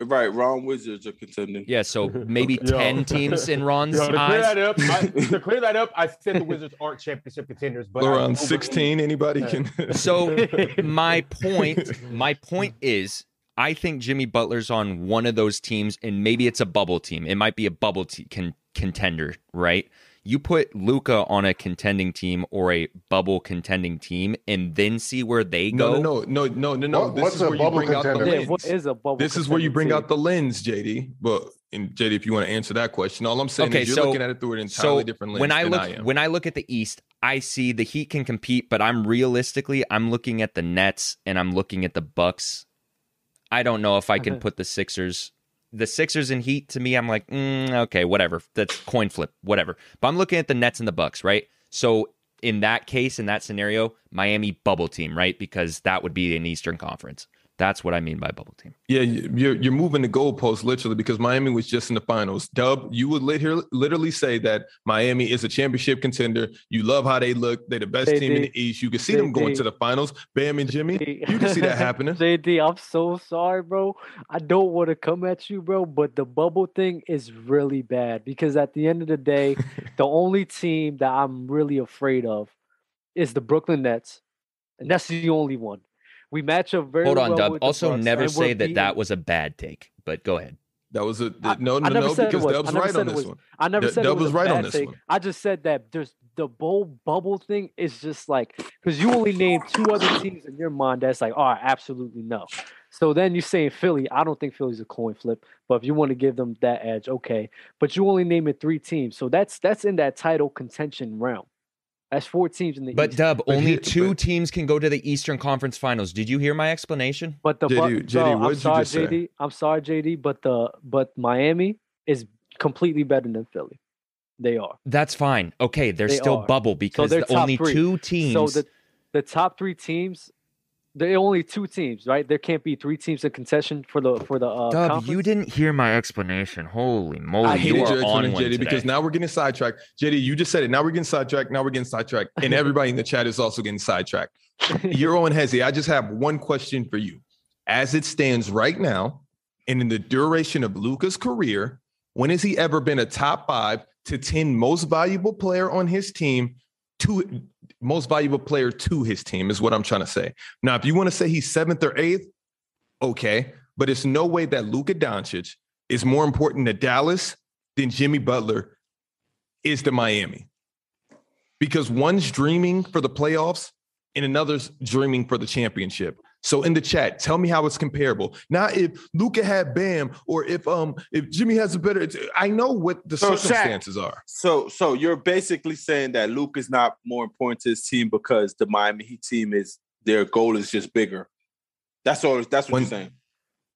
S1: Right, Ron Wizards are contending.
S4: Yeah, so maybe
S2: Yo.
S4: 10 teams in Ron's
S2: Yo, to clear
S4: eyes.
S2: that up, I, to clear that up, I said the Wizards aren't championship contenders, but I
S3: around
S2: overlooked-
S3: 16, anybody can.
S4: So my point, my point is, I think Jimmy Butler's on one of those teams, and maybe it's a bubble team. It might be a bubble te- con- contender, right? You put Luca on a contending team or a bubble contending team, and then see where they
S3: no,
S4: go.
S3: no, no, no, no, no, no.
S7: What-
S3: this
S7: what's
S3: is
S7: a
S3: where you
S7: bubble
S3: bring out the
S7: contender?
S6: Yeah,
S3: lens.
S6: what is a bubble?
S3: this is where you bring
S6: contending
S3: out the lens, JD. But and JD, if you want to answer that question, all I'm saying
S4: Okay,
S3: is you're
S4: so-
S3: looking at it through an entirely
S4: so
S3: different lens
S4: when I
S3: than
S4: look
S3: I am.
S4: when I look at the East, I see the Heat can compete, but I'm realistically I'm looking at the Nets and I'm looking at the Bucks. I don't know if I can put the Sixers. The Sixers and Heat to me, I'm like, mm, okay, whatever. That's coin flip, whatever. But I'm looking at the Nets and the Bucks, right? So in that case, in that scenario, Miami bubble team, right? Because that would be an Eastern Conference. That's what I mean by bubble team.
S3: Yeah, you- you're you're moving the goalposts literally because Miami was just in the finals. Dub, you would lit- here- literally say that Miami is a championship contender. You love how they look. They're the best
S6: They
S3: team in
S6: did.
S3: the East. You can see
S6: They
S3: them going
S6: did.
S3: to the finals. Bam and Jimmy,
S6: team.
S3: you can see that happening.
S6: JD, I'm so sorry, bro. I don't want to come at you, bro, but the bubble thing is really bad because at the end of the day, the only team that I'm really afraid of is the Brooklyn Nets, and that's the only one. We match up very
S4: Hold on,
S6: well
S4: Dub.
S6: with the
S4: Also,
S6: Bucks,
S4: never
S6: and we're
S4: say that that
S6: beating-
S4: was a bad take, but go ahead.
S3: That was a
S6: I-
S3: no, no,
S6: I never
S3: no,
S6: said it
S3: because
S6: was.
S3: Dub's
S6: I never
S3: right
S6: said
S3: on
S6: it
S3: this
S6: was.
S3: one.
S6: I never
S3: D-
S6: said
S3: Dub
S6: it
S3: was
S6: was, a
S3: right on
S6: bad
S3: this
S6: thing.
S3: one.
S6: I just said that there's the whole bubble thing is just like because you only name two other teams in your mind that's like, oh, absolutely no. So then you're saying Philly. I don't think Philly's a coin flip, but if you want to give them that edge, okay. But you only name it three teams, so that's that's in that title contention realm. That's four teams in the
S4: But
S6: East.
S4: Dub,
S3: But
S4: only
S3: here-
S4: two
S3: but-
S4: teams can go to the Eastern Conference Finals. Did you hear my explanation?
S6: But the
S3: JD,
S6: Buc-
S3: JD,
S6: bro,
S3: what
S6: I'm
S3: did you
S6: sorry,
S3: just say?
S6: JD. I'm sorry, JD. But the but Miami is completely better than Philly. They are.
S4: That's fine. Okay, they're
S6: They
S4: still
S6: are.
S4: bubble because
S6: they're
S4: the
S6: top
S4: only
S6: three.
S4: two teams.
S6: So the the top three teams, there are only two teams, right? There can't be three teams in contention for the for the uh,
S4: Dub,
S6: conference.
S4: you didn't hear my explanation. Holy moly,
S3: I
S4: you
S3: hated
S4: are
S3: your
S4: on
S3: explanation,
S4: one
S3: JD,
S4: today.
S3: because now we're getting sidetracked. JD, you just said it. Now we're getting sidetracked. Now we're getting sidetracked, and everybody in the chat is also getting sidetracked. You're on Hezzy. I just have one question for you. As it stands right now, and in the duration of Luca's career, when has he ever been a top five to 10 most valuable player on his team? To most valuable player to his team is what I'm trying to say. Now, if you want to say he's seventh or eighth, okay, but it's no way that Luka Doncic is more important to Dallas than Jimmy Butler is to Miami. Because one's dreaming for the playoffs and another's dreaming for the championship. So in the chat, tell me how it's comparable. Not if Luca had Bam or if um if Jimmy has a better. it's- I know what the
S1: So, Shaq,
S3: circumstances are.
S1: So, so you're basically saying that Luke is not more important to his team because the Miami Heat team is their goal is just bigger. That's all. That's what
S3: When-
S1: you're saying.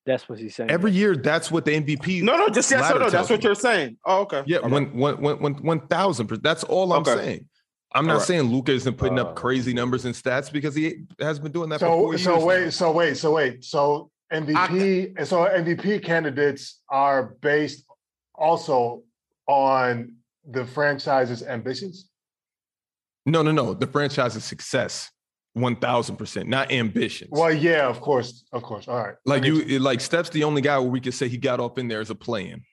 S6: That's what he's saying.
S3: Every year, that's what the MVP.
S1: No, no, just yes
S3: Ladder
S1: or no.
S3: tells
S1: That's what
S3: me.
S1: you're saying. Oh, okay.
S3: Yeah,
S1: All right.
S3: one, one, one, one, one thousand percent. That's all I'm
S1: Okay.
S3: saying. I'm not
S1: All right.
S3: saying Luca isn't putting up
S2: Uh,
S3: crazy numbers and stats because he has been doing that for
S7: So
S3: four years.
S7: so
S3: now.
S7: wait, so wait, so wait. So MVP and so MVP candidates are based also on the franchise's ambitions.
S3: No, no, no. The franchise's success, one thousand percent, not ambitions.
S7: Well, yeah, of course, of course. All right.
S3: Like you, like Steph's the only guy where we could say he got off in there as a plan.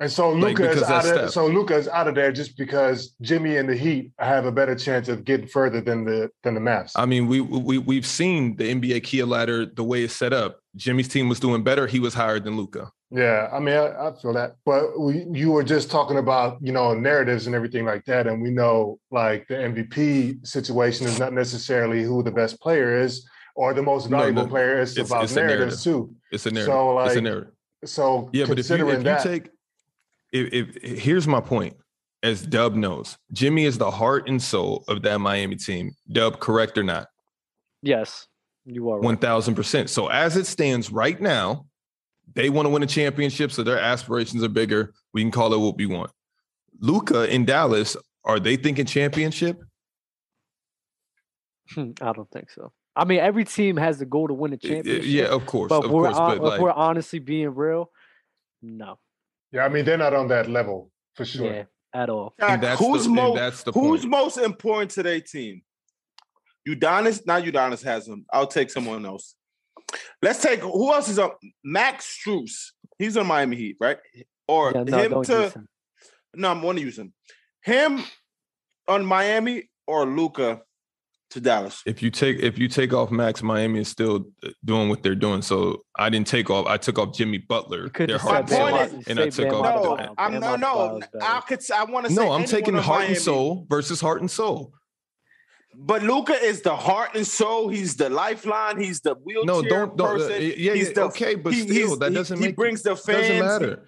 S7: And so
S3: Like,
S7: Luca is
S3: because
S7: out
S3: that's
S7: of
S3: Steph.
S7: so Luca is out of there just because Jimmy and the Heat have a better chance of getting further than the than the Mavs.
S3: I mean, we we we've seen the NBA Kia ladder the way it's set up. Jimmy's team was doing better. He was higher than Luca.
S7: yeah, I mean, I, I feel that. But we, you were just talking about you know narratives and everything like that, and we know like the MVP situation is not necessarily who the best player is or the most
S3: No,
S7: valuable
S3: no.
S7: player is
S3: It's-
S7: about
S3: it's a
S7: narratives too.
S3: It's a narrative.
S7: So,
S3: it's a
S7: like,
S3: narrative.
S7: So
S3: Yeah, but if you,
S7: considering
S3: if you
S7: that,
S3: take, if, if here's my point, as Dub knows, Jimmy is the heart and soul of that Miami team. Dub, correct or not?
S6: yes, you are right.
S3: One thousand percent. So as it stands right now, they want to win a championship, so their aspirations are bigger. We can call it what we want. Luca in Dallas, are they thinking championship?
S6: Hmm, I don't think so. I mean, every team has the goal to win a
S3: Y- y-
S6: championship.
S3: Yeah, of course,
S6: but
S3: of
S6: we're
S3: course.
S6: hon-
S3: But
S6: if
S3: like,
S6: we're honestly being real, no,
S7: yeah, I mean they're not on that level for sure.
S6: yeah, at all.
S3: and
S1: Shaq,
S3: that's
S1: who's
S3: the, and
S1: most
S3: that's the
S1: who's
S3: point.
S1: most important to their team? Udonis. Now Udonis has him. I'll take someone else. Let's take who else is up? Max Struess he's on Miami Heat, right? Or
S6: Yeah, no,
S1: him
S6: don't
S1: to
S6: use him.
S1: no, I'm going to use him. Him on Miami or Luca to Dallas.
S3: If you take if you take off Max, Miami is still doing what they're doing. So I didn't take off. I took off Jimmy Butler.
S6: You could
S3: Their
S6: just
S1: My
S3: hard
S6: said Bam
S1: point
S3: sell,
S1: is-
S6: Adebayo.
S3: and I
S6: Say
S3: took
S6: Bam
S3: off.
S1: No,
S3: the-
S6: Adebayo.
S1: I'm
S6: Bam
S1: no, no.
S6: Adebayo's better.
S1: I could. s- I want to say
S3: No, I'm
S1: anyone
S3: taking
S1: on
S3: heart and
S1: Miami.
S3: soul versus heart and soul.
S1: But Luca is the heart and soul. He's the lifeline. He's the wheelchair
S3: No, don't don't.
S1: person.
S3: uh, yeah,
S1: He's
S3: yeah,
S1: the-
S3: okay, but
S1: He-
S3: still,
S1: he's-
S3: that
S1: he-
S3: doesn't
S1: he
S3: make
S1: brings the fans.
S3: doesn't matter.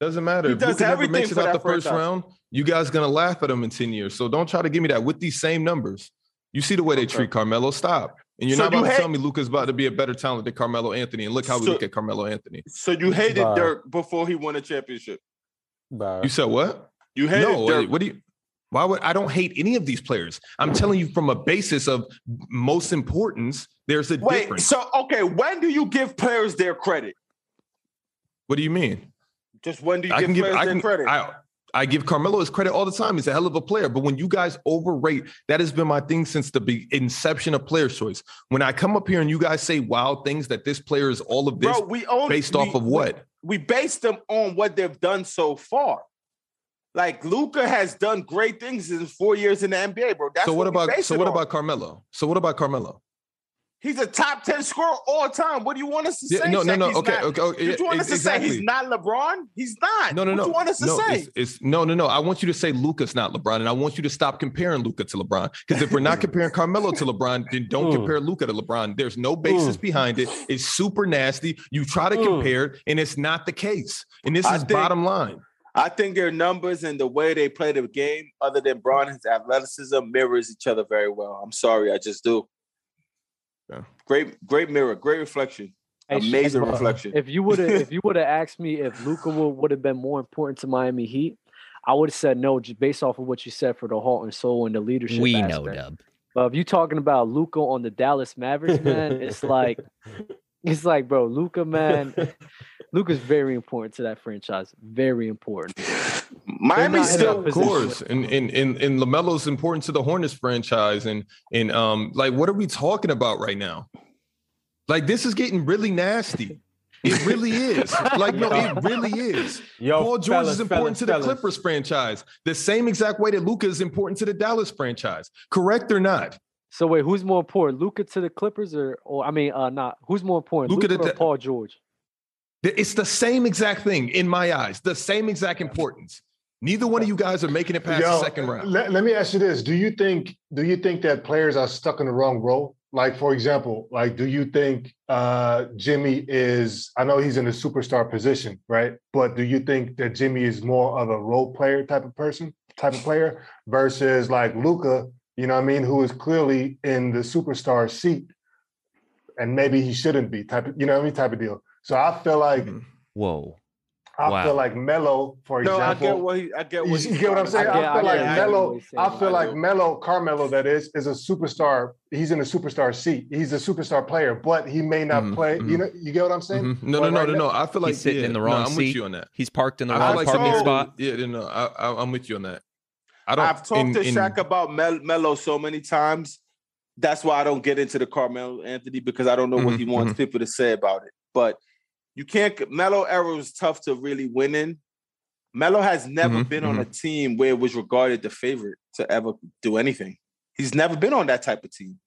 S3: Doesn't matter.
S1: He
S3: If
S1: does
S3: Luka never
S1: everything
S3: makes it
S1: for
S3: out
S1: that
S3: the
S1: franchise.
S3: first round, you guys gonna laugh at him in 10 years. So don't try to give me that with these same numbers. You see the way they
S1: Okay.
S3: treat Carmelo. Stop. And you're
S1: So
S3: not
S1: you
S3: about to
S1: hate-
S3: tell me Luca's about to be a better talent than Carmelo Anthony. And look how we
S1: So-
S3: look at Carmelo Anthony.
S1: So you hated
S2: Bye.
S1: Dirk before he won a championship.
S2: Bro.
S3: You said what?
S1: You hated
S3: No,
S1: Dirk.
S3: what do you why would I don't hate any of these players? I'm telling you from a basis of most importance, there's a
S1: Wait,
S3: difference.
S1: so okay, when do you give players their credit?
S3: what do you mean?
S1: Just when do you
S3: I
S1: give
S3: can give
S1: players
S3: I
S1: their
S3: can
S1: credit?
S3: I, I give Carmelo his credit all the time. He's a hell of a player. But when you guys overrate, that has been my thing since the be- inception of Players Choice. When I come up here and you guys say wild things that this player is all of this
S1: Bro, we only
S3: based off
S1: we-
S3: of what?
S1: we base them on what they've done so far. Like Luca has done great things in four years in the NBA, bro. That's
S3: So what
S1: we
S3: about
S1: base
S3: so
S1: it
S3: what
S1: on.
S3: about Carmelo? So what about Carmelo?
S1: He's a top ten scorer all time. What do you want us to
S3: Yeah,
S1: say?
S3: no, no,
S1: Shaq?
S3: no.
S1: He's
S3: Okay,
S1: not-
S3: okay, okay.
S1: Did you want
S3: yeah,
S1: us to say he's not LeBron? He's not.
S3: No, no,
S1: what
S3: no.
S1: You want us to
S3: no,
S1: say?
S3: It's, it's no, no, no. I want you to say Luca's not LeBron, and I want you to stop comparing Luca to LeBron. Because if we're not comparing Carmelo to LeBron, then don't
S2: Mm.
S3: compare Luca to LeBron. There's no basis behind it. It's super nasty. You try to
S2: Mm.
S3: compare it, and it's not the case. And this
S1: I
S3: is
S1: think-
S3: bottom line.
S1: I think their numbers and the way they play the game, other than Braun, his athleticism mirrors each other very well. I'm sorry, I just do.
S3: Yeah.
S1: Great, great mirror, great reflection,
S6: Hey, Shaq,
S1: amazing
S6: bro,
S1: reflection.
S6: If you would have, if you would have asked me if Luca would have been more important to Miami Heat, I would have said no, just based off of what you said for the heart and soul and the leadership.
S4: we
S6: aspect.
S4: know, Dub.
S6: But if you're talking about Luca on the Dallas Mavericks, man, it's like it's like, bro, Luca, man, Luca's very important to that franchise. Very important.
S1: Miami
S6: not in
S1: still,
S6: a
S3: of
S6: position
S3: course, and and and and Lamelo's important to the Hornets franchise, and and um, like what are we talking about right now? Like this is getting really nasty. It really is. Like no, it really is.
S2: Yo,
S3: Paul George
S2: fellas,
S3: is
S2: fellas,
S3: important to the
S2: fellas.
S3: Clippers franchise, the same exact way that Luca is important to the Dallas franchise. Correct or not?
S6: So wait, who's more important, Luca to the Clippers or, or I mean, uh, not who's more important,
S3: Luka
S6: Luca,
S3: to
S6: or
S3: the-
S6: Paul George?
S3: Th- It's the same exact thing in my eyes. The same exact importance. Neither one of you guys are making it past the second round.
S7: Let, let me ask you this: Do you think do you think that players are stuck in the wrong role? Like, for example, like do you think uh, Jimmy is? I know he's in a superstar position, right? But do you think that Jimmy is more of a role player type of person, type of player, versus like Luca? You know what I mean? Who is clearly in the superstar seat, and maybe he shouldn't be type. Of, you know what I mean? Type of deal. So I feel like
S3: Mhm.
S4: Whoa.
S7: I
S4: Wow.
S7: feel like Melo, for
S1: no,
S7: example.
S1: I get what he, I get
S7: You,
S1: what
S7: see-
S1: he's
S7: you get what I'm
S1: trying
S7: saying?
S1: to say.
S7: I,
S6: get-
S7: feel
S6: I
S7: like
S6: get- I get what
S7: Melo.
S6: he's
S7: I
S6: saying.
S7: feel
S1: I
S7: like
S1: do.
S7: Melo Carmelo. That is is a superstar. He's in a superstar seat. He's a superstar player, but he may not
S3: Mhm,
S7: play. You
S3: mhm.
S7: know, you get what I'm saying?
S3: Mhm. No, no,
S7: Well,
S3: no,
S7: right
S3: no, no. I feel like
S4: He's sitting
S3: yeah,
S4: in the
S3: no,
S4: wrong
S3: I'm
S4: seat.
S3: with you on that.
S4: He's parked in the
S3: I
S4: wrong
S3: feel like
S4: parking
S3: yeah,
S4: spot.
S3: Yeah, no, no, I, I, I'm with you on that. I don't.
S1: I've talked
S3: in-
S1: to
S3: in-
S1: Shaq about Mel- Melo so many times. That's why I don't get into the Carmelo Anthony because I don't know what he
S3: Mhm,
S1: wants people to say about it. But you can't. Melo era was tough to really win in. Melo has never
S3: Mhm,
S1: been on a team where it was regarded the favorite to ever do anything. He's never been on that type of team.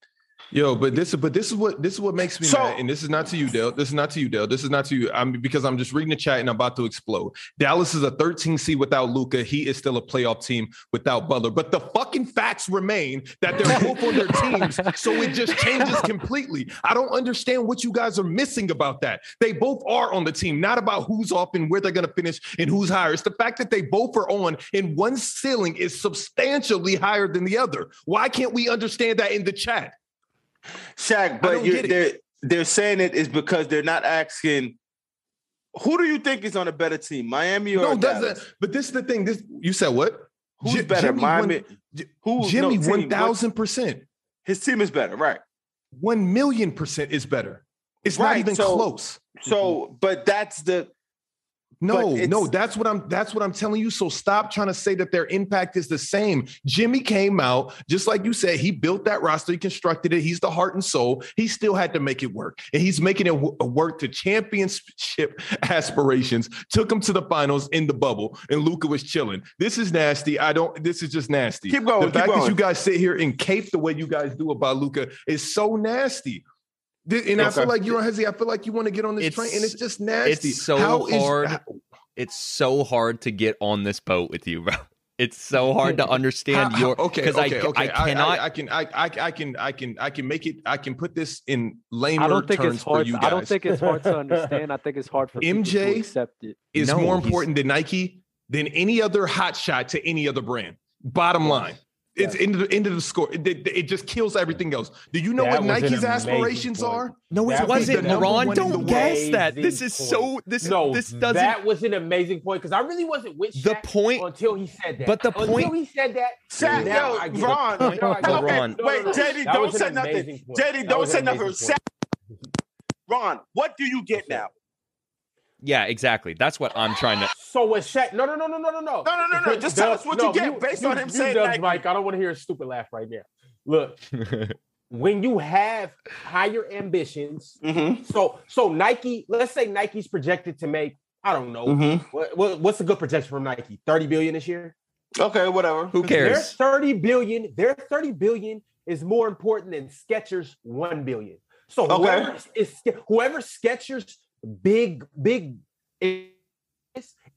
S3: Yo, but this, but this is what this is what makes me
S1: So-
S3: mad, and this is not to you, Dale. This is not to you, Dale. This is not to you. I'm because I'm just reading the chat and I'm about to explode. Dallas is a 13 seed without Luca. He is still a playoff team without Butler. But the fucking facts remain that they're both on their teams, so it just changes completely. I don't understand what you guys are missing about that. They both are on the team, not about who's off and where they're going to finish and who's higher. It's the fact that they both are on and one ceiling is substantially higher than the other. Why can't we understand that in the chat?
S1: Shaq,
S3: don't
S1: but you're,
S3: get it.
S1: they're they're saying it is because they're not asking who do you think is on a better team, Miami or
S3: No, that's
S1: Dallas?
S3: that, but this is the thing. This you said what?
S1: Who's
S3: Ji-
S1: better,
S3: Jimmy
S1: Miami?
S3: One, J-
S1: Who no,
S3: Jimmy
S1: team,
S3: one
S1: what-
S3: thousand percent,
S1: His team is better, right?
S3: one million percent is better. It's not
S1: Right,
S3: even
S2: Mm-hmm.
S1: so-
S3: close.
S1: So, but that's the
S3: No,
S1: it's-
S3: no, that's what I'm that's what I'm telling you. So stop trying to say that their impact is the same. Jimmy came out, just like you said, he built that roster, he constructed it, he's the heart and soul. He still had to make it work. And he's making it w- work to championship aspirations. Took him to the finals in the bubble, and Luca was chilling. This is nasty. I don't this is just nasty.
S1: Keep going,
S3: The
S1: keep
S3: fact that
S1: going.
S3: you guys sit here and cape the way you guys do about Luca is so nasty. Th- And I
S1: Okay.
S3: feel like you're on Hezzy. I feel like you want to get on this
S4: It's-
S3: train, and it's just nasty.
S4: it's so
S3: How is-
S4: hard. it's so hard to get on this boat with you, bro. It's so hard to understand
S3: How- how-
S4: your
S3: okay
S4: because
S3: okay,
S4: I,
S3: okay.
S4: I cannot.
S3: I, can I, I I can I can I can make it I can put this in lamer
S6: I don't think
S3: terms
S6: it's
S3: for
S6: hard.
S3: you
S6: To,
S3: guys.
S6: I don't think it's hard to understand. I think it's hard for people
S3: MJ?
S6: to accept it.
S3: it's
S4: No,
S3: more
S4: he's-
S3: important than Nike than any other hot shot to any other brand. Bottom line. It's end of the end of the score. It, it- it just kills everything else. Do you know
S2: That
S3: what
S2: was an
S3: Nike's
S2: amazing
S3: aspirations
S2: point.
S3: are?
S4: no, it
S2: That was
S4: wasn't,
S2: the number
S4: Moron.
S3: one in
S4: Don't
S3: the
S4: guess that.
S2: amazing
S4: This is so.
S2: point.
S4: This
S2: no,
S4: this doesn't.
S2: That was an amazing point because I really wasn't with Shaq
S4: The point-
S2: until he said that.
S4: but the
S2: until
S4: point-
S2: he said that,
S1: Shaq,
S2: now
S1: yo,
S2: I get it.
S1: Ron,
S2: Now I
S1: yo,
S2: get it.
S1: okay,
S4: Ron.
S1: wait, JD,
S2: that
S1: don't
S2: was an
S1: say nothing.
S2: amazing point.
S1: JD,
S2: That
S1: don't
S2: was
S1: say
S2: an
S1: nothing.
S2: amazing point.
S1: Ron, what do you get now?
S4: yeah, exactly. That's what I'm trying to.
S2: So what Shaq? No, no, no, no, no, no, no.
S1: No, no, no, no. Just tell us what you get based on him saying
S2: that.
S1: Nike.
S2: Mike, I don't want to hear a stupid laugh right now. Look, when you have higher ambitions,
S1: Mm-hmm.
S2: so so Nike, let's say Nike's projected to make, I don't know,
S1: Mm-hmm.
S2: what, what, what's a good projection from Nike? 30 billion this year?
S1: Okay, whatever.
S4: Who
S2: Their
S4: cares?
S2: 30 billion, their 30 billion is more important than Skechers 1 billion. So
S1: Okay.
S2: whoever is whoever Skechers big big is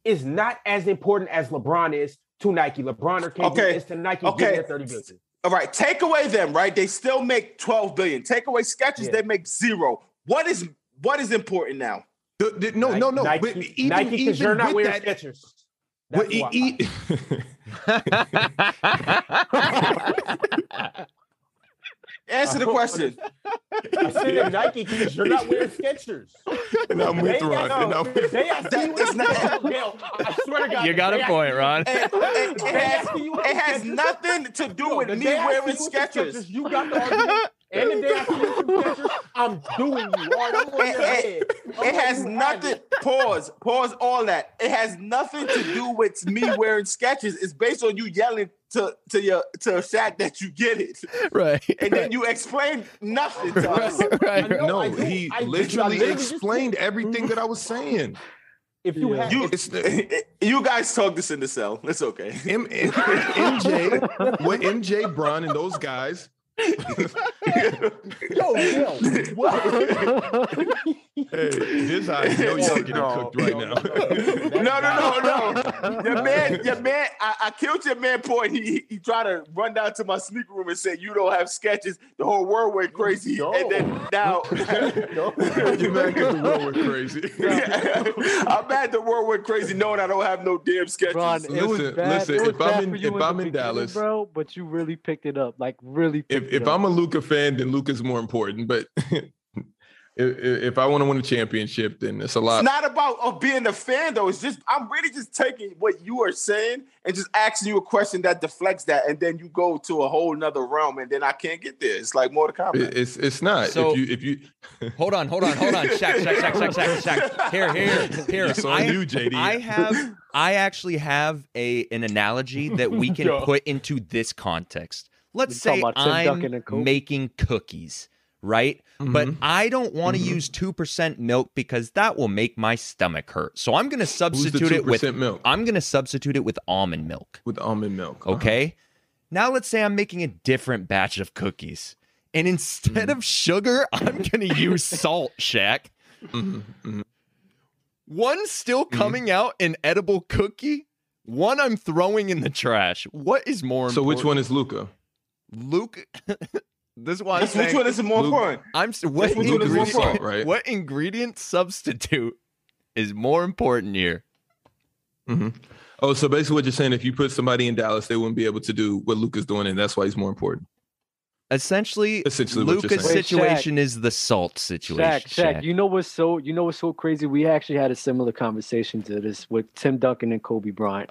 S2: is not as important as LeBron is to Nike. LeBron or KD
S1: Okay.
S2: is to Nike
S1: Okay.
S2: okay. their 30 billion.
S1: All right, take away them, right? They still make 12 billion. Take away sketches,
S2: Yeah.
S1: they make zero. What is what is important now?
S3: The- the- no, no, no.
S2: Nike,
S3: But even,
S2: Nike, 'cause
S3: even
S2: you're not
S3: with
S2: wearing
S3: that,
S2: Skechers.
S3: but
S2: That's
S3: e-
S2: why.
S3: e-
S1: Answer the
S2: Uh,
S1: question.
S2: I said that Nike because you're not wearing Skechers.
S3: and I'm
S2: They
S3: with
S2: got-
S3: Ron. And I'm
S2: the day I see you
S1: That is
S2: in
S1: not-
S2: Dale, I swear to God,
S4: you
S2: the
S4: got
S2: day
S4: a
S2: I
S4: point, Ron.
S1: It, it- it
S2: They
S1: has,
S2: asking you
S1: it
S2: about
S1: has
S2: Skechers?
S1: nothing to do
S2: Yo,
S1: with
S2: the
S1: me
S2: day I see you
S1: wearing
S2: with the
S1: sketches.
S2: Skechers, You got the argument. And the day I see you with the Skechers, I'm doing you. All right, I'm on your
S1: It-
S2: head. I'm
S1: It
S2: like,
S1: has
S2: you
S1: nothing.
S2: have it.
S1: Pause. Pause. All that. It has nothing to do with me wearing sketches. It's based on you yelling to to your to Shaq that you get it,
S4: right.
S1: and then you explain nothing to us.
S4: right.
S2: No,
S3: no,
S2: I do.
S3: he
S2: I do. I
S3: literally
S2: literally just- mm-hmm.
S3: explained everything that I was saying.
S2: If you
S10: Yeah.
S2: have,
S1: You
S3: It's
S1: you guys talk this in the cell. It's okay.
S3: M- M- MJ, what MJ Brown and those guys.
S2: yo, Dale,
S3: Hey, this how I know y'all getting cooked right now.
S1: No, no, no, no. Your man, your man, I, I killed your man point. He, he he tried to run down to my sneaker room and say, You don't have sketches. The whole world went crazy. And then now
S3: you mad 'cause the world went crazy.
S1: I'm mad the world went crazy knowing I don't have no damn sketches.
S6: Ron, it was
S3: Listen,
S6: bad.
S3: listen,
S6: It was
S3: if I'm
S6: bad
S3: in-
S6: for you
S3: if
S6: the
S3: I'm in
S6: beginning,
S3: Dallas-
S6: bro, but you really picked it up, like really.
S3: If
S6: Picked it
S3: if
S6: up.
S3: I'm a Luca fan, then Luca's more important. But if, if I want to win a championship, then it's a
S1: It's
S3: lot.
S1: not about of being a fan though. It's just I'm really just taking what you are saying and just asking you a question that deflects that, and then you go to a whole nother realm, and then I can't get there. It's like more to comment.
S3: It- it's it's not.
S4: So-
S3: if you if you
S4: Hold on, hold on, hold on. Shaq, Shaq, Shaq, Shaq, Shaq, Shaq. Here, here, here.
S3: it's on
S4: I,
S3: you, JD.
S4: I have I actually have a an analogy that we can
S2: Yeah.
S4: put into this context. Let's
S6: You're
S4: say
S6: talking about Tim Duncan
S4: I'm
S6: and Kobe.
S4: making cookies, right? But
S3: Mhm.
S4: I don't want to
S3: Mhm.
S4: use 2% milk because that will make my stomach hurt. So I'm going to
S3: Who's the
S4: substitute
S3: two
S4: it with
S3: percent milk
S4: I'm going to substitute it with almond milk,
S3: with almond milk?
S1: Uh-huh.
S4: okay? Now let's say I'm making a different batch of cookies. And instead
S1: Hmm.
S4: of sugar, I'm going to use salt, Shaq.
S3: Mhm, mhm.
S4: One still
S1: Hmm.
S4: coming out an edible cookie. One I'm throwing in the trash. What is more
S3: So
S4: important?
S3: which one is Luca?
S4: Luke? this is why I'm
S1: That's which
S4: saying.
S1: one is more
S3: Luke-
S1: important?
S4: I'm s-
S1: which
S4: what,
S1: one is more
S4: ingredient,
S1: important?
S3: Right.
S4: what ingredient substitute is more important here?
S3: hmm Oh, so basically what you're saying, if you put somebody in Dallas, they wouldn't be able to do what Luca's doing, and that's why he's more important.
S4: Essentially,
S3: Essentially what you're
S4: Luca's
S6: saying. Wait,
S4: situation is the salt situation.
S6: Shaq, Shaq,
S4: Shaq.
S6: you know what's so you know what's so crazy? We actually had a similar conversation to this with Tim Duncan and Kobe Bryant.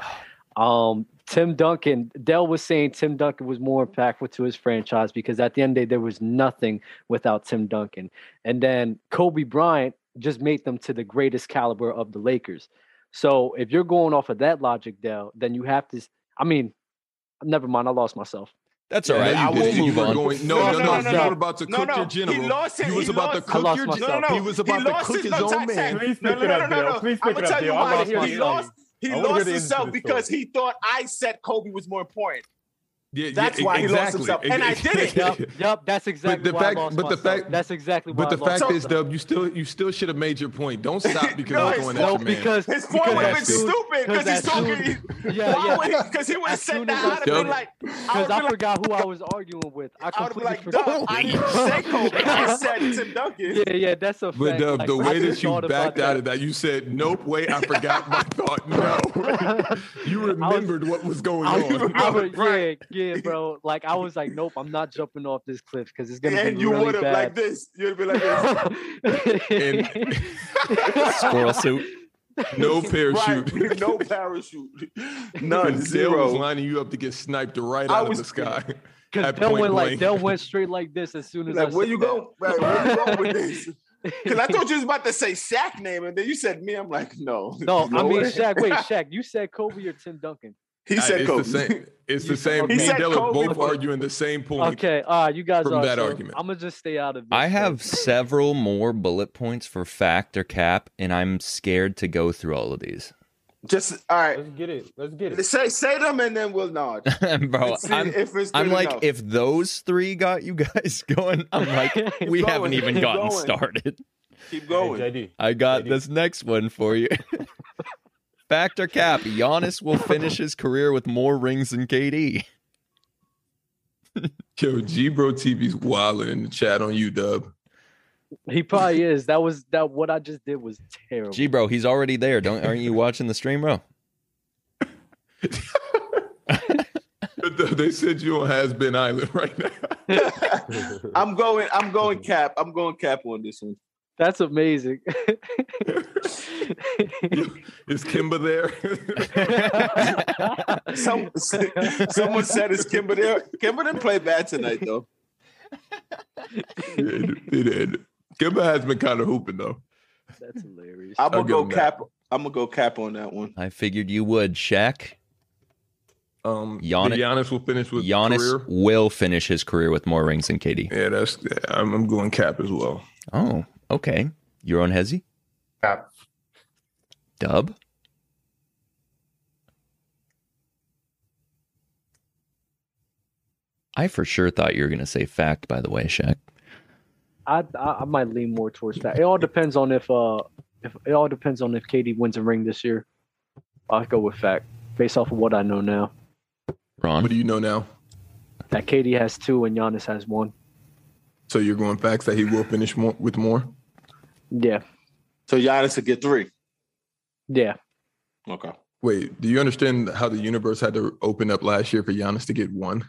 S6: Um, Tim Duncan, Dell was saying Tim Duncan was more impactful to his franchise because at the end of the day, there was nothing without Tim Duncan. And then Kobe Bryant just made them to the greatest caliber of the Lakers. So if you're going off of that logic, Dell, then you have to. s- I mean, never mind. I lost myself.
S8: That's
S3: Yeah,
S8: all right.
S3: I
S8: You
S3: was-
S8: did it.
S3: you
S8: You
S3: were
S8: won.
S3: going. No, no, no, no, You
S1: no.
S3: were about to
S1: No,
S3: cook
S1: no,
S3: your
S1: he
S3: general.
S1: lost it.
S3: He was
S1: He
S3: about to
S1: lost-
S6: I
S3: cook
S6: lost
S3: your
S6: myself.
S3: general.
S1: No, no,
S3: He was about
S1: he
S3: to
S1: lost
S3: cook
S1: his-
S3: his
S1: no,
S3: own
S1: Zach, Zach,
S3: man.
S9: Please
S1: No,
S9: pick
S1: no,
S9: it
S1: no,
S9: up,
S1: no, no, no.
S9: Dale. Please
S1: I'm
S9: pick it
S1: gonna
S9: up,
S1: tell you
S9: Dale. I
S1: why
S9: lost
S1: he
S9: myself.
S1: lost.
S9: I
S1: He
S9: wanna hear
S1: lost
S9: the end of
S1: himself
S9: this
S1: because
S9: story.
S1: he thought I said Kobe was more important.
S3: Yeah,
S1: That's
S3: yeah,
S1: why he lost
S3: exactly.
S1: himself. And I did it.
S6: Yup, yup. That's exactly
S3: the
S6: why
S3: fact-
S6: I lost
S3: but the
S6: myself.
S3: fact-
S6: that's exactly why
S3: But the
S6: I lost
S3: fact is,
S6: myself.
S3: Dub, you still you still should have made your point. Don't stop because
S1: No,
S3: I'm
S1: it's
S3: going
S1: not.
S3: at
S6: no,
S3: your man.
S6: because
S1: His point
S6: because
S1: would have been
S6: as soon-
S1: stupid because he's
S6: as soon-
S1: talking.
S6: Yeah,
S1: why
S6: yeah.
S1: would he? Because he would have
S6: As
S1: said
S6: soon
S1: that. I'd
S6: as I
S1: have been
S3: said-
S1: like, I would
S6: Because
S1: have
S6: I
S1: been like,
S6: forgot who I was arguing with. I
S1: I would have been
S6: completely
S1: like,
S6: forgot.
S1: Dub, I didn't say Kobe. I said Tim Duncan.
S6: yeah, yeah, that's a fact.
S3: But Dub,
S6: Like,
S3: the
S6: I
S3: way
S6: just
S3: that you
S6: thought about
S3: backed
S6: that.
S3: out of that, you said, "Nope, wait, I forgot my thought." No, you remembered what was going
S6: I was,
S3: on.
S6: I was-
S1: Right.
S6: yeah, yeah, bro. Like I was like, nope, I'm not jumping off this cliff because it's gonna
S1: And
S6: be
S1: you
S6: really
S1: would have like
S6: bad.
S1: this. You'd have been like this.
S4: Squirrel suit.
S3: No parachute.
S1: Right. No parachute.
S3: And
S1: None.
S3: Dale was
S1: Zero.
S3: lining you up to get sniped right
S1: I
S3: out
S1: was-
S3: of the sky.
S6: Because
S3: at
S6: Dell
S3: point
S6: went like
S3: blank.
S6: Dell went straight like this as soon as I
S1: Like, where
S6: said
S1: you
S6: that.
S1: go? Like, where you going with this? Because I thought you was about to say Shaq name, and then you said me. I'm like, no.
S6: No, I mean
S1: way.
S6: Shaq. Wait, Shaq, you said Kobe or Tim Duncan?
S1: He said
S3: it's
S1: Kobe.
S3: the same. It's
S6: You
S3: the same.
S6: said-
S3: Me
S1: He
S3: and
S1: said
S3: Dale are
S1: Kobe.
S3: both arguing the same point.
S6: Okay, uh, you guys
S3: From
S6: are.
S3: that argument.
S6: I'm gonna just stay out of. This
S4: I have
S6: then.
S4: several more bullet points for fact or cap, and I'm scared to go through all of these.
S1: Just all right.
S2: Let's get it. Let's get it.
S1: Say say them, and then we'll nod.
S4: Bro,
S1: Let's see
S4: Oh, I'm,
S1: if it's
S4: I'm
S1: good
S4: like,
S1: enough.
S4: if those three got you guys going, I'm like,
S6: Keep
S4: we
S1: going,
S4: haven't even
S1: keep
S4: gotten
S1: going.
S4: started.
S1: keep
S2: Hey,
S1: going.
S2: JD.
S4: I got
S2: JD.
S4: this next one for you. Fact or cap, Giannis will finish his career with more rings than KD.
S3: Yo, G Bro TV's wilding in the chat on you, Dub.
S6: He probably is. That was that. What I just did was terrible.
S4: Gee, bro, he's already there. Don't aren't you watching the stream, bro?
S3: But th- they said you on Has Been Island right now.
S1: I'm going. I'm going cap. I'm going cap on this one.
S6: That's amazing.
S3: Is Kimba there?
S1: Some, someone said it's Kimber there. Kimber didn't play bad tonight though.
S3: He did, he did. Kimba has been kind of hooping though.
S6: That's hilarious.
S1: I'm
S3: I'll
S1: gonna
S3: give
S1: go
S3: him that.
S1: cap. I'm gonna go cap on that one.
S4: I figured you would, Shaq.
S3: Um,
S4: Giannis-
S3: Giannis, Giannis will finish with
S4: Giannis
S3: career.
S4: will finish his career with more rings than KD.
S3: Yeah, that's. I'm, I'm going cap as well.
S4: Oh, okay. Your own Hezzy?
S7: Cap.
S4: Dub? I for sure thought you were going to say fact, by the way, Shaq.
S6: I, I I might lean more towards that. It all depends on if uh if it all depends on if Katie wins a ring this year. I'll go with fact based off of what I know now.
S4: Ron?
S3: What do you know now?
S6: That Katie has two and Giannis has one.
S3: So you're going facts that he will finish more with more.
S6: Yeah,
S1: So Giannis to get three.
S6: yeah.
S1: Okay.
S3: Wait, do you understand how the universe had to open up last year for Giannis to get one?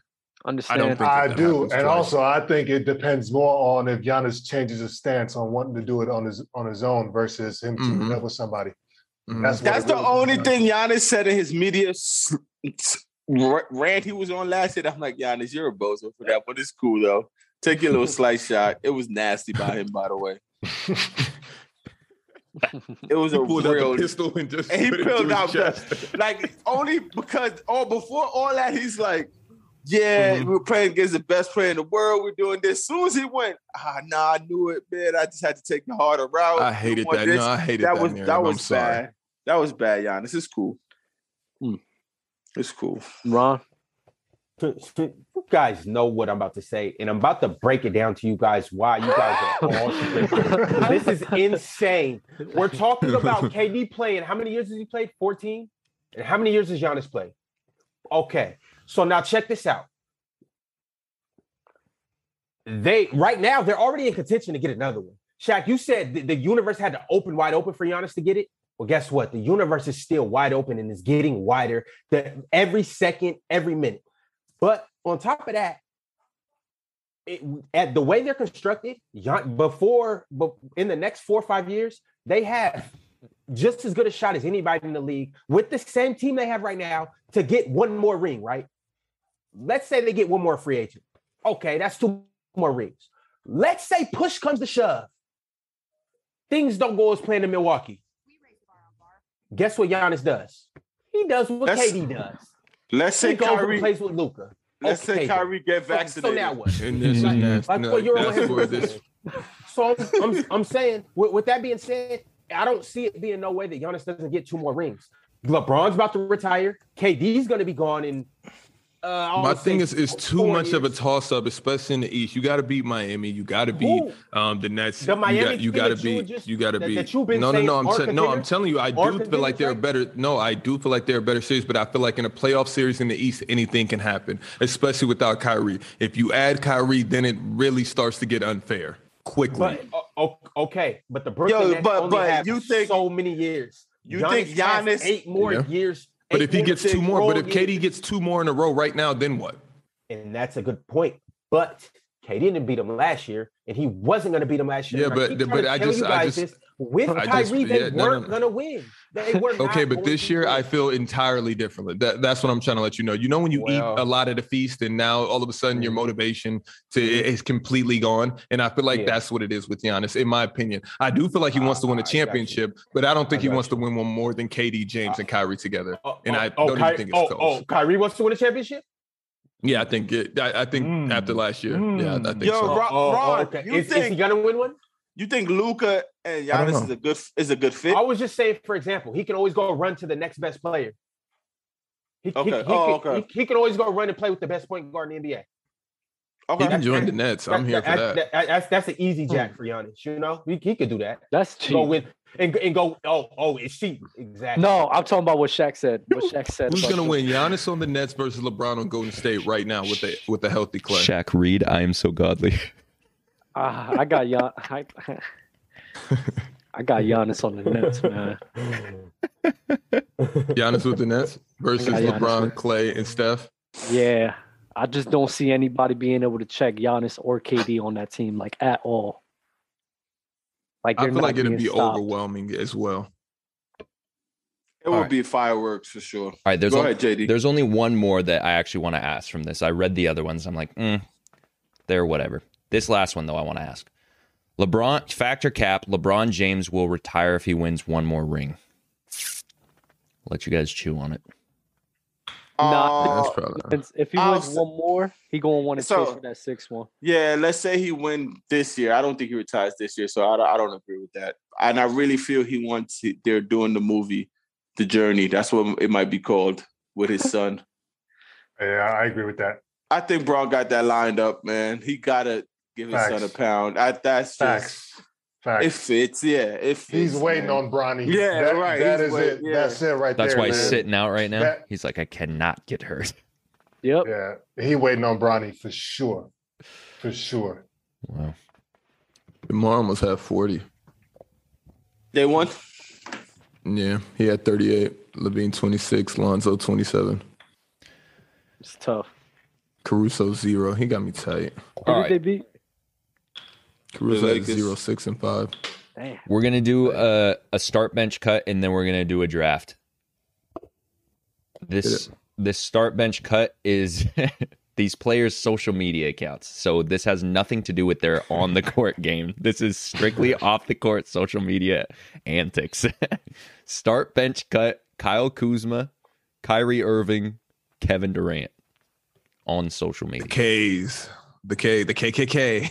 S6: Understand?
S3: think- that
S7: I
S3: that
S7: do, and
S3: happens twice.
S7: also I think it depends more on if Giannis changes his stance on wanting to do it on his on his own versus him teaming
S3: Mhm.
S7: up with somebody.
S3: Mhm.
S7: That's what
S1: That's
S7: it
S1: the
S7: really comes
S1: only
S7: down
S1: thing
S7: to.
S1: Giannis said in his media s- s- r- rant he was on last year. I'm like, Giannis, you're a bozo for that, but it's cool though. Take your little slice shot. It was nasty by him, by the way. It was
S3: he
S1: a
S3: pulled out the
S1: real
S3: pistol and just
S1: And he
S3: put it
S1: pulled
S3: to his
S1: out the-
S3: chest.
S1: like only because oh before all that he's like, yeah,
S3: Mhm.
S1: we were playing against the best player in the world. We're doing this. As soon as he went, ah, nah, I knew it, man. I just had to take the harder route.
S3: I
S1: You
S3: hated
S1: want
S3: that.
S1: this?
S3: No, I hated that.
S1: that was
S3: narrative.
S1: that
S3: I'm
S1: was
S3: sorry. Mm.
S1: bad. That was bad, Giannis. It's cool.
S6: Hmm.
S1: It's cool.
S6: Ron,
S2: you guys know what I'm about to say, and I'm about to break it down to you guys why you guys are all stupid. this is insane. We're talking about KD playing. How many years has he played? 14? And how many years has Giannis played? Okay. So now check this out. They right now they're already in contention to get another one. Shaq, you said th- the universe had to open wide open for Giannis to get it. Well, guess what? The universe is still wide open and is getting wider the, every second, every minute. But on top of that, it, at the way they're constructed, Gian- before but in the next four or five years, they have just as good a shot as anybody in the league with the same team they have right now to get one more ring. Right? Let's say they get one more free agent. Okay, that's two more rings. Let's say push comes to shove, things don't go as planned in Milwaukee. Guess what Giannis does? He does what
S1: That's-
S2: KD does.
S1: Let's say
S2: He goes
S1: Kyrie.
S2: and plays with Luca.
S1: let's say
S2: okay, then.
S1: Kyrie get
S2: So
S1: vaccinated.
S2: now what?
S3: And this is
S2: Like-
S3: nasty.
S2: like
S3: No,
S2: Mm-hmm. what you're on
S3: that's
S2: his
S3: where this,
S2: So I'm, I'm, I'm saying, with, with that being said, I don't see it being no way that Giannis doesn't get two more rings. LeBron's about to retire. KD's going to be gone in. Uh, I
S3: my
S2: wanna
S3: thing
S2: say
S3: is, it's too
S2: four
S3: much of a
S2: years.
S3: toss up, especially in the East. You got to beat Miami. You got to beat
S2: Who?
S3: um, the Nets.
S2: The Miami team
S3: you got to
S2: that you were
S3: beat.
S2: just-
S3: You got to
S2: that-
S3: beat.
S2: that you've been
S3: no, no,
S2: saying
S3: no. I'm
S2: are
S3: te- no. I'm
S2: contenders?
S3: telling you, I
S2: Are
S3: do feel like they're
S2: contenders,
S3: better. No, I do feel like they're a better series, but I feel like in a playoff series in the East, anything can happen, especially without Kyrie. If you add Kyrie, then it really starts to get unfair quickly.
S2: But uh, okay, but the Brooklyn Nets
S1: but-
S2: only
S1: but
S2: have
S1: you think-
S2: so many years.
S1: you think
S2: has
S1: Giannis-
S2: eight more
S3: Yeah.
S2: years?
S3: But
S2: eight
S3: if he
S2: more
S3: gets
S2: years,
S3: two more, but if
S2: years.
S3: KD gets two more in a row right now, then what?
S2: and that's a good point. But KD didn't beat him last year, and he wasn't going to beat him last year.
S3: Yeah,
S2: And
S3: but-
S2: keep
S3: but
S2: trying to
S3: I
S2: tell
S3: just-
S2: you
S3: I
S2: guys
S3: just-
S2: this. with
S3: I
S2: Kyrie,
S3: just- yeah,
S2: they
S3: no,
S2: weren't
S3: no.
S2: going to win. They were not
S3: Okay, but
S2: going
S3: this
S2: to
S3: year I
S2: win.
S3: feel entirely differently. That, that's what I'm trying to let you know. You know when you eat
S2: Well-
S3: a lot of the feast, and now all of a sudden your
S2: Mhm.
S3: motivation to it is completely gone. And I feel like
S2: Yeah.
S3: that's what it is with Giannis, in my opinion. I do feel like he wants to win
S2: Ah, I
S3: a
S2: got you.
S3: championship, but I don't think
S2: I
S3: he
S2: got
S3: wants to win one more than KD, James, and Kyrie together.
S2: Oh,
S3: and
S2: oh,
S3: I
S2: oh,
S3: don't even
S2: Kyrie-
S3: think it's
S2: oh,
S3: close.
S2: Oh, Kyrie wants to win a championship.
S3: Yeah, I think it, I, I think
S2: Mm.
S3: after last year, yeah, I- I think
S1: Yo,
S3: so.
S1: Ron,
S2: Oh,
S1: Ron,
S2: okay.
S1: you
S2: is, is he
S1: think
S2: going to win one?
S1: you think Luca and
S3: I don't
S1: Giannis is
S3: know.
S1: a good is a good fit?
S2: I was just saying, for example, he can always go run to the next best player. He, he-
S1: Okay.
S2: he,
S1: Oh,
S2: can,
S1: okay.
S2: he, he can always go run and play with the best point guard in the NBA.
S3: He
S1: Okay.
S3: can join the Nets. I'm here for that.
S2: that's, that's an easy jack for Giannis. You know, he, he could do that.
S6: That's
S2: Go
S6: cheap.
S2: win and, and go. Oh, oh, it's cheating. Exactly.
S6: No, I'm talking about what Shaq said. What Shaq said.
S3: Who's
S6: about
S3: gonna
S6: the-
S3: win? Giannis on the Nets versus LeBron on Golden State right now with a with a healthy Clay.
S4: Shaq Reed, I am so godly.
S6: Ah, I got Gian. I, I got Giannis on the Nets, man.
S3: Giannis with the Nets versus
S6: I got Giannis
S3: LeBron, Clay, and Steph.
S6: Yeah, I just don't see anybody being able to check Giannis or KD on that team like at all. Like
S3: I
S6: they're
S3: feel
S6: not
S3: like it'll
S6: being
S3: be
S6: stopped.
S3: overwhelming as well.
S1: It
S4: All
S1: would
S4: right.
S1: be fireworks for sure.
S4: All right, there's
S1: Go
S4: on-
S1: ahead, JD.
S4: There's only one more that I actually want to ask from this. I read the other ones. I'm like, mm, they're whatever. This last one, though, I want to ask. LeBron, factor cap, LeBron James will retire if he wins one more ring. Let you guys chew on it.
S6: Nah.
S1: Uh,
S3: That's probably
S6: Since- If he
S1: I'll
S6: wins
S1: s-
S6: one more, he gonna want to
S1: So-
S6: chase for that sixth one.
S1: Yeah, let's say he win this year. I don't think he retires this year, so I don't, I don't agree with that. And I really feel he wants. it- They're doing the movie, The Journey. That's what it might be called with his son.
S7: Yeah, I agree with that.
S1: I think Braun got that lined up, man. He gotta give his son a
S7: Facts.
S1: pound. I, that's just
S7: Facts. Facts.
S1: it fits. Yeah, it fits.
S7: He's waiting
S1: man.
S7: on Bronny.
S1: Yeah,
S7: That-
S1: right,
S7: That
S1: he's
S7: is
S1: wait-
S7: it.
S1: yeah.
S7: That's it right
S4: That's
S7: there.
S4: why he's
S7: man.
S4: sitting out right now.
S7: That-
S4: he's like, I cannot get hurt.
S6: Yep.
S7: Yeah, he waiting on Bronny for sure, for sure.
S4: Wow.
S3: DeMar almost had 40.
S1: They won.
S7: Um,
S3: Yeah, he had 38. Levine 26. Lonzo 27.
S6: It's tough.
S3: Caruso zero. He got me tight.
S6: Who
S4: All
S6: did
S4: right.
S6: they beat?
S3: Caruso had
S1: Lakers.
S3: zero, six, and five.
S6: Damn.
S4: We're going to do a, a start bench cut and then we're going to do a draft. This this start bench cut is these players' social media accounts. So this has nothing to do with their on the court game. This is strictly off the court social media antics. start bench cut Kyle Kuzma, Kyrie Irving, Kevin Durant on social media.
S3: K's. The K, the KKK.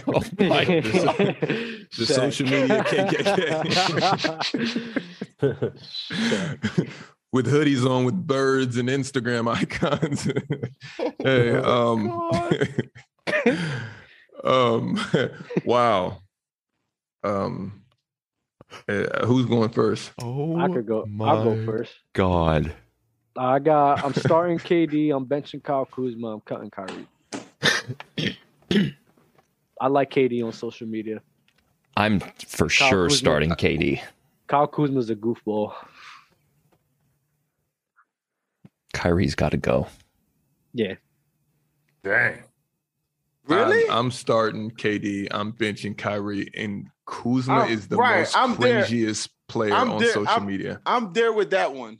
S4: Oh my
S3: The
S6: Shaq.
S3: social media KKK. with hoodies on with birds and Instagram icons. hey, um, um, wow. Um, uh, who's going first?
S4: Oh
S6: I could go. I'll go first.
S4: God.
S6: I got. I'm starting KD. I'm benching Kyle Kuzma. I'm cutting Kyrie. I like KD on social media.
S4: I'm for
S6: Kyle
S4: sure
S6: Kuzma.
S4: starting KD.
S6: Kyle Kuzma's a goofball.
S4: Kyrie's got to go.
S6: Yeah.
S7: Dang.
S1: Really?
S7: uh,
S3: I'm, I'm starting KD. I'm benching Kyrie, and Kuzma
S1: I'm-
S3: is the
S1: Oh, right,
S3: most
S1: I'm there.
S3: cringiest player
S1: I'm
S3: on
S1: there.
S3: social
S1: I'm-
S3: media.
S1: I'm there with that one.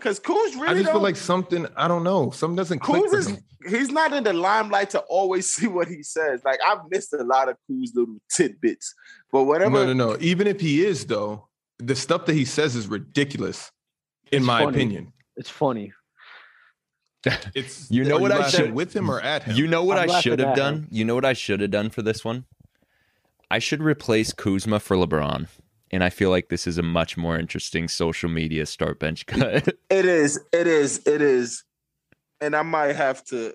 S1: Cause Kuz really
S3: I just feel
S1: don't-
S3: like something I don't know. Something doesn't click
S1: Kuz
S3: for
S1: is
S3: him.
S1: he's not in the limelight to always see what he says. Like I've missed a lot of Kuz little tidbits, but whatever.
S3: No, no, no. Even if he is though, the stuff that he says is ridiculous, in
S6: It's
S3: my
S6: funny.
S3: opinion.
S6: It's funny.
S3: It's
S4: You know
S3: are
S4: what I
S3: laughing
S4: should-
S3: with him or at him.
S4: You know what
S6: I'm
S4: I
S6: laughing
S4: should have
S6: at
S4: done?
S6: him.
S4: You know what I should have done for this one? I should replace Kuzma for LeBron. And I feel like this is a much more interesting social media start bench cut.
S1: It is. It is. It is. And I might have to.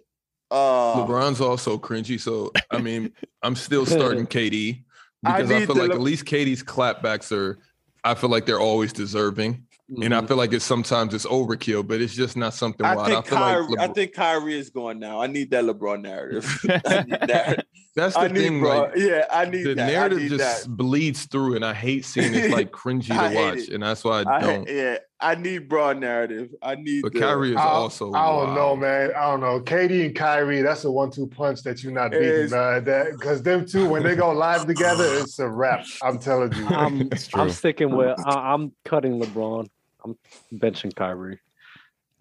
S1: Uh,
S3: LeBron's also cringy, so I mean, I'm still starting KD
S1: I
S3: because I,
S1: need
S3: feel
S1: to
S3: like
S1: look-
S3: at least KD's clapbacks are. I feel like they're always deserving, and I feel like it's sometimes it's overkill, but it's just not something
S1: I
S3: wild.
S1: think
S3: I feel
S1: Kyrie.
S3: like
S1: I
S3: LeBron-
S1: think Kyrie is going now. I need that LeBron narrative. I need that.
S3: that's the
S1: I need,
S3: thing.
S1: bro.
S3: like,
S1: yeah, I need
S3: the
S1: that. I
S3: narrative
S1: need
S3: just
S1: that.
S3: bleeds through, and I hate seeing it like cringy
S1: I
S3: to
S1: hate
S3: watch,
S1: it.
S3: and that's why I
S1: I,
S3: don't.
S1: yeah, I need broad narrative. I need.
S3: but
S1: the-
S3: Kyrie is
S7: I,
S3: also.
S7: I don't know,
S3: wild.
S7: man. I don't know. Katie and Kyrie, that's a one-two punch that you're not
S1: It
S7: beating,
S1: is.
S7: man. That because them two, when they go live together, it's a wrap. I'm telling you.
S6: I'm,
S4: It's true.
S6: I'm sticking with. I, I'm cutting LeBron. I'm benching Kyrie.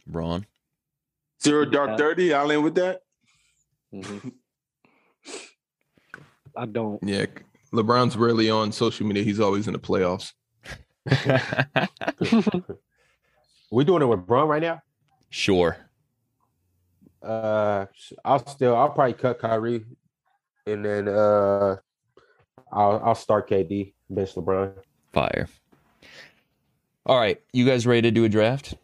S4: Ron.
S1: Zero Dark
S6: Yeah.
S1: Thirty. I'll end with that.
S6: Mhm. I don't.
S3: Yeah, LeBron's rarely on social media. He's always in the playoffs.
S2: we doing it with Bron right now.
S4: sure.
S2: Uh, I'll still, I'll probably cut Kyrie, and then uh, I'll I'll start KD, bench LeBron.
S4: Fire. All right. You guys ready to do a draft?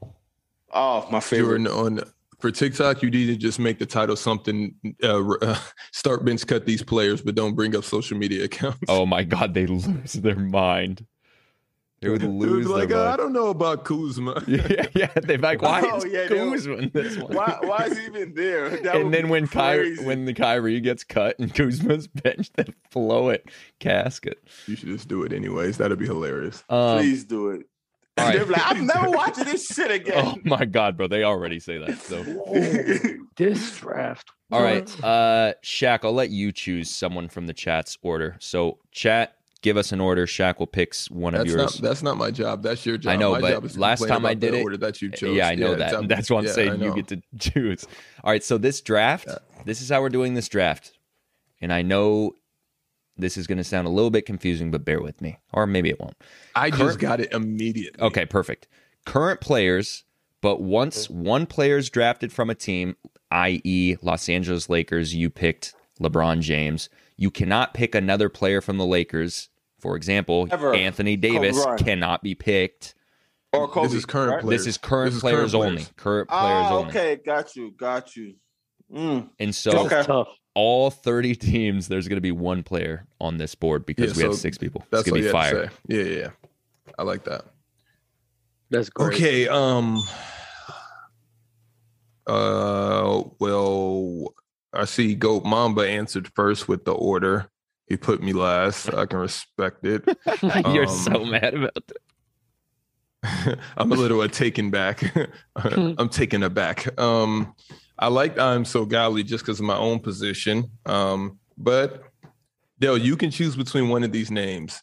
S1: Oh, my favorite.
S3: Jordan on for TikTok, you need to just make the title something. Uh, uh, start bench cut these players, but don't bring up social media accounts.
S4: Oh my God. They lose their mind. They would
S3: Dude,
S4: lose
S3: like
S4: their
S3: "Uh, I
S4: mind.
S3: don't know about Kuzma.
S4: yeah, yeah. They're like, why
S1: Oh,
S4: is
S1: yeah, they would-
S4: Kuzma in this one?
S1: Why? Why is he even there? That would
S4: and
S1: be
S4: then when Kyrie
S1: crazy.
S4: when the Kyrie gets cut and Kuzma's benched, they blow it casket.
S3: You should just do it anyways. That'd be hilarious.
S4: Um,
S1: please do it.
S4: all right.
S1: They're like, I'm never watching this shit
S4: Oh
S1: again.
S4: my god, bro! They already say that. So,
S6: This draft.
S4: all right, uh, Shaq, I'll let you choose someone from the chat's order. So, chat, give us an order. Shaq will pick one of
S3: That's not
S4: yours.
S3: that's not my job. That's your job.
S4: I know,
S3: my
S4: but
S3: job is to
S4: last
S3: complain
S4: time I
S3: about the
S4: did it-
S3: order that you chose.
S4: Yeah, I know that.
S3: I'm-
S4: That's why I'm
S3: yeah, I
S4: saying you
S3: know.
S4: get to choose. All right, so this draft, this is how we're doing this draft. And I know this is going to sound a little bit confusing, but bear with me. Or maybe it won't.
S3: I
S4: Current-
S3: just got it immediately.
S4: Okay, perfect. Current players, but once
S1: Mm-hmm.
S4: one player is drafted from a team, i.e., Los Angeles Lakers, you picked LeBron James. You cannot pick another player from the Lakers. For example,
S1: Ever.
S4: Anthony Davis
S1: Kobe Bryant.
S4: cannot be picked.
S1: or Kobe.
S3: this is current
S1: right?
S3: players.
S4: This is current
S3: This is current
S4: players
S3: players.
S4: only. Current players
S1: Ah,
S4: only.
S1: okay, got you, got you. Mm.
S4: And so
S6: This
S1: Okay.
S6: is tough.
S4: all 30 teams, there's going to be one player on this board because
S3: Yeah,
S4: we have
S3: so
S4: six people.
S3: That's
S4: it's
S3: what
S4: going
S3: you
S4: to be
S3: had
S4: fire.
S3: to say. Yeah, yeah, yeah. I like that.
S6: That's great.
S3: Okay. Um. Uh. Well, I see. Goat Mamba answered first with the order. He put me last. I can respect it.
S4: You're
S3: Um,
S4: so mad about that.
S3: I'm a little uh, taken back. I'm taken aback. Um, I like I'm so godly just because of my own position. Um, but Dale, you can choose between one of these names: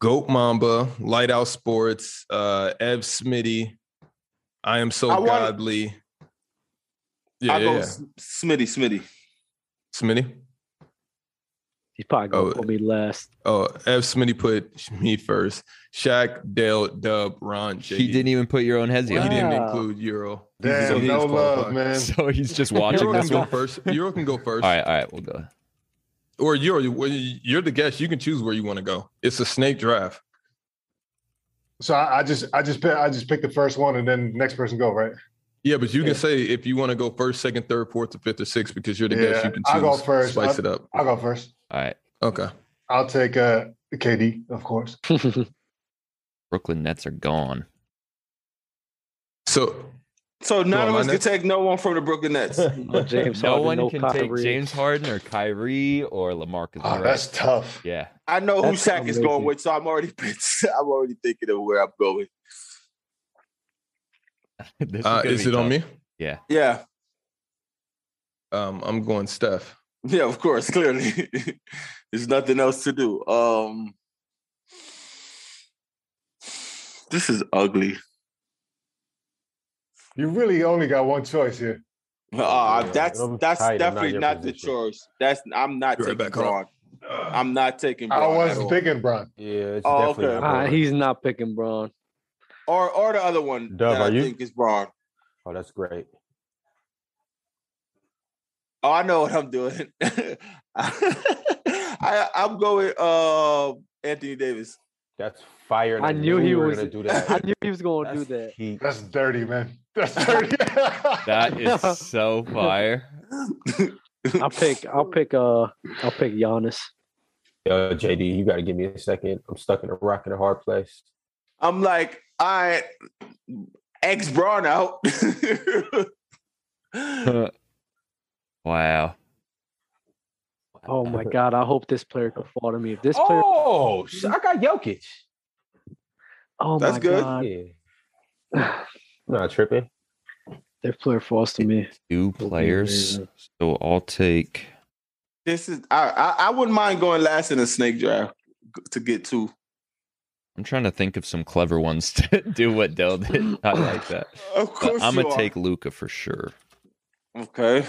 S3: Goat Mamba, Lighthouse Sports, uh, Ev Smitty. I am so
S1: I wanna-
S3: godly. Yeah,
S1: I go
S3: yeah, yeah.
S1: S- Smitty, Smitty.
S3: Smitty.
S6: He's probably gonna
S3: Oh.
S6: put me last.
S3: Oh, Ev Smitty put me first. Shaq, Dale, Dub, Ron, J. E.
S4: He didn't even put your own heads
S3: He didn't
S6: Wow.
S3: include Euro. So
S7: Damn,
S3: he
S7: no
S3: is
S7: love,
S3: qualified.
S7: man.
S4: So he's just watching
S3: Euro
S4: this
S3: can go
S4: one.
S3: first. Euro can go first.
S4: All right, all right, we'll go.
S3: Or you're you're the guest. You can choose where you want to go. It's a snake draft.
S7: So I, I just, I just, pick, I just pick the first one, and then next person go, right?
S3: Yeah, but you can
S7: Yeah.
S3: say if you want to go first, second, third, fourth, or fifth, or sixth because you're the guest.
S7: Yeah,
S3: You can choose.
S7: I'll go first.
S3: Spice it up.
S7: I'll go first.
S4: All right,
S3: Okay.
S7: I'll take uh, KD, of course.
S4: Brooklyn Nets are gone.
S3: So
S1: So none
S3: on,
S1: of
S3: my
S1: us can
S3: next-
S1: take no one from the Brooklyn Nets.
S6: No James
S4: no
S6: Harden,
S4: one
S6: no
S4: can
S6: Kyrie.
S4: take James Harden or Kyrie or LaMarcus.
S7: Oh,
S4: All right.
S7: That's tough.
S4: Yeah,
S1: I know who
S6: That's
S1: Shaq is going
S6: amazing.
S1: with, so I'm already pitched. I'm already thinking of where I'm going.
S4: This
S3: uh,
S4: gonna
S3: is
S4: be
S3: it on
S4: tough.
S3: me?
S4: Yeah,
S1: Yeah,
S3: Um, I'm going Steph.
S1: yeah, of course. Clearly, there's nothing else to do. Um, this is ugly.
S7: You really only got one choice here.
S1: Uh,
S2: Oh, yeah.
S1: that's
S2: It'll be
S1: that's
S2: tight. I'm not in
S1: definitely
S2: your
S1: not the
S2: position.
S1: choice. That's I'm not
S3: You're right
S1: taking
S3: back on.
S1: Braun. I'm not taking.
S7: I
S1: Braun at
S7: wasn't
S1: all.
S7: picking Bron.
S2: Yeah, it's
S1: Oh,
S2: definitely.
S1: okay.
S2: not
S6: Ah,
S2: Braun.
S6: he's not picking Braun.
S1: Or or the other one
S2: Dove,
S1: that I
S2: are you-
S1: think is Braun.
S2: oh, that's great.
S1: Oh, I know what I'm doing. I I'm going uh Anthony Davis.
S2: That's fire. and
S6: I knew he
S2: we were
S6: was.
S2: gonna do
S6: I
S2: that.
S6: knew he was going to do
S2: That's
S6: that.
S2: heat.
S7: That's dirty, man. That's dirty.
S4: That is so fire.
S6: I'll pick. I'll pick. Uh, I'll pick Giannis.
S2: Yo, JD, you got to give me a second. I'm stuck in a rock in a hard place.
S1: I'm like, I ex Braun out.
S4: wow.
S6: Oh my God! I hope this player can fall to me. If this player,
S2: Oh, sh- I got Jokic.
S6: oh
S1: that's
S6: my
S1: good.
S6: God!
S2: Yeah. Not tripping.
S6: This player falls to me.
S4: Two players.
S6: amazing.
S4: So I'll take.
S1: this is I, I I wouldn't mind going last in a snake draft to get two.
S4: I'm trying to think of some clever ones to do what Dell did. I like that.
S1: Of
S4: But
S1: course,
S4: I'm
S1: you
S4: gonna
S1: are.
S4: take Luca for sure,
S1: Okay,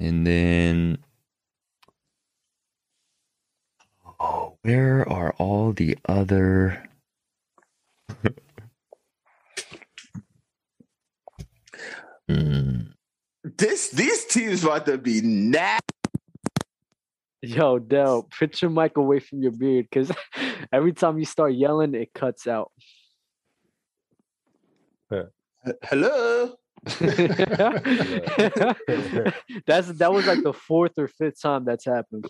S4: and then. Oh, where are all the other? Hmm.
S1: this these teams about to be nasty.
S6: Yo, Dell, put your mic away from your beard because every time you start yelling, it cuts out.
S1: Hello,
S6: that's that was like the fourth or fifth time that's happened.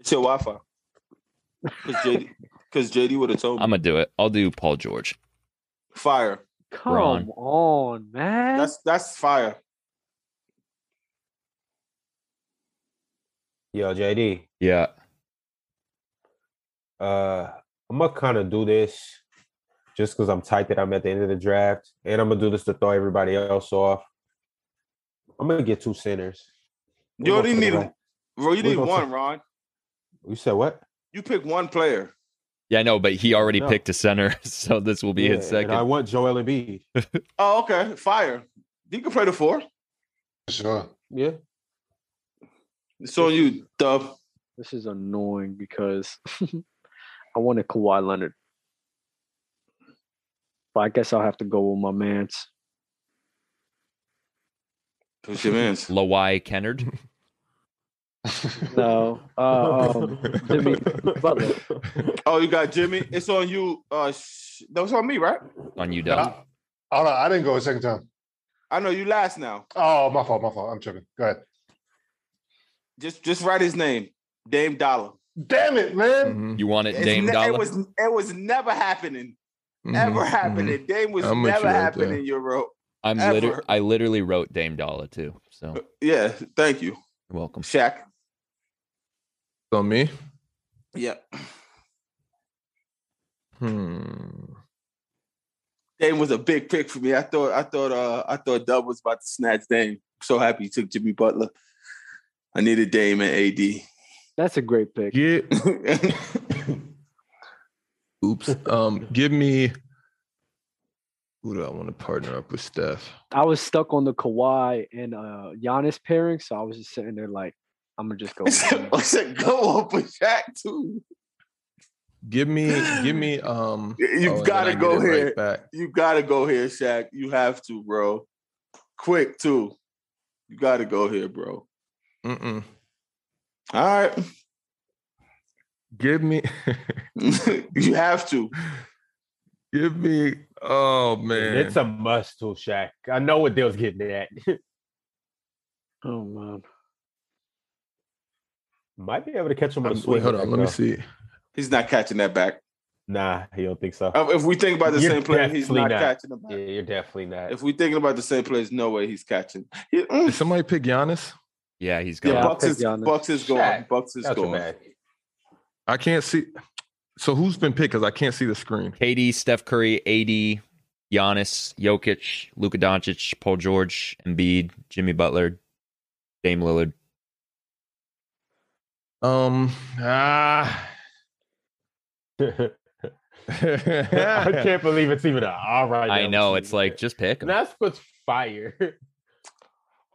S1: it's your Wi-Fi. Because JD, 'cause JD would have told me.
S4: I'm gonna do it. I'll do Paul George.
S1: fire.
S6: Come
S4: Braun.
S6: on, man.
S1: That's that's fire.
S2: Yo, JD,
S4: Yeah,
S2: uh, I'm gonna kind of do this just because I'm tight that I'm at the end of the draft, and I'm gonna do this to throw everybody else off. I'm gonna get two centers.
S1: You already need
S2: one.
S1: Bro, you
S2: We're
S1: need
S2: gonna
S1: one,
S2: talk-
S1: Ron.
S2: You said what?
S1: You pick one player.
S4: yeah, I know, but he already
S2: No.
S4: picked a center, so this will be
S2: Yeah,
S4: his
S2: And I
S4: second.
S2: want Joel Embiid.
S1: Oh, okay. Fire. You can play the four.
S7: sure.
S2: yeah.
S1: It's on you, Dub.
S6: This is annoying because I wanted Kawhi Leonard. But I guess I'll have to go with my man's.
S1: Push your man's.
S4: Lawai Kennard.
S6: No. Uh, um, Jimmy Butler.
S1: Oh, you got Jimmy. It's on you. Uh, sh- that was on me, right?
S4: on you,
S7: I,
S4: Dell.
S7: hold on, I didn't go a second time.
S1: I know you last now.
S7: Oh, my fault, my fault. I'm tripping. Go ahead.
S1: Just just write his name, Dame Dollar.
S7: Damn it,
S2: Mm-hmm.
S7: man.
S4: You
S3: Mhm,
S4: want it,
S1: It's
S4: Dame
S1: ne-
S4: Dollar?
S1: It was it was never happening. Ever
S3: mhm,
S1: happening. Dame was
S3: I'm with
S1: never
S3: you right
S1: happening
S3: there.
S1: in Europe.
S4: I'm liter-
S1: ever.
S4: I literally wrote Dame Dollar too. So
S1: Yeah. Thank you,
S4: you're welcome.
S1: Shaq.
S3: mhm. On me.
S1: Yeah.
S3: Hmm.
S1: Dame was a big pick for me. I thought I thought uh I thought Dub was about to snatch Dame. So happy he took Jimmy Butler. I needed Dame and AD.
S6: That's a great pick.
S3: Get Oops. Um, give me. Who do I want to partner up with, Steph?
S6: I was stuck on the Kawhi and uh Giannis pairing, so I was just sitting there like, I'm gonna just go. with him."
S1: I said go up with Shaq too.
S3: Give me, give me. Um,
S1: You've
S3: and then
S1: gotta
S3: I get
S1: go
S3: it right
S1: here.
S3: back.
S1: You gotta go here, Shaq. You have to, bro. Quick too. You gotta go here, bro.
S3: Mm-mm.
S1: All right.
S3: Give me,
S1: you have to.
S3: give me. Oh man,
S2: It's a must to Shaq. I know what Dale's getting at.
S6: oh man.
S2: Might be able to catch him on
S3: Um,
S2: a
S3: wait,
S2: swing.
S3: hold on.
S2: attack,
S3: Let me
S2: though.
S3: see.
S1: He's not catching that back.
S2: Nah, he don't think so.
S1: Uh, If we think about the
S2: You're
S1: same player, he's
S2: definitely
S1: not,
S2: not.
S1: catching the back.
S2: yeah, you're definitely not.
S1: If we thinking about the same player, there's no way he's catching. He- mm.
S3: Did somebody pick Giannis?
S4: Yeah, he's
S1: Yeah,
S4: gone.
S6: I'll
S1: Bucks
S6: pick
S1: is
S6: Giannis.
S1: Bucks is going.
S2: Shaq.
S1: Bucks is
S2: That's your
S1: going.
S2: bag.
S3: I can't see. So who's been picked? Because I can't see the screen.
S4: KD, Steph Curry, AD, Giannis, Jokic, Luka Doncic, Paul George, Embiid, Jimmy Butler, Dame Lillard.
S3: Um. Ah.
S2: I can't believe it's even an all right.
S4: I
S2: now.
S4: know it's like just pick 'em.
S2: that's what's fire. Mm.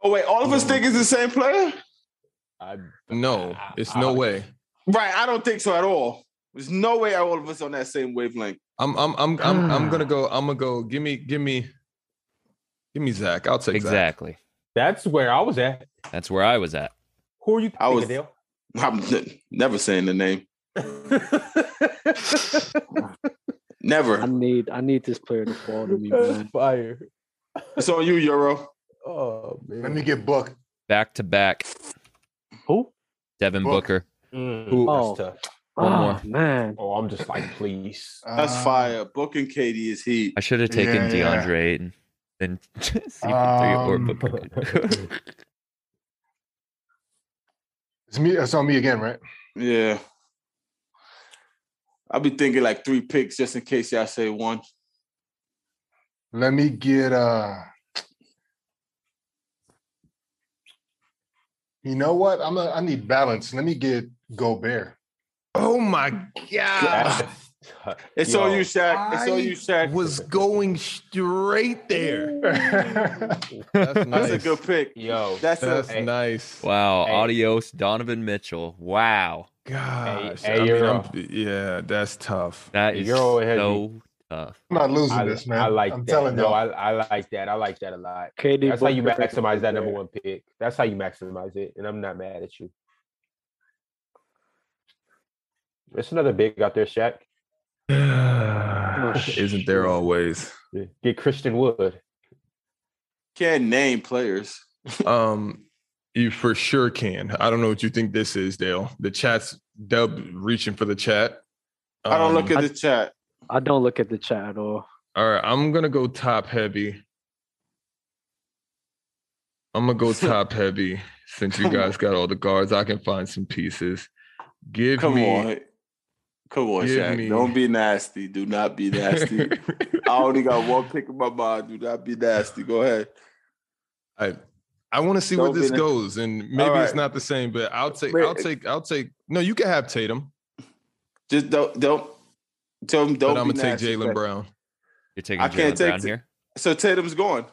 S1: Oh wait, all of us think it's the same player.
S2: I
S3: No,
S2: I-
S3: it's
S2: I-
S3: no way.
S1: Right. I don't think so at all. There's no way all of us on that same wavelength.
S3: I'm I'm I'm I'm, I'm gonna go. I'm gonna go. Give me give me give me Zach. I'll take Zach.
S4: Exactly.
S2: that's where I was at.
S4: That's where I was at.
S2: Who are you?
S1: I
S2: thinking,
S1: was-
S2: Dale?
S1: I'm n- never saying the name. Never.
S6: I need I need this player to fall to me, man.
S2: Fire.
S1: It's on you, Euro.
S2: Oh
S7: Let
S2: man.
S7: me get booked.
S4: Back to back,
S6: Who?
S4: Devin Booker.
S7: Booker.
S2: Mm,
S3: Who-
S6: Oh.
S2: that's tough.
S4: One
S6: Oh man.
S2: Oh, I'm just like, please.
S1: That's
S3: Um,
S7: Uh,
S1: fire. Book and Katie is heat.
S4: I should have taken
S7: Yeah, yeah.
S4: DeAndre Ayton and CP3 or
S7: Um,
S4: Booker.
S7: It's me. It's on me again, right?
S1: Yeah. I'll be thinking like three picks just in case y'all say one.
S7: Let me get uh You know what? I'm a, I need balance. Let me get Gobert.
S3: Oh my
S2: That's
S3: god!
S2: tough.
S1: It's
S2: Yo,
S1: on you, Shaq. It's on you,
S3: I
S1: Shaq.
S3: was going straight there.
S7: That's
S3: That's nice.
S1: That's a good pick.
S2: Yo,
S1: That's,
S3: That's
S1: a,
S2: Hey.
S3: nice.
S4: wow.
S2: Hey.
S4: Adios, Donovan Mitchell. Wow.
S3: Gosh,
S2: hey,
S3: I mean,
S2: Euro.
S3: I'm- yeah, that's tough.
S4: That is
S2: You're all ahead,
S4: so tough.
S7: I'm not losing
S2: I,
S7: this, man.
S2: I like
S7: I'm
S2: that.
S7: telling
S2: no,
S7: you.
S2: I, I like that. I like that a lot.
S6: KD
S2: That's how you
S6: Booker.
S2: maximize that number one pick. That's how you maximize it, and I'm not mad at you. There's another big out there, Shaq.
S1: Oh,
S3: Isn't there always?
S2: Get Christian Wood.
S1: can't name players.
S3: Um, you for sure can. I don't know what you think this is, Dale. The chat's dub reaching for the chat.
S1: I don't
S3: Um,
S1: look at the chat.
S6: I don't look at the chat at all.
S3: All right, I'm gonna go top heavy. I'm gonna go top heavy since you
S1: Come on.
S3: guys got all the guards. I can find some pieces. Give
S1: Come
S3: me.
S1: on. Come on,
S3: Give
S1: Shaq.
S3: me-
S1: Don't be nasty. Do not be nasty. I only got one pick in my mind. Do not be nasty. Go ahead.
S3: I, I want to see where
S1: Don't be
S3: this
S1: na-
S3: goes, and maybe it's
S1: right.
S3: not the same, but I'll take.
S1: Wait. uh,
S3: I'll take. I'll take. No, you can have Tatum,
S1: Just don't don't tell him don't
S3: but I'm
S1: be
S3: gonna take
S1: nasty,
S3: Jalen
S1: Shaq.
S3: Brown.
S4: You're taking
S1: I can't
S4: Jalen
S1: take
S4: Brown
S1: the-
S4: here.
S1: So Tatum's going.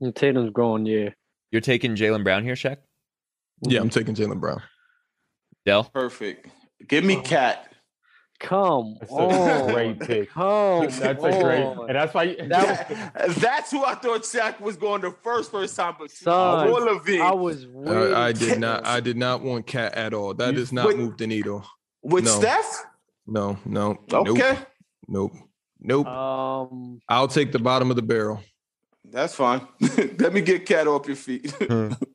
S6: And Tatum's growing, yeah.
S4: You're taking Jalen Brown here, Shaq.
S3: Yeah, I'm taking Jalen Brown.
S4: Dell.
S1: Perfect. Give
S3: Oh.
S1: me cat.
S6: Come
S2: That's a
S6: on.
S2: great pick.
S1: Oh,
S6: Come
S2: That's a great,
S6: on.
S2: and that's why. You,
S6: That
S1: That's who I thought Shaq was going the first first time, but
S6: Son,
S1: all of
S6: I
S1: it.
S6: was
S3: Uh,
S6: waiting.
S3: I did not. I did not want Cat at all. That
S2: You-
S3: does not
S1: Wait.
S3: move the needle.
S1: With
S3: No.
S1: Steph?
S3: No, no.
S1: Okay.
S3: Nope. Nope. nope.
S6: Um,
S3: I'll take the bottom of the barrel.
S1: That's fine. Let me get cat off your feet.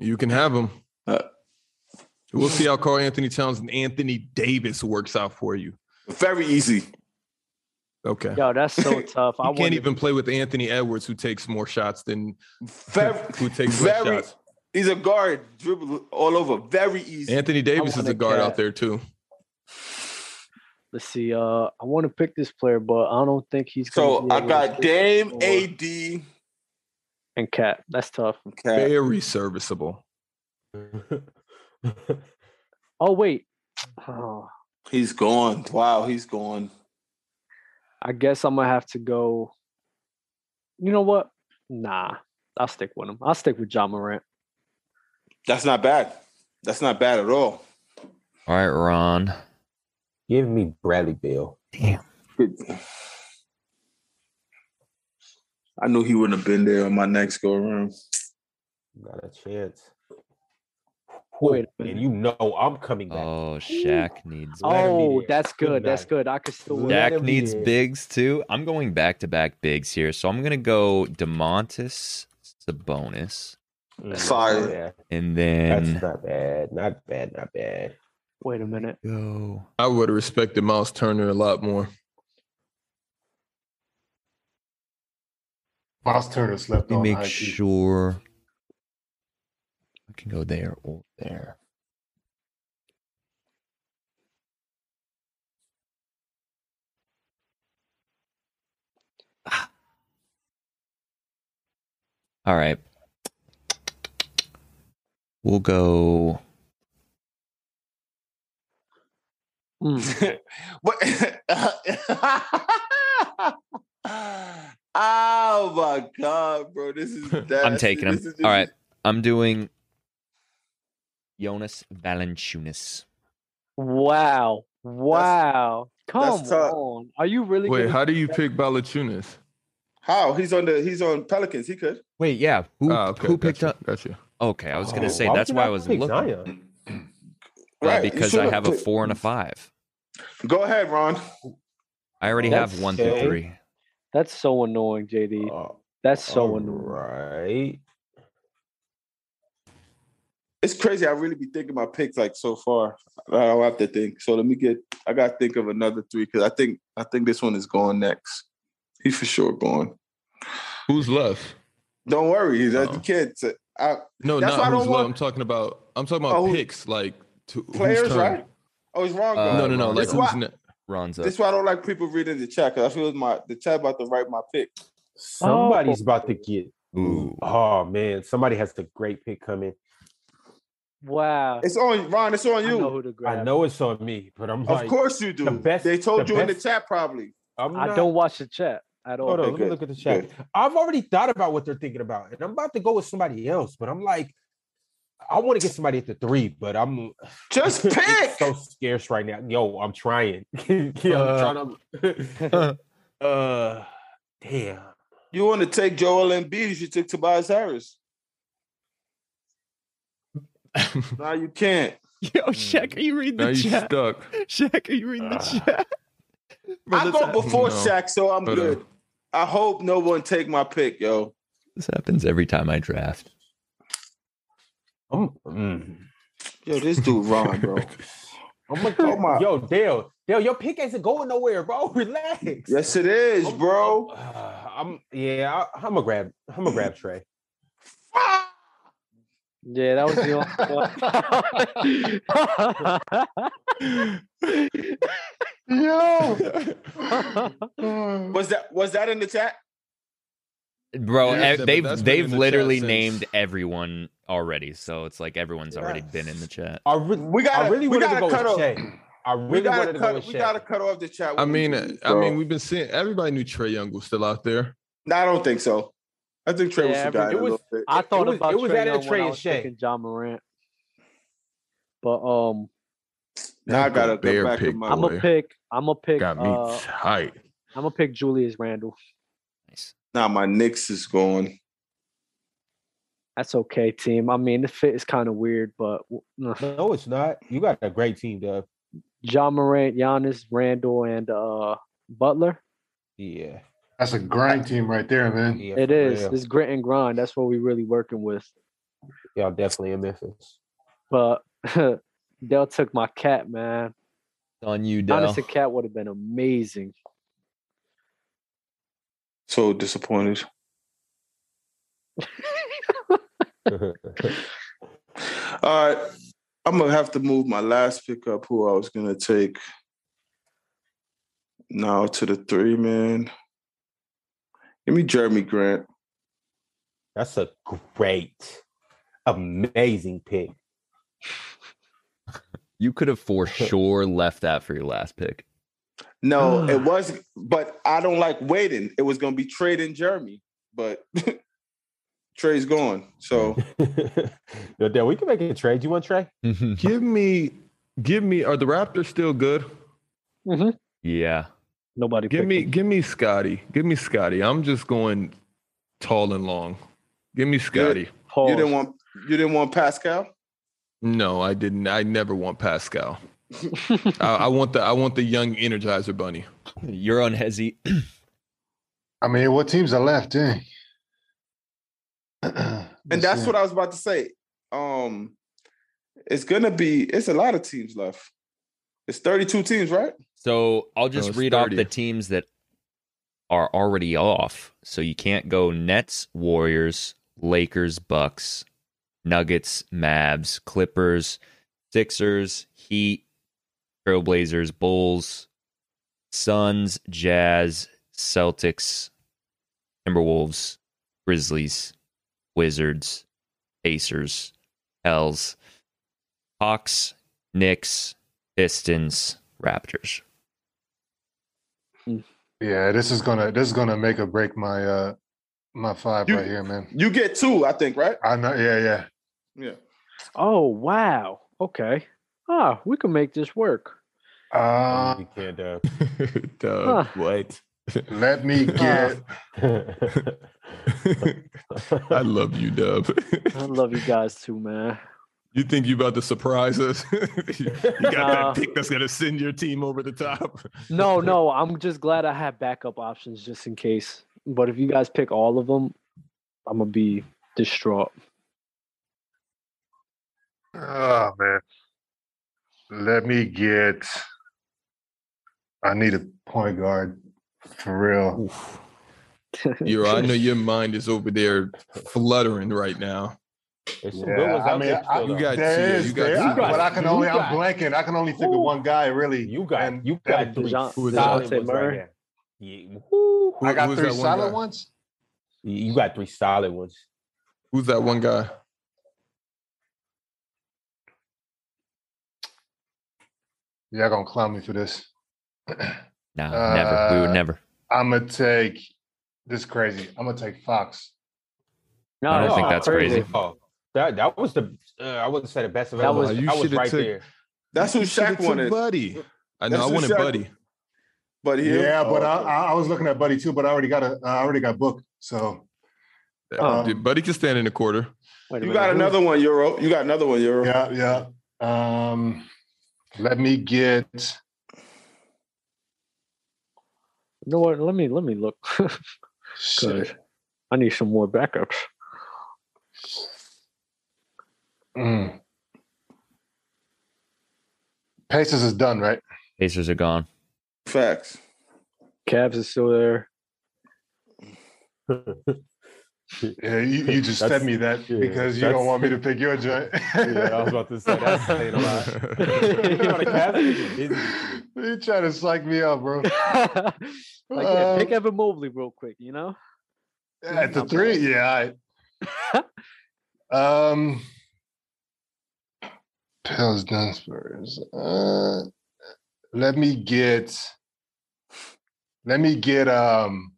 S3: You can have him.
S1: Uh,
S3: we'll see how Carl Anthony Towns and Anthony Davis works out for you.
S1: Very easy.
S3: Okay.
S6: yo, that's so tough. I
S3: I can't
S6: wonder-
S3: even play with Anthony Edwards, who takes more shots than
S1: Very,
S3: who takes less
S1: very
S3: shots.
S1: he's a guard, dribble all over. Very easy.
S3: Anthony Davis is
S6: want
S3: a
S6: a
S3: guard out
S6: Cat.
S3: there too.
S6: Let's see. Uh, I want to pick this player, but I don't think he's
S1: so
S6: gonna. be
S1: I
S6: able to
S1: got
S6: shoot
S1: Dame
S6: anymore.
S1: AD.
S6: and Cat. That's tough.
S1: Cat.
S3: Very serviceable.
S6: Oh wait. Oh,
S1: He's gone. Wow, he's gone.
S6: I guess I'm gonna have to go. You know what? Nah, I'll stick with him. I'll stick with John Morant.
S1: That's not bad. That's not bad at all.
S4: All right, Ron.
S2: Give me Bradley Bill.
S1: I knew he wouldn't have been there on my next go around.
S2: Not a chance.
S6: Wait a
S2: and
S6: minute.
S2: you know I'm coming back.
S4: Oh, Shaq needs.
S2: Let him be
S6: oh,
S2: there.
S6: that's
S2: Good
S6: good. That's
S2: night.
S6: good. I could still.
S2: Let
S6: win.
S2: That-
S4: Dak
S2: him be
S4: needs
S2: it.
S4: bigs too. I'm going back to back bigs here, so I'm gonna go Demontis Sabonis,
S2: Mm,
S1: Fire.
S2: yeah,
S4: and
S2: that's
S4: then
S2: not bad. Not bad. Not bad.
S6: Wait a minute.
S4: go.
S3: I would have respected Miles Turner a lot more.
S7: Miles Turner slept
S4: Let me
S7: on
S4: make
S7: IG.
S4: sure I can go there or there. Ah. All right. We'll go.
S6: Mm.
S1: But oh my god, bro, this is.
S3: I'm
S1: Nasty.
S4: taking him.
S1: This is just-
S4: All right. I'm doing Jonas Valanciunas.
S6: Wow. Wow. Come
S1: tough.
S6: on. Are you really
S3: Wait,
S6: gonna-
S3: how do you pick Balachunas?
S1: How he's on the he's on Pelicans. He could.
S4: Wait, yeah. Who,
S3: Ah, okay,
S4: who picked
S3: gotcha,
S4: up?
S3: Gotcha.
S4: Oh, Okay, I was going to
S2: Oh,
S4: say
S2: would
S4: that's
S2: you
S4: why I
S2: not
S4: was
S2: pick
S4: looking.
S2: Zion?
S4: Uh,
S1: Right, you
S4: because
S1: should
S4: I have a
S1: picked-
S4: four and a five.
S1: Go ahead, Ron.
S4: I already have
S2: That's
S4: one
S2: okay.
S4: through three.
S6: That's so annoying, JD.
S2: Oh,
S6: That's so
S2: all
S6: annoying.
S2: right.
S1: It's crazy. I really be thinking my picks like so far. I don't have to think. So let me get. I gotta think of another three because I think I think this one is going next. He's for sure going.
S3: Who's left?
S1: Don't worry, he's
S3: Oh.
S1: the kids. I,
S3: No,
S1: That's why I
S3: not
S1: don't
S3: who's left.
S1: want-
S3: I'm talking about. I'm talking about
S1: Oh, who-
S3: picks, like to, who's
S1: players,
S3: turn.
S1: right? Oh, it's wrong.
S4: Uh,
S1: though.
S3: No, no, no.
S4: Ron's
S3: Like
S1: up.
S3: who's
S1: Why-
S3: ne-
S4: Ron's up.
S1: That's why I don't like people reading the chat because I feel my the chat about to write my pick.
S2: Somebody's about to get.
S4: Ooh.
S2: Oh man, somebody has the great pick coming.
S6: Wow.
S1: It's on Ron. It's on
S6: I know
S1: you.
S6: who to grab.
S2: I know it's on me, but I'm
S1: Of
S2: like,
S1: course you do.
S2: the best-
S1: they told
S2: the
S1: you in the
S2: best-
S1: chat probably.
S2: I'm
S6: I
S2: not-
S6: don't watch the chat at all.
S2: Hold on,
S1: Okay,
S2: let
S1: good,
S2: me look at the chat. I've already thought about what they're thinking about, and I'm about to go with somebody else. But I'm like, I want to get somebody at the three, but I'm
S1: Just
S2: it's
S1: pick.
S2: so scarce right now. Yo, I'm trying. yeah,
S1: Uh,
S2: I'm trying to. uh, damn.
S1: you want to take Joel Embiid? You should take Tobias Harris. no, you can't.
S8: Yo, Shaq, are you reading
S3: now
S8: the
S3: you
S8: chat?
S3: stuck.
S8: Shaq, are you reading the
S4: Ah.
S8: chat? Bro,
S1: I
S8: this,
S1: go before
S3: No.
S1: Shaq, so I'm
S3: Hold on.
S1: good. I hope no one take my pick, yo.
S4: this happens every time I draft.
S2: I'm, mm.
S1: Yo, this dude Ron, bro.
S2: I'm gonna
S1: Oh
S2: go-
S1: my-
S2: Yo, Dale, Dale, your pick isn't going nowhere, bro. Relax.
S1: yes, it is, bro.
S2: Uh, I'm yeah. I, I'm gonna grab. I'm gonna grab Trey.
S1: oh.
S6: Yeah, that was the only one.
S1: Was that was that in the chat?
S4: Bro,
S3: Yeah,
S4: eh,
S3: but
S4: they've
S3: that's been in
S4: they've
S3: the chat
S4: literally
S3: since-
S4: named everyone already, so it's like everyone's already been in the chat.
S2: I, re-
S1: We got.
S2: I really
S1: we
S2: wanted to
S1: gotta
S2: go
S1: cut
S2: with
S1: off.
S2: Shay. I
S1: We
S2: really wanted
S1: gotta
S2: to
S1: cut.
S2: go with
S1: we
S2: Shay.
S1: gotta cut off the chat.
S3: I mean, I
S1: bro.
S3: mean, we've been seeing everybody knew Trey Young was still out there.
S1: No, I don't think so. I think Trey was
S6: Yeah,
S1: forgotten
S2: it
S1: a
S2: was-
S1: little bit.
S2: It-
S6: I
S2: it
S6: thought
S2: was-
S6: about
S2: it was
S6: Trae
S2: at a
S6: Young when
S2: Trae
S6: I
S2: and
S6: was
S2: Shaq.
S6: picking John Morant, but um,
S3: That
S1: Now I gotta
S3: bear
S1: go back to
S3: pick,
S1: my.
S6: I'm gonna
S3: Boy.
S6: pick. I'm gonna pick.
S3: Got me
S6: Uh,
S3: tight.
S6: I'm gonna pick Julius Randle.
S4: Nice.
S1: Now my Knicks is going.
S6: That's okay, team. I mean, the fit is kind of weird, but w-
S2: No, it's not. You got a great team, Dub.
S6: John Morant, Giannis, Randle, and uh, Butler.
S2: Yeah,
S7: That's a grind team right there, man.
S2: yeah.
S6: It
S2: for
S6: is.
S2: real.
S6: It's grit and grind. That's what we really working with.
S2: Y'all definitely in Memphis.
S6: But Dell took my cat, man.
S4: On you, Dell.
S6: Giannis and cat would have been amazing.
S1: So disappointed. All right, I'm gonna have to move my last pickup. Who I was gonna take now to the three man. Give me Jeremy Grant.
S2: That's a great, amazing pick.
S4: You could have for sure left that for your last pick.
S1: No, it was, but I don't like waiting. It was gonna be trading Jeremy, but Trey's gone. So
S2: Yo, Dale, we can make a trade. You want Trey?
S3: Give me, give me. Are the Raptors still good?
S4: yeah.
S6: Nobody
S3: Give
S6: picked
S3: me,
S6: him.
S3: give me Scotty. Give me Scotty. I'm just going tall and long. Give me Scotty.
S1: you
S6: Pause.
S1: didn't want you didn't want Pascal.
S3: No, I didn't. I never want Pascal. I, I want the I want the young Energizer Bunny.
S4: You're on Hezzy.
S7: I mean, what teams are left? eh? Dang.
S1: and that's what I was about to say. Um, it's gonna be. It's a lot of teams left. It's thirty-two teams, right?
S4: So I'll just
S3: it's
S4: read off
S3: 30.
S4: the teams that are already off. So you can't go Nets, Warriors, Lakers, Bucks, Nuggets, Mavs, Clippers, Sixers, Heat, Trailblazers, Bulls, Suns, Jazz, Celtics, Timberwolves, Grizzlies, Wizards, Pacers, Hells, Hawks, Knicks, Pistons, Raptors.
S7: Yeah, this is gonna this is gonna make or break my uh my five
S1: You-
S7: right here, man.
S1: You get two, I think, right?
S7: I know. Yeah, yeah.
S1: Yeah.
S6: Oh wow. Okay. Ah, we can make this work.
S7: Uh,
S2: Oh, you can't
S3: Duh,
S6: Huh.
S3: what?
S7: let me get.
S2: dub.
S3: I love you, Dub.
S6: I love you guys too, man.
S3: You think you about to surprise us? you got
S6: Nah.
S3: that pick that's gonna send your team over the top.
S6: No, no, I'm just glad I have backup options just in case. But if you guys pick all of them, I'm gonna be distraught.
S7: Oh man. Let me get. I need a point guard for real.
S3: You're, I know your mind is over there fluttering right now.
S2: There's some
S7: Yeah,
S2: good ones
S7: I
S2: out
S7: mean,
S2: there
S7: I-
S2: still,
S3: you
S2: though.
S3: got
S7: There
S3: Tia,
S7: is,
S3: you got
S7: there-
S3: Tia.
S7: I- but I can
S2: You
S7: only.
S2: got-
S7: I'm blanking. I can only think of
S2: Who?
S7: one guy really.
S2: You got
S7: and
S2: you
S7: that-
S2: got
S6: three.
S2: Dejon-
S3: Who is that?
S2: solid
S6: Dejounte
S2: ones
S6: Murray?
S2: right there. Yeah, woo.
S3: Who-
S7: I got
S3: who's
S7: three
S3: that one
S7: solid
S3: guy?
S7: ones.
S2: You got three solid ones.
S3: Who's that one guy?
S7: Y'all gonna clown me for this.
S4: No, never. We
S7: Uh,
S4: would never.
S7: I'm gonna take this is crazy. I'm gonna take Fox.
S6: No,
S4: I don't
S6: that's
S4: think
S6: not
S4: that's crazy.
S2: Oh, that that was the uh, I wouldn't say the best of
S6: That
S2: ever.
S6: was-
S2: I
S3: You
S2: was
S3: should've
S2: right
S3: took-
S2: there.
S1: That's who
S3: You should've
S1: Shaq
S3: took
S1: wanted.
S3: Buddy. I know.
S1: That's
S3: I
S1: who
S3: wanted
S1: Shaq-
S3: Buddy.
S1: But here,
S7: Yeah, but I,
S1: Oh,
S7: I I was looking at Buddy too, but I already got a I already got booked. So
S1: Um,
S6: Oh.
S3: Dude, Buddy can stand in a quarter.
S6: Wait a
S1: you
S6: minute,
S1: got
S6: who-
S1: another one, Euro. You got another one, Euro.
S7: yeah, yeah. Um, let me get.
S6: You know what? Let me let me look.
S7: Shit.
S6: I need some more backups.
S7: Mm. Pacers is done, right?
S4: Pacers are gone.
S1: Facts.
S6: Cavs is still there.
S7: Yeah, you, you just
S2: That's-
S7: said me that
S2: yeah,
S7: because you don't
S2: that's-
S7: want me to pick your joint.
S2: Yeah, I was about to say that's saying a lot. the Cavs niggas busy this year.
S7: you trying to psych me up, bro.
S6: like, yeah, pick
S7: Um,
S6: Evan Mobley real quick, you know?
S7: At the
S6: I'm
S7: three, yeah.
S6: sorry.
S7: I, um, Pels done Spurs. Uh, let me get. Let me get um.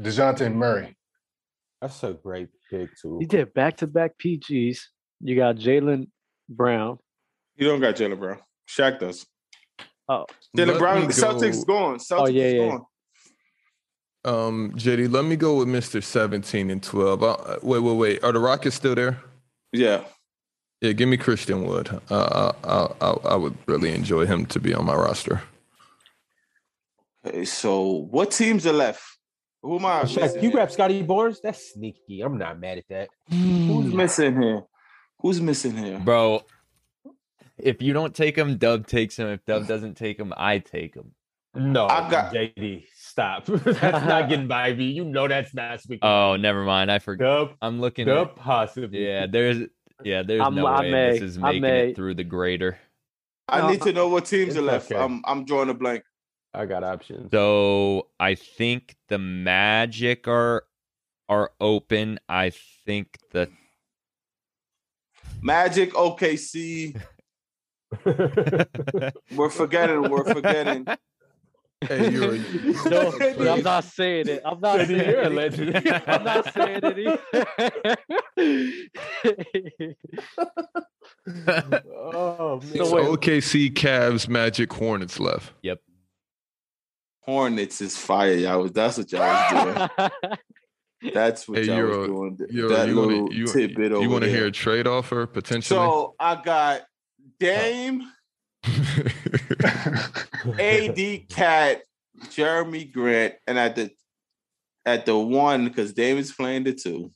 S7: Dejounte Murray.
S2: That's a great pick too.
S6: You did back to back PGs. You got Jalen Brown.
S1: You don't got Jalen Brown. Shaq does.
S6: Oh.
S1: Jalen
S3: Let
S1: Brown.
S3: me
S1: Celtics
S3: go-
S1: gone. Celtics
S6: yeah,
S1: is
S6: yeah.
S1: gone.
S3: Um, JD, let me go with Mister Seventeen and Twelve. Uh, wait, wait, wait. Are the Rockets still there?
S1: Yeah.
S3: Yeah, give me Christian Wood. Uh, I, I, I, I would really enjoy him to be on my roster.
S1: Okay, so what teams are left? Who am I?
S2: Shaq,
S1: missing
S2: you
S1: here?
S2: grab Scotty Barnes. That's sneaky. I'm not mad at that.
S1: Who's missing here? Who's missing here?
S8: Bro, if you don't take him, Dub takes him. If Dub doesn't take him, I take him.
S2: No,
S1: I got-
S2: JD. Stop. that's not getting by me. You know that's not sneaky.
S6: Uh,
S8: Oh, never mind. I forgot.
S2: Dub,
S8: I'm looking.
S2: dub,
S8: At,
S2: possibly.
S8: yeah, there's. Yeah, there's
S6: I'm-
S8: no
S6: I
S8: way
S6: may-
S8: this is
S6: I
S8: making
S6: may.
S8: it through the grader.
S1: I need to know what teams
S2: It's
S1: are left. um,
S2: okay.
S1: I'm I'm drawing a blank.
S2: I got options.
S8: So I think the Magic are are open. I think the
S1: Magic, OKC. We're forgetting. We're forgetting.
S3: Hey, you're a,
S6: No,
S3: Please.
S6: I'm not saying it. I'm not
S2: Said
S6: saying
S2: he, you're a
S6: it.
S2: legend.
S6: I'm not saying it either.
S2: oh man.
S3: it's OKC, Cavs, Magic, Hornets left.
S1: Hornets is fire, y'all. That's what y'all was doing. That's what
S3: Hey,
S1: y'all
S3: Euro,
S1: was doing. Th-
S3: You're,
S1: that
S3: you
S1: little
S3: want to you,
S1: tidbit over
S3: you wanna
S1: there.
S3: hear a trade offer potentially?
S1: So I got Dame, AD, Cat, Jeremy Grant, and at the at the one because Dame is playing the two.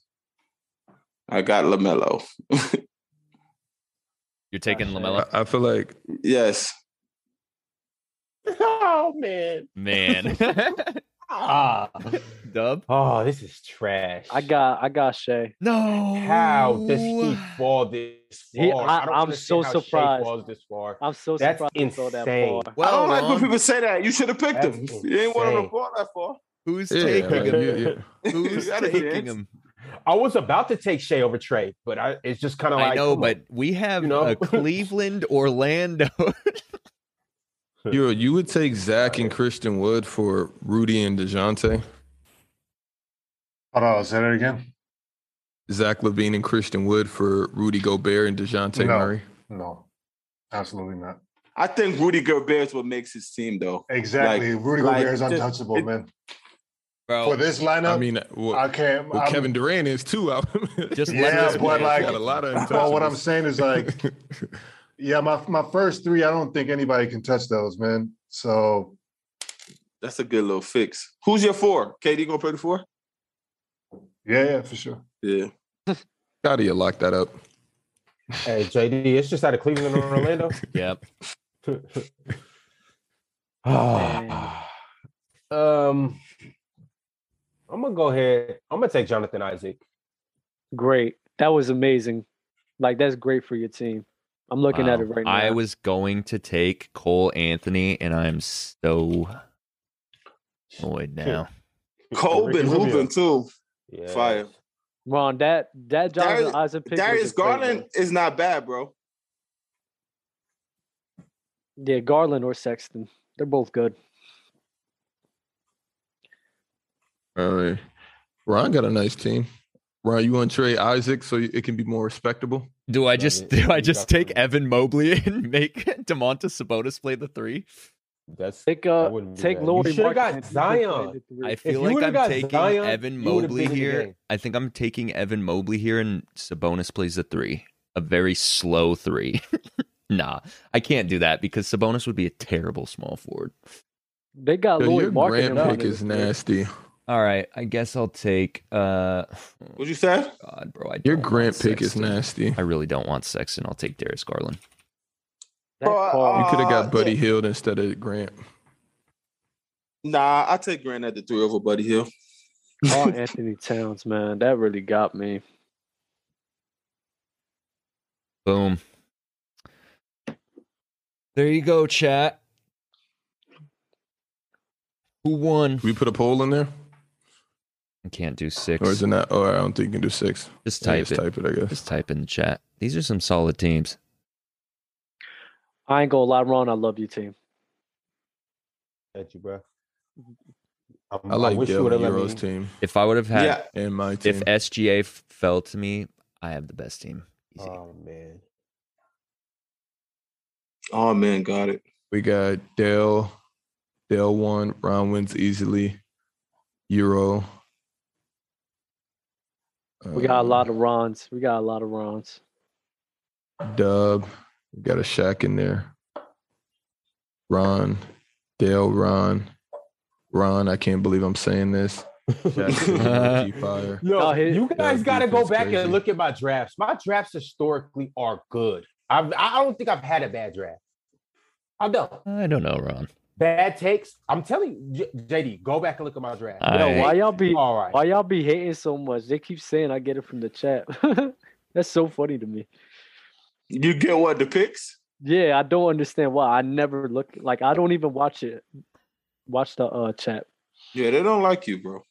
S1: I got Lamelo.
S8: you're taking Lamelo.
S3: I, I feel like
S1: Yes,
S2: oh man.
S8: Man,
S2: Ah.
S8: Dub.
S2: Oh, this is trash.
S6: I got I got Shay.
S8: No.
S2: how does he fall this far?
S6: He- I-
S2: I, don't
S6: I'm
S2: understand
S6: so
S2: how Shea
S6: surprised.
S2: falls this far.
S6: I'm so
S2: That's
S6: surprised you throw that
S2: insane.
S6: far.
S1: I don't like when
S8: Ron,
S1: people say that. You should have picked
S2: That's
S1: him. You ain't want him to
S2: insane.
S1: fall that far.
S8: Who's
S3: yeah,
S8: taking
S3: like,
S8: him?
S3: yeah, yeah.
S8: Who's
S1: You got a
S8: taking
S1: chance.
S8: him?
S2: I was about to take Shea over Trey, but I, it's just kind of like
S8: I know,
S2: come on.
S8: but we have
S2: You know?
S8: a Cleveland, Orlando.
S3: Euro, you would take Zach and Christian Wood for Rudy and DeJounte.
S7: Hold on, say that again.
S3: Zach Levine and Christian Wood for Rudy Gobert and Dejounte
S7: No.
S3: Murray?
S7: No, absolutely not.
S1: I think Rudy Gobert is what makes his team, though.
S7: Exactly. Rudy
S1: like,
S7: Gobert is
S1: just-
S7: untouchable,
S1: it-
S7: man.
S8: Bro,
S4: Oh,
S7: For this lineup,
S3: I
S7: I,
S3: mean, well,
S7: can't.
S3: well,
S7: I'm-
S3: Kevin Durant is too. I-
S4: Just
S7: let Yeah, us but play. like-
S3: got a lot of.
S7: Well, what I'm
S3: untouchables.
S7: saying is like, yeah, my my first three, I don't think anybody can touch those, man. So
S1: That's a good little fix. Who's your four? KD gonna play the four?
S7: yeah, yeah, for sure.
S1: Yeah.
S3: how do you lock that up?
S2: Hey, JD, it's just out of Cleveland or Orlando.
S4: Yep.
S2: Ah. um, I'm gonna go ahead. I'm gonna take Jonathan Isaac.
S6: Great. That was amazing. Like that's great for your team. I'm looking at
S4: Wow.
S6: it right now.
S4: Um, I was going to take Cole Anthony, and I'm so annoyed now.
S1: Colbin
S7: Ricky Rubio.
S1: Rubin too.
S2: Yeah.
S1: Fire.
S6: Ron. That that Jonathan
S1: Darius-
S6: Isaac pick. was
S1: Darius
S6: a great one.
S1: Garland is not bad, bro.
S6: Yeah, Garland or Sexton. They're both good.
S3: All right, Ron got a nice team. Ron, you want to trade Isaac so it can be more respectable?
S4: Do I
S2: Love
S4: just
S2: it.
S4: do I
S2: You
S4: just
S2: got
S4: take
S2: it.
S4: Evan Mobley and make Demontis Sabonis play the three?
S2: That's
S6: Take
S2: I
S6: uh,
S2: wouldn't do
S6: take
S2: that.
S6: Lori.
S2: You should have
S6: Markkanen.
S2: got
S6: He could play
S2: Zion.
S6: the three.
S4: I feel
S2: you
S4: like
S2: would've
S4: I'm
S2: got
S4: taking
S2: Zion,
S4: Evan
S2: you would've
S4: Mobley
S2: been in the
S4: here.
S2: game.
S4: I think I'm taking Evan Mobley here, and Sabonis plays the three, a very slow three. nah, I can't do that because Sabonis would be a terrible small forward.
S6: They got
S7: Uh,
S3: Yo,
S6: Lori
S3: your
S6: Markin.
S3: grand pick is nasty.
S4: All right, I guess I'll take. uh
S1: What you say?
S4: God, bro, I
S3: Your
S7: Oh,
S4: don't
S3: Grant
S4: want
S3: pick is
S4: Sexton.
S3: nasty.
S4: I really don't want Sexton. I'll take Darius Garland.
S1: Oh,
S3: You could have
S1: Uh,
S3: got Buddy
S1: yeah.
S3: Hield instead of Grant.
S1: Nah, I take Grant at the three over Buddy Hill.
S6: Oh, Anthony Towns, man, that really got me.
S4: Boom. There you go, chat. Who won?
S3: We put a poll in there,
S4: I can't do six.
S3: or is it not? Oh, I don't think you can do six.
S4: Just
S3: Yeah,
S4: type
S3: just
S4: it.
S3: type it, I guess.
S4: Just type in the chat. These are some solid teams.
S6: I ain't gonna lie, Ron. I love your team.
S2: at you, bro. I'm-
S3: I like Gail
S2: would've let
S3: Euro's
S2: me-
S3: team
S4: If I would have had,
S1: Yeah.
S3: and my team.
S4: if e- SGA f- fell to me, I have the best team. Easy.
S2: Oh man,
S1: Oh man, got it.
S3: We got Dale. Dale won. Ron wins easily. Euro.
S6: We
S2: Uh,
S6: got a
S3: Um,
S6: lot of Rons. We got a lot of Rons.
S3: of dub. We got a Shaq in there. Ron. Dale. Ron. Ron. I can't believe I'm saying this. Shaq is a fire.
S2: yo,
S6: No, his-
S2: you guys
S3: That
S2: got to go
S3: defense
S2: back
S3: crazy.
S2: and look at my drafts. My drafts historically are good. I've, I don't think I've had a bad draft. I don't.
S4: I don't know, Ron.
S2: Bad takes. I'm telling you, J- JD, go back and look at my draft.
S4: All
S6: Yo,
S4: right.
S6: why y'all be
S2: All right.
S6: why y'all be hating so much? They keep saying I get it from the chat. That's so funny to me.
S1: You get what the picks?
S6: Yeah, I don't understand why. I never look like I don't even watch it. Watch the uh chat.
S1: Yeah, they don't like you, bro.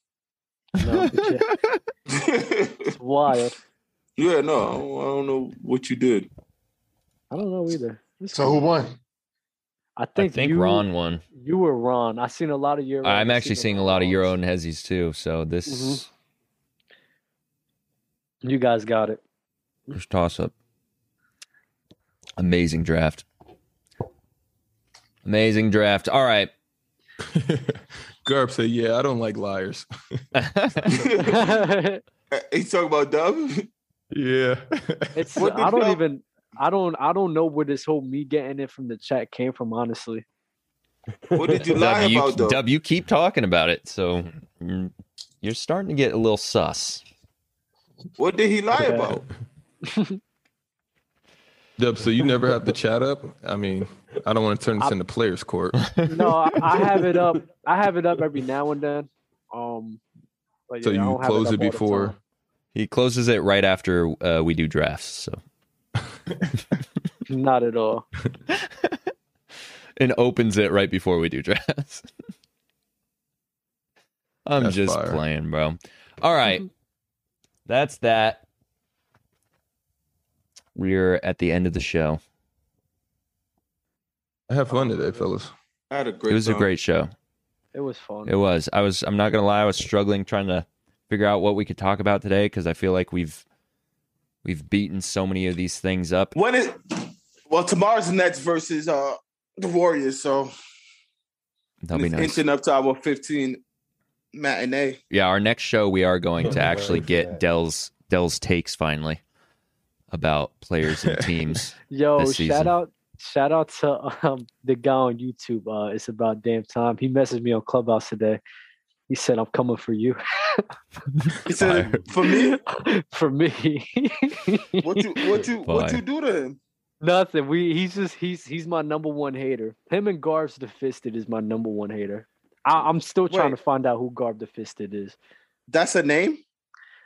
S6: No, the chat. It's wild.
S1: yeah, no, I don't, I don't know what you did.
S6: I don't know either. It's
S7: So
S6: cool.
S7: who won?
S6: I
S4: I
S6: think,
S4: think
S6: you,
S4: Ron won.
S6: You were Ron. I seen a lot of your. uh,
S4: I'm actually seeing a lot of Euro and Hezzies too. So this
S6: Mhm. You guys got it.
S4: There's toss up. Amazing draft. Amazing draft. All right.
S3: Garb said, "Yeah, I don't like liars."
S1: He's talking about Dub.
S3: Yeah.
S6: It's
S1: What the
S6: I don't
S1: hell?
S6: even I don't I don't know where this whole me getting it from the chat came from, honestly.
S1: What did you lie
S4: W,
S1: about though?
S4: W, keep talking about it. So mm, you're starting to get a little sus.
S1: What did he lie about?
S3: Dub, so you never have to chat up. I mean, I don't want to turn this into players' court.
S6: No, I, I have it up. I have it up every now and then. Um but
S3: So
S6: yeah, I
S3: you
S6: don't have
S3: close
S6: up
S3: it
S6: all the
S3: before.
S6: time.
S4: He closes it right after uh, we do drafts. So
S6: Not at all.
S4: and opens it right before we do drafts. I'm
S3: That's
S4: just
S3: fire.
S4: playing, bro. All right. That's that. We're at the end of the show.
S3: I had fun today, fellas.
S1: I had a great.
S4: It was a
S1: time.
S4: great show.
S6: It was fun.
S4: It was. I was. I'm not gonna lie. I was struggling trying to figure out what we could talk about today because I feel like we've We've beaten so many of these things up.
S1: When is well tomorrow's Nets versus uh the Warriors, so
S4: That'll be
S1: it's
S4: nice.
S1: inching up to our 15 matinee.
S4: Yeah, our next show we are going to
S2: Very
S4: actually get
S2: fat.
S4: Dell's Dell's takes finally about players and teams.
S6: Yo,
S4: this season.
S6: shout out shout out to um, the guy on YouTube. Uh, it's about damn time. He messaged me on Clubhouse today. He said, "I'm coming for you."
S1: He said, for me,
S6: for me,
S1: what you what you what
S4: Bye.
S1: you do to him?
S6: nothing. We he's just he's he's my number one hater. Him and Garv's the Fisted is my number one hater. I, I'm still trying
S1: Wait.
S6: to find out who Garb the Fisted is.
S1: That's a name?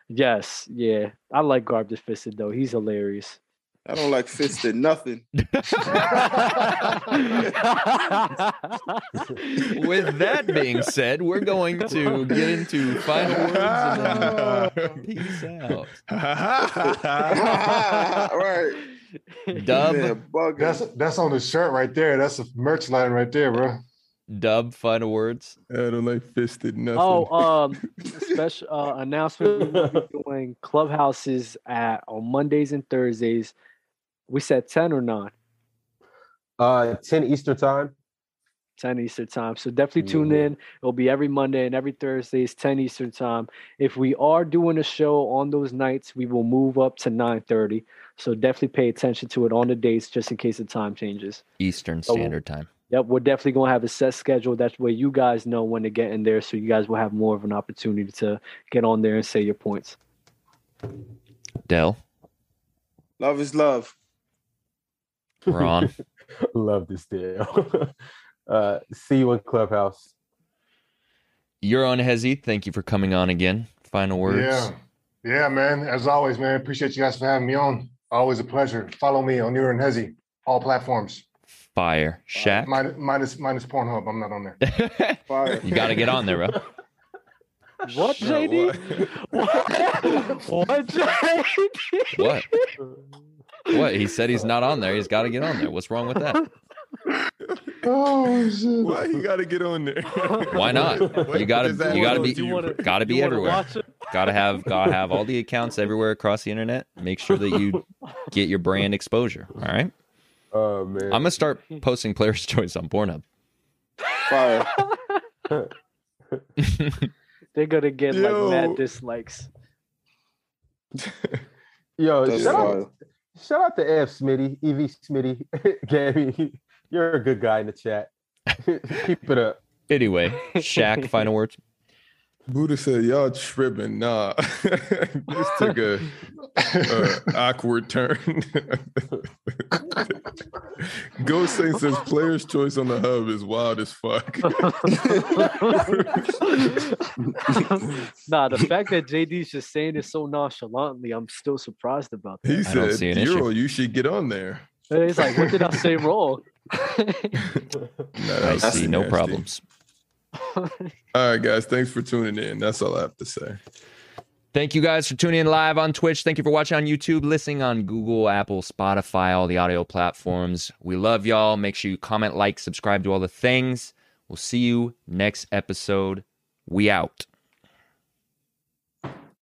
S6: Yes, yeah, I like Garb the Fisted though. He's hilarious.
S1: I don't like fisted nothing.
S4: With that being said, we're going to get into final words and then peace out.
S1: right.
S4: Dub,
S1: Man, bugger.
S7: That's that's on the shirt right there. That's a merch line right there, bro.
S4: dub, final words.
S3: I don't like fisted nothing.
S6: Oh, um, special uh, announcement. We will be doing clubhouses at on Mondays and Thursdays. We said ten or nine,
S2: Uh, ten Eastern time.
S6: ten Eastern time. So definitely tune
S2: Yeah.
S6: in. It'll be every Monday and every Thursday is ten Eastern time. If we are doing a show on those nights, we will move up to nine thirty. So definitely pay attention to it on the dates, just in case the time changes.
S4: Eastern
S3: Oh.
S2: So-
S4: Standard Time.
S6: Yep, we're definitely gonna have a set schedule. That's where you guys know when to get in there, so you guys will have more of an opportunity to get on there and say your points.
S4: Dell,
S1: Love is love.
S4: Ron,
S2: Love this deal. uh, see you in clubhouse.
S4: you're on Hezzy. Thank you for coming on again. Final words.
S7: Yeah. Yeah, man. As always, man. Appreciate you guys for having me on. Always a pleasure. Follow me on Neuron Hezzy, all platforms.
S4: Fire.
S3: Uh,
S4: Shaq.
S7: Minus, minus minus Pornhub. I'm not on there.
S1: Fire.
S4: you got to get on there, bro.
S6: What, JD? What? what, JD?
S4: What? What? He said he's not on there. He's got to get on there. What's wrong with that?
S7: Oh shit.
S3: Why you gotta get on there?
S4: Why not?
S3: What
S4: You gotta-
S3: does that
S4: you gotta
S3: do
S4: be-
S3: to
S4: you
S3: you?
S6: wanna-
S4: Gotta be
S6: You wanna
S4: everywhere.
S6: watch it?
S4: Gotta have gotta have all the accounts everywhere across the internet. Make sure that you get your brand exposure. All right.
S2: Oh man,
S4: I'm gonna start posting players' choice on Pornhub.
S1: Fire.
S6: They're gonna get like
S3: Yo.
S6: mad dislikes.
S2: yo,
S1: That's
S2: shout out,
S1: fire.
S2: shout out to F. Smitty, Ev Smitty, Gabby. You're a good guy in the chat. Keep it up.
S4: Anyway, Shaq, final words.
S3: Buddha said, "Y'all tripping? Nah, this took a, a awkward turn." Ghost Saint says, "Player's choice on the hub is wild as fuck."
S6: nah, the fact that JD's just saying it so nonchalantly, I'm still surprised about that.
S3: He
S4: I don't
S3: said,
S4: see an issue.
S3: "Euro, you should get on there."
S6: It's like, what did I say wrong?
S3: Nah, that
S4: I
S3: was
S4: see no
S3: nasty.
S4: problems.
S3: All right, guys, thanks for tuning in. That's all I have to say.
S4: Thank you guys for tuning in live on Twitch. Thank you for watching on YouTube, listening on Google, Apple, Spotify, all the audio platforms. We love y'all. Make sure you comment, like, subscribe to all the things. We'll see you next episode. We out.